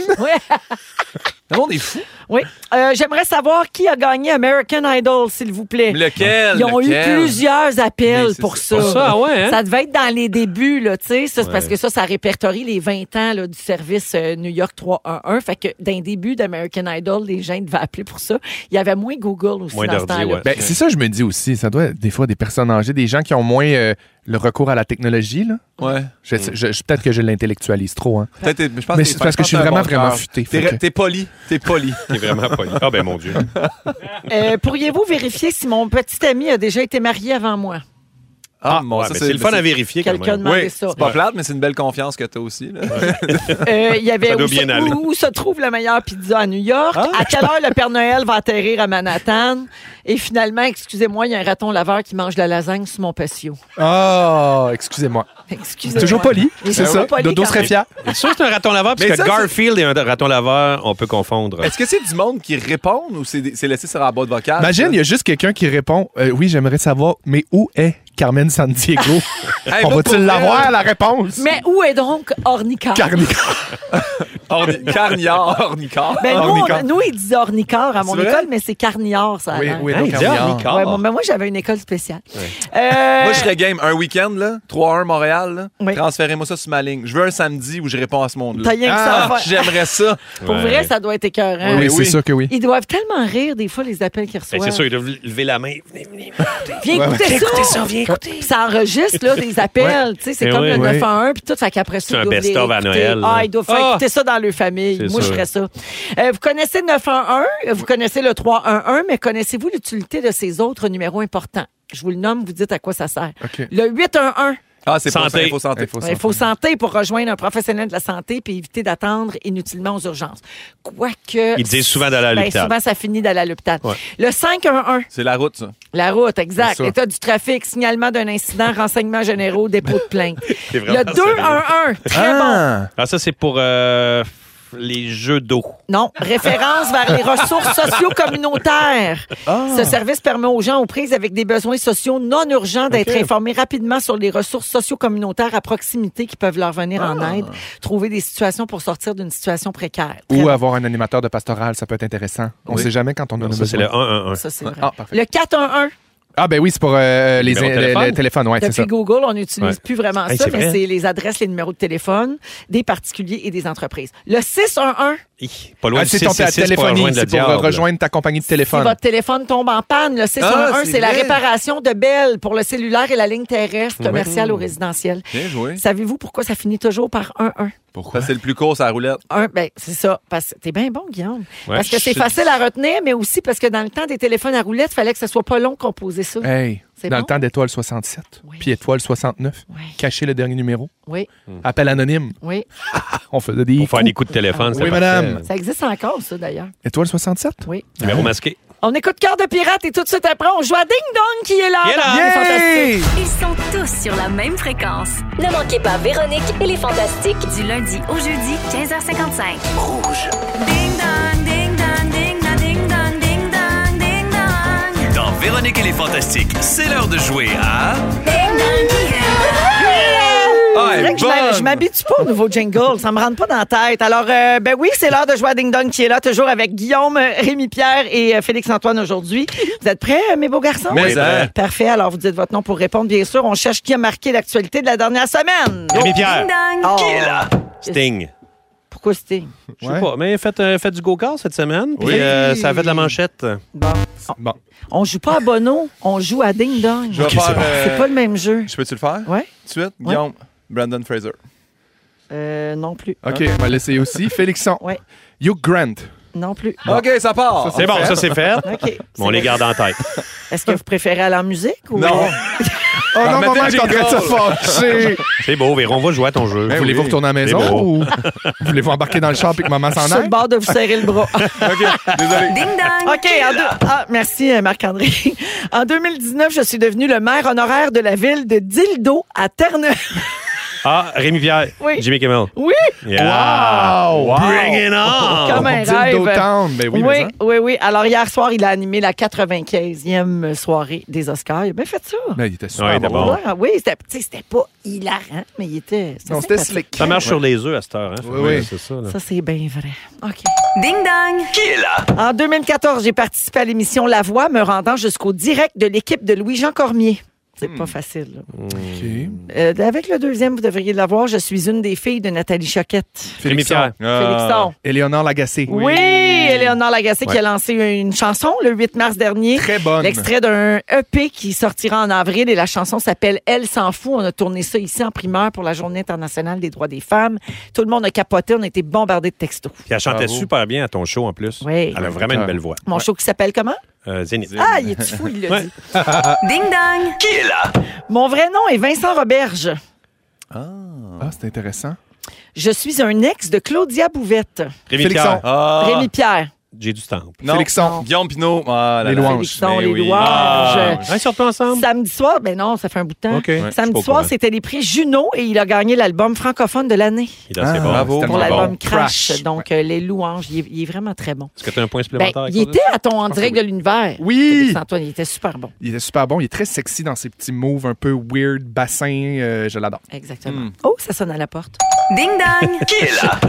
S6: Le monde est fou.
S7: Oui. Euh, J'aimerais savoir qui a gagné American Idol, s'il vous plaît.
S6: Lequel?
S7: Ils ont
S6: Lequel?
S7: eu plusieurs
S6: Mais
S7: appels
S6: c'est-
S7: pour
S6: c'est
S7: ça.
S6: pas ça, ah ouais, hein?
S7: Ça devait être dans les débuts, là, tu sais. ça, c'est Parce
S6: Ouais.
S7: que ça, ça répertorie les 20 ans là, du service euh, New York 311. Fait que d'un début d'American Idol, les gens devaient appeler pour ça. Il y avait moins Google aussi dans ce temps-là.
S8: Ben, c'est ça, je me dis aussi. Ça doit être des fois des personnes âgées, des gens qui ont moins euh, le recours à la technologie. Là.
S6: Ouais.
S8: Je, je- je- peut-être que je l'intellectualise trop. Hein.
S6: Peut-être, je pense
S8: Mais
S6: que
S8: c'est parce que je suis
S6: t'as un
S8: vraiment,
S6: bon
S8: vraiment
S6: cœur.
S8: futé.
S6: T'es
S8: fait
S6: re-
S8: que-
S6: T'es poli. T'es poli.
S9: T'es vraiment poli. Ah, ben mon Dieu.
S7: Euh, Pourriez-vous vérifier si mon petit ami a déjà été marié avant moi?
S6: Ah, mon
S9: ouais,
S6: ça,
S9: mais c'est le fun à vérifier, quand
S7: Quelqu'un même. demandait
S6: Oui,
S7: ça.
S6: C'est pas
S7: Ouais.
S6: plate, mais c'est une belle confiance que t'as aussi. là.
S7: Euh, il y avait
S6: Ça doit
S7: où,
S6: bien
S7: se,
S6: aller. Ah.
S7: où- où se trouve la meilleure pizza à New York, à quelle heure le Père Noël va atterrir à Manhattan, et finalement, excusez-moi, il y a un raton laveur qui mange de la lasagne sur mon patio.
S8: Ah, excusez-moi.
S7: Excusez-moi.
S8: Toujours poli,
S7: Et
S8: c'est
S7: toujours
S8: ça.
S7: poli
S8: Dodo
S7: quand
S8: serait
S7: même.
S8: fier.
S9: C'est sûr que c'est un raton laveur, parce que
S6: Mais ça, c'est-
S9: Garfield et un raton laveur, on peut confondre.
S6: Est-ce que c'est du monde qui répond ou c'est des- c'est laissé sur la boîte
S7: Ah,
S6: vocale?
S8: Imagine, il y a juste quelqu'un qui répond euh, Oui, j'aimerais savoir, mais où est Carmen San Diego
S6: Hey,
S8: On
S6: va pour
S8: va-tu
S6: vrai,
S8: l'avoir,
S6: là.
S8: la réponse
S7: Mais où est donc Ornicar?
S8: Carnicard.
S6: Orni- Carniard, Ornicard.
S7: Ben, nous, on-
S6: Ornicard.
S7: nous, ils disent ornicar à mon
S6: C'est vrai?
S7: école, mais c'est carniard, ça. a
S6: Oui,
S7: l'air.
S6: oui, donc, Hey, il dit ornicar. ornicar.
S7: Ouais, bon, ben, moi, j'avais une école spéciale.
S6: Ouais.
S7: Euh,
S6: Moi, je serais game un week-end, là, 3-1 Montréal, là.
S7: Oui.
S6: transférez-moi ça sur ma ligne. Je veux un samedi où je réponds à ce monde-là.
S7: T'as rien que ça à
S6: Ah,
S7: faire.
S6: J'aimerais ça.
S7: Pour vrai, ça doit être écœurant.
S6: Oui, oui, c'est sûr
S8: que oui.
S7: Ils doivent tellement rire des fois les appels qu'ils
S9: Ben,
S7: reçoivent.
S9: c'est sûr, il doit lever la main.
S7: Viens
S9: Ouais,
S7: écouter
S9: ouais.
S7: ça.
S9: Écoutez ça, viens
S7: réécouter. Ça enregistre là, des appels. tu sais, C'est
S9: Eh
S7: comme
S9: oui.
S7: le
S9: Oui.
S7: 911 puis tout. Fait qu'après ça,
S9: C'est
S7: ils
S9: un
S7: doivent les
S9: best-of à
S7: réécouter.
S9: Noël, là.
S7: Ah, ils doivent faire
S9: Ah!
S7: écouter ça dans leur famille.
S9: C'est
S7: Moi, je
S9: sûr.
S7: ferais ça. Euh, vous connaissez le 911, vous connaissez le 311, mais connaissez-vous l'utilité de ces autres numéros importants? Je vous le nomme, vous dites à quoi ça sert. Le 811.
S6: Ah, c'est pour ça,
S9: Santé.
S6: info santé.
S7: Il faut santé pour rejoindre un professionnel de la santé puis éviter d'attendre inutilement aux urgences. Quoique.
S9: Ils disent souvent d'aller à
S7: Ben,
S9: l'hôpital.
S7: souvent, ça finit d'aller à l'hôpital.
S9: Ouais.
S7: Le 511.
S6: C'est la route, ça.
S7: La route,
S6: C'est
S7: exact.
S6: ça.
S7: État du trafic, signalement d'un incident, renseignements généraux, dépôt de plainte.
S9: C'est vraiment
S7: Le
S9: sérieux.
S7: 211, très bon.
S9: ah. Ah, ça, c'est pour euh, les jeux d'eau.
S7: Non, référence vers les ressources socio-communautaires. Ce service permet aux gens aux prises avec des besoins sociaux non urgents d'être
S16: OK.
S7: informés rapidement sur les ressources socio-communautaires à proximité qui peuvent leur venir en aide, trouver des situations pour sortir d'une situation précaire. Très
S8: Ou
S7: bon.
S8: avoir un animateur de pastoral, ça peut être intéressant. On
S9: Oui.
S8: sait jamais quand on en a
S9: Non, ça,
S8: besoin.
S9: c'est le 111. Ça,
S7: c'est vrai.
S8: Ah, parfait.
S7: Le 411.
S8: Ah, ben oui, c'est pour euh, les,
S9: Numéro de
S8: les-
S9: téléphone?
S8: les téléphones, ouais, c'est
S7: Depuis
S8: ça. Ah,
S7: Google, on n'utilise
S8: Ouais.
S7: plus vraiment
S8: Hey,
S7: ça,
S8: c'est
S7: mais
S8: vrai.
S7: c'est les adresses, les numéros de téléphone des particuliers et des entreprises. Le 611,
S9: Pas loin
S8: Ah,
S9: du
S8: c'est ton
S9: 666 pour
S8: téléphonie,
S9: rejoindre le
S8: c'est pour
S9: diable.
S8: euh, rejoindre ta compagnie de
S7: si
S8: téléphone.
S7: votre téléphone tombe en panne, le 611,
S8: Ah, c'est
S7: c'est la
S8: vrai.
S7: réparation de Bell pour le cellulaire et la ligne terrestre
S6: Ouais.
S7: commerciale
S8: Mmh.
S7: ou résidentielle.
S6: Bien joué.
S7: Savez-vous pourquoi ça finit toujours par 1-1?
S6: Pourquoi? C'est le plus court, sa roulette.
S7: Un, ben, c'est ça. Parce que t'es bien bon, Guillaume.
S6: Ouais,
S7: parce que c'est
S6: je-
S7: facile à retenir, mais aussi parce que dans le temps des téléphones à roulette, fallait que ce soit pas long de composer ça.
S8: Hey,
S7: C'est
S8: dans
S7: bon?
S8: le temps d'étoile 67, puis étoile 69, cacher le dernier numéro.
S7: Oui.
S8: Appel anonyme.
S7: Oui.
S8: On faisait des. Pour
S9: Hmm. faire des coups de téléphone,
S8: Oui,
S9: c'était
S8: madame.
S7: Ça existe encore, ça, d'ailleurs.
S8: Étoile 67?
S7: Oui.
S9: Numéro masqué.
S7: On écoute Cœur de pirate et tout de suite après, on joue à Ding Dong qui est là.
S11: Il est là.
S7: dans les Fantastiques.
S10: Ils sont tous sur la même fréquence.
S11: Ne manquez pas Véronique et les Fantastiques.
S10: Du lundi au jeudi, 15h55. Rouge. Ding dong, ding dong, ding dong, ding dong, ding dong, ding dong.
S3: Dans Véronique et les Fantastiques, c'est l'heure de jouer à...
S10: Ding dong, ding dong.
S7: Ah,
S3: elle
S7: C'est vrai que je m'a-
S3: bonne.
S7: je m'habitue pas au nouveau jingle, ça me rentre pas dans la tête. Alors, euh, ben oui, c'est l'heure de jouer à Ding Dong qui est là, toujours avec Guillaume, euh, Rémi Pierre et euh, Félix-Antoine aujourd'hui. Vous êtes prêts, euh, mes beaux garçons?
S15: Mais, hein.
S7: Parfait, alors vous dites votre nom pour répondre, bien sûr. On cherche qui a marqué l'actualité de la dernière semaine.
S9: Rémi Pierre.
S10: Ding
S7: Oh.
S9: Qui est là? Sting.
S7: Pourquoi Sting?
S9: Je sais pas, mais faites, euh, faites du go-kart cette semaine. Puis
S7: Oui.
S9: euh, ça a fait de la manchette.
S7: Bon.
S8: Bon.
S7: On joue pas à Bono, on joue à Ding Dong.
S6: Je vais faire, euh,
S7: C'est pas le même jeu.
S6: Je peux-tu le faire?
S7: Oui.
S6: Tout de suite, Guillaume, Brandon Fraser.
S7: Euh, non plus.
S9: Hein?
S8: OK, on va l'essayer aussi. Félixon.
S7: Ouais.
S8: Hugh Grant.
S7: Non plus.
S6: OK, ça part.
S9: C'est bon, ça c'est fait.
S7: OK.
S9: Bon, on les garde en tête.
S7: Est-ce que vous préférez aller en musique ou euh,
S9: Non.
S8: Oh non,
S9: Matin,
S8: maman, je suis en train de se
S9: jingle.
S8: fâcher.
S9: C'est beau, Véron, on va jouer à ton jeu.
S8: Ben Voulez-vous
S9: Ben oui.
S8: retourner à la
S9: C'est
S8: maison
S9: beau.
S8: ou voulez-vous embarquer dans le char et que maman
S7: Je suis
S8: s'en
S7: sur
S8: aille?
S7: le bord de vous serrer le bras.
S8: OK,
S10: Ding dong.
S7: OK, en deux- ah, merci euh, Marc-André. En 2019, je suis devenu le maire honoraire de la ville de Dildo à Terre-Neuve.
S9: Ah, Rémi Pierre.
S7: Oui.
S9: Jimmy Kimmel.
S7: Oui.
S9: Yeah. Bring it on.
S7: Comme un
S9: Dildo
S7: rêve.
S9: Town. Ben
S7: hein, oui,
S8: hein.
S9: oui, mais ça.
S7: oui, oui. Alors hier soir, il a animé la 95e soirée des Oscars. Il a bien fait ça.
S8: Ben, il était super
S9: Ouais, il était
S8: bon.
S9: bon.
S7: Ouais, oui, c'était tu sais, c'était pas hilarant, mais il était. c'était sympathique.
S9: Ça marche sur les œufs à cette heure. Hein?
S8: Oui, oui.
S9: C'est ça. là.
S7: Ça, c'est bien vrai. OK.
S10: Ding dong.
S3: Qui est là?
S7: En 2014, j'ai participé à l'émission La Voix, me rendant jusqu'au direct de l'équipe de Louis-Jean Cormier. C'est pas facile. là. Euh, avec le deuxième, vous devriez l'avoir. Je suis une des filles de Nathalie Choquette.
S8: Félixon.
S7: Félixon.
S8: Éléonore Lagacé.
S7: Oui, Éléonore Lagacé qui
S8: Ouais.
S7: a lancé une chanson le 8 mars dernier. Très
S8: bonne.
S7: L'extrait d'un EP qui sortira en avril et la chanson s'appelle Elle s'en fout. On a tourné ça ici en primeur pour la Journée internationale des droits des femmes. Tout le monde a capoté, on a été bombardé de textos.
S9: Puis elle chantait
S7: Bravo.
S9: super bien à ton show en plus.
S7: Oui.
S9: Elle a vraiment une belle voix.
S7: Mon show qui s'appelle comment?
S9: Euh, Zénith.
S7: Ah, il est fou, il l'a
S9: Ouais.
S7: dit.
S10: Ding dong.
S3: Qui est là?
S7: Mon vrai nom est Vincent Roberge.
S8: Ah, c'est intéressant.
S7: Je suis un ex de Claudia Bouvette.
S9: Rémi Félixon. Pierre. Ah.
S7: Rémi Pierre.
S9: J'ai du temps.
S6: Non. Félixon. Guillaume Pinot. Ah, là,
S9: Les
S6: là.
S9: louanges.
S7: Félixon,
S6: Mais
S7: les
S6: oui.
S7: louanges.
S6: Ah.
S7: Ils sont ensemble. Samedi soir, ben non, ça fait un bout de temps.
S6: OK. Ouais, je suis pas
S7: Samedi
S6: au
S7: soir,
S6: courant.
S7: c'était les prix Juno et il a gagné l'album francophone de l'année.
S9: Il est
S8: Ah,
S9: assez Ah, bon. Bravo.
S7: Pour
S9: Tellement
S6: Ah
S7: l'album
S9: bon.
S7: Crash.
S9: Crash.
S7: Donc, euh, les louanges, il est, il est vraiment très bon.
S9: Est-ce que tu as un point
S7: Ben,
S9: supplémentaire? à
S7: il
S9: cause de
S7: était à
S6: Ah,
S7: ton en direct de l'univers. Oui. Antoine, il était super bon.
S8: Il était super bon. Il est très sexy dans ses petits moves un peu weird, bassin. euh, je l'adore.
S7: Exactement.
S6: Hmm.
S7: Oh, ça sonne à la porte.
S10: Ding dong.
S3: Qui est là?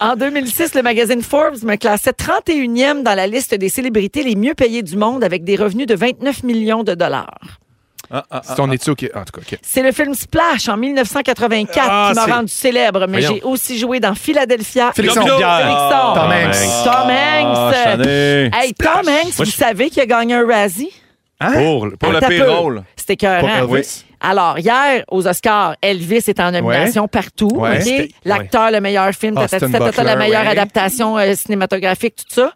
S7: En 2006, le magazine Forbes me classait 31e dans la liste des célébrités les mieux payées du monde avec des revenus de 29 millions de dollars.
S9: Ah,
S8: C'est ton étude qui. En tout cas, OK.
S7: C'est le film Splash en 1984
S8: Ah,
S7: qui m'a
S8: c'est-
S7: rendu célèbre, mais
S8: Voyons.
S7: j'ai aussi joué dans Philadelphia.
S8: Félixon.
S7: Félixon.
S8: Pierre.
S7: Félixon.
S8: Tom Hanks.
S7: Tom Hanks.
S8: Ah, je savais.
S7: hey, Tom Hanks, vous savez qu'il a gagné un Razzie?
S6: Pour, pour
S7: Attends
S6: le
S7: un Ah, peu.
S6: payroll.
S7: C'est écœurant.
S6: Pour Elvis.
S7: Alors, hier, aux Oscars, Elvis est en nomination
S6: Ouais.
S7: partout.
S6: Ouais.
S7: OK?
S6: C'était-
S7: L'acteur, le meilleur film,
S6: Austin
S7: tatati, tatata,
S6: Butler,
S7: la meilleure
S6: ouais.
S7: adaptation euh, cinématographique, tout ça.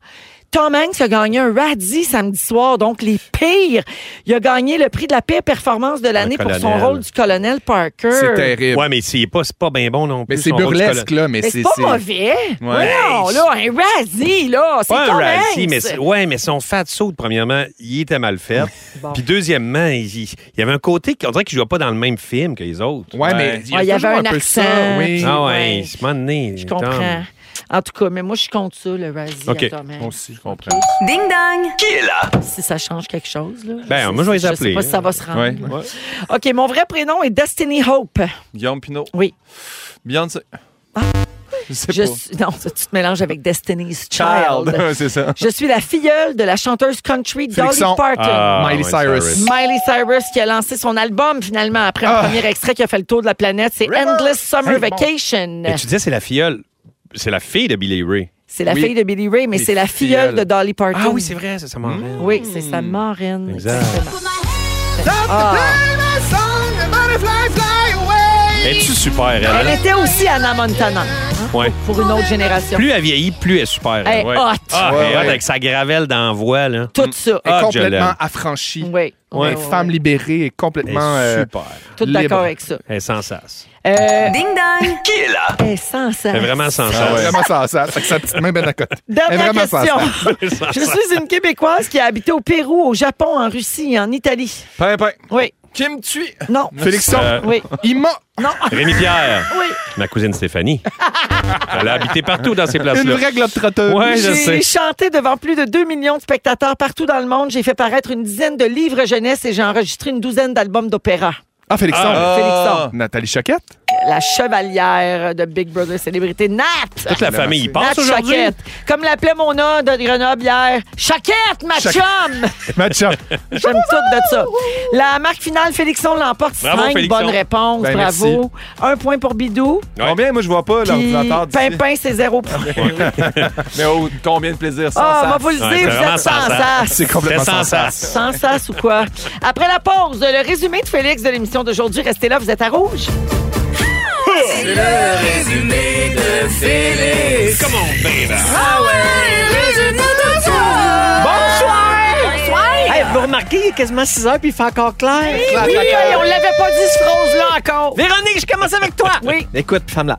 S7: Tom Hanks a gagné un Razzie samedi soir, donc les pires. Il a gagné le prix de la pire performance de l'année pour son
S9: colonel.
S7: rôle du colonel Parker.
S9: Ouais, mais c'est pas, c'est pas bien bon non plus.
S8: c'est
S9: son rôle du
S8: burlesque,
S9: colonel.
S8: là, mais
S7: Mais c'est pas mauvais. Non, là, un Razzie, là, c'est
S9: Pas un
S7: Tom
S9: Razzie,
S7: Hanks.
S9: mais c'est- ouais, mais son fat suit, premièrement, il était mal fait.
S7: Bon.
S9: Puis deuxièmement, il, il y avait un côté qu'on dirait qu'il jouait pas dans le même film que les autres.
S8: Ouais, mais
S7: il y a Ouais, il y toujours avait un un peu ça, accent. oui.
S9: Ah ouais,
S7: Ouais.
S9: il se m'a donné.
S7: Je comprends. En tout cas, mais moi, je compte ça, le Razzie
S9: OK.
S7: à Tom Hanks.
S9: Moi aussi, je comprends.
S10: Ding dong! Qui est là?
S7: Si ça change quelque chose, là.
S9: Ben, moi, je vais les appeler.
S7: Je sais pas si ça va se rendre.
S6: Ouais.
S7: là. OK, mon vrai prénom est Destiny Hope.
S6: Guillaume Pinot.
S7: Oui.
S6: Beyoncé. Je sais
S7: Je
S6: pas.
S7: suis- non, ça, tu te mélanges avec Destiny's Child.
S6: Child. c'est ça.
S7: Je suis la filleule de la chanteuse country Dolly
S6: Félixon.
S7: Parton.
S6: Ah, Miley Cyrus. Cyrus.
S7: Miley Cyrus qui a lancé son album finalement après le premier extrait qui a fait le tour de la planète. C'est Endless Summer
S9: Ah. Hey, bon.
S7: Vacation.
S9: Mais tu disais, c'est la filleule. C'est la fille de Billy Ray.
S7: C'est la fille de Billy Ray, mais
S9: Les
S7: c'est la filleule
S9: filleules.
S7: de Dolly Parton.
S9: Ah oui, c'est vrai, ça, ça m'en rend.
S7: Hmm? Oui, c'est sa marraine.
S9: Exact.
S7: Exactement.
S9: Es-tu super, elle?
S7: Elle
S9: hein?
S7: était aussi Anna Montana hein,
S9: Ouais.
S7: pour une autre génération.
S9: Plus elle vieillit, plus elle est super. Elle,
S7: Elle est
S9: ouais.
S7: hot.
S9: Ah, elle est
S8: Ouais,
S9: hot
S8: ouais.
S9: avec sa gravelle d'envoi. là.
S7: Tout ça.
S8: est
S9: Ah, je
S8: complètement
S9: l'aime.
S8: affranchie.
S7: Oui. Ben,
S9: Ouais.
S8: Une femme libérée et complètement.
S9: Elle est
S8: euh,
S9: super.
S7: Tout
S8: libre.
S7: d'accord avec ça.
S9: Elle est sans sas.
S7: Euh,
S10: Ding dong! Qui est là?
S7: elle est sans ça.
S9: Elle est vraiment sans
S8: Ah ouais,
S9: sas.
S8: vraiment sans ça. Fait que sa petite main ben à côté. Elle est
S7: Dernière
S8: vraiment
S7: question.
S8: sans sas.
S7: Je suis une Québécoise qui a habité au Pérou, au Japon, en Russie, en Italie.
S6: Pimpin.
S7: Oui.
S6: Kim Tui.
S7: Non.
S6: Félixon.
S9: Euh,
S7: Oui.
S8: Ima.
S7: Non.
S9: Rémi Pierre.
S7: Oui.
S9: Ma cousine Stéphanie. Elle a habité partout dans ces places-là.
S8: Une vraie globe-trotteuse.
S9: Ouais, je
S7: J'ai
S9: sais.
S7: chanté devant plus de 2 millions de spectateurs partout dans le monde. J'ai fait paraître une dizaine de livres jeunesse et j'ai enregistré une douzaine d'albums d'opéra.
S8: Ah, Félixon.
S7: Ah.
S8: Nathalie Choquette.
S7: La chevalière de Big Brother Célébrité, Nat!
S9: Toute la famille y
S7: Nat
S9: passe aujourd'hui.
S7: Choquette. Comme l'appelait mon nom de Grenoble hier. Choquette, ma
S8: Choquette.
S7: chum!
S8: Matcha.
S7: J'aime tout de ça. La marque finale, Félixon l'emporte.
S6: Bravo,
S7: Cinq
S6: Félixon.
S7: bonnes réponses.
S6: Ben,
S7: Bravo. Un point pour Bidou.
S6: Combien? Moi, je vois pas
S7: Puis
S6: l'ordinateur d'ici.
S7: Pimpin, c'est zéro
S1: Ah,
S7: point.
S6: Mais oh, combien de plaisir sans
S7: Ah,
S6: sas.
S7: moi, vous le
S6: Ouais,
S7: dire, vous
S6: vraiment
S7: êtes sans sas.
S6: C'est complètement
S9: C'est
S6: sans
S9: sans
S6: sas.
S7: Sans sas ou quoi? Après la pause, le résumé de Félix de l'émission d'aujourd'hui. Restez là, vous êtes à rouge.
S1: Hey, vous remarquez, il est quasiment 6 heures puis il fait encore clair.
S7: Oui, on l'avait pas dit, ce phrase-là encore.
S1: Véronique, je commence avec toi.
S7: Oui.
S1: Écoute, femme-là.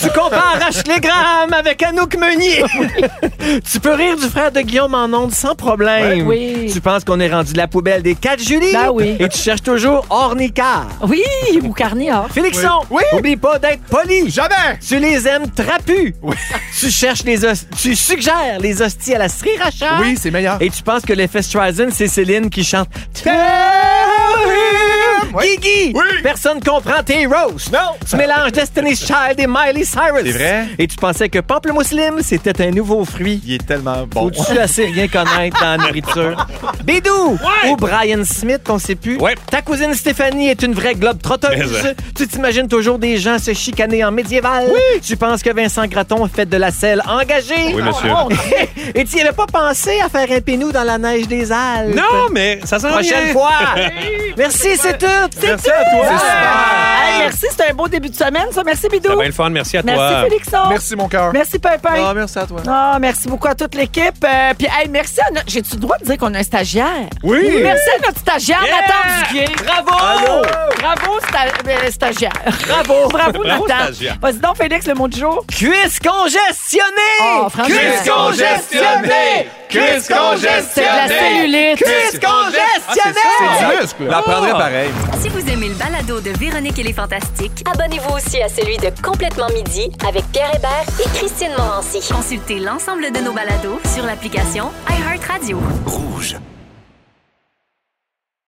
S1: Tu compares les grammes avec Anouk Meunier. tu peux rire du frère de Guillaume en ondes sans problème.
S7: Ouais, oui.
S1: Tu penses qu'on est rendu de la poubelle des 4 Julie.
S7: Ben oui.
S1: Et tu cherches toujours Ornicard.
S7: Oui, ou carniard.
S1: Félixon, oublie pas d'être poli.
S8: Jamais.
S1: Tu les aimes trapus. Tu cherches les os- tu suggères les hosties à la sriracha.
S8: Oui, c'est meilleur.
S1: Et tu penses que l'effet Streisand, c'est Céline qui chante
S8: Oui.
S1: Guigui!
S8: Oui.
S1: Personne comprend tes roasts. Non! Tu mélanges Destiny's Child et Miley Cyrus.
S6: C'est vrai?
S1: Et tu pensais que Pamplemousse Slim, c'était un nouveau fruit.
S6: Il est tellement bon. Ah,
S1: Faut-tu assez rien connaître dans la nourriture? Bédou! Ou Brian Smith, qu'on sait plus.
S9: Ouais.
S1: Ta cousine Stéphanie est une vraie globe
S9: Mais, euh.
S1: trotteuse. Tu t'imagines toujours des gens se chicaner en médiéval. Oui! Tu penses que Vincent Gratton fait de la selle engagée.
S9: Oui, monsieur.
S1: Et tu n'y avais pas pensé à faire un pénou dans la neige des Alpes.
S9: Non, mais ça sent
S1: Prochaine
S9: bien.
S1: fois! Merci, c'est tout! C'est
S6: Merci à toi.
S7: Hey, merci, c'était un beau début de semaine, ça. Merci,
S9: T'as
S7: Bidou.
S9: bien le fun, merci à toi.
S7: Merci, Félixon.
S8: Merci, mon cœur.
S7: Merci, Pimpin.
S6: Ah, merci à toi.
S7: Ah, merci beaucoup à toute l'équipe. Euh, Puis, hey, merci à notre. J'ai-tu le droit de dire qu'on a un stagiaire?
S8: Oui.
S7: Merci à notre stagiaire,
S1: Yeah!
S7: Nathan Duguay. Bravo! Bravo, sta- euh, stagiaire. Bravo. Bravo,
S9: Bravo,
S7: Nathan.
S9: stagiaire.
S7: Vas-y donc, Félix, le mot du jour.
S1: Cuisse congestionnée!
S7: Oh, franchement.
S1: Cuisse congestionnée! Cuisse
S7: C'est de la
S1: congestionnée!
S7: cellulite. Ah,
S1: Cuisse
S6: Ah, C'est
S1: congestionnée!
S6: du
S8: muscle.
S6: La prendrait pareil.
S10: Si vous aimez le balado de Véronique et les Fantastiques,
S11: Abonnez-vous aussi à celui de Complètement Midi avec Pierre Hébert et Christine Morancy.
S10: consultez l'ensemble de nos balados sur l'application iHeartRadio.
S4: Rouge.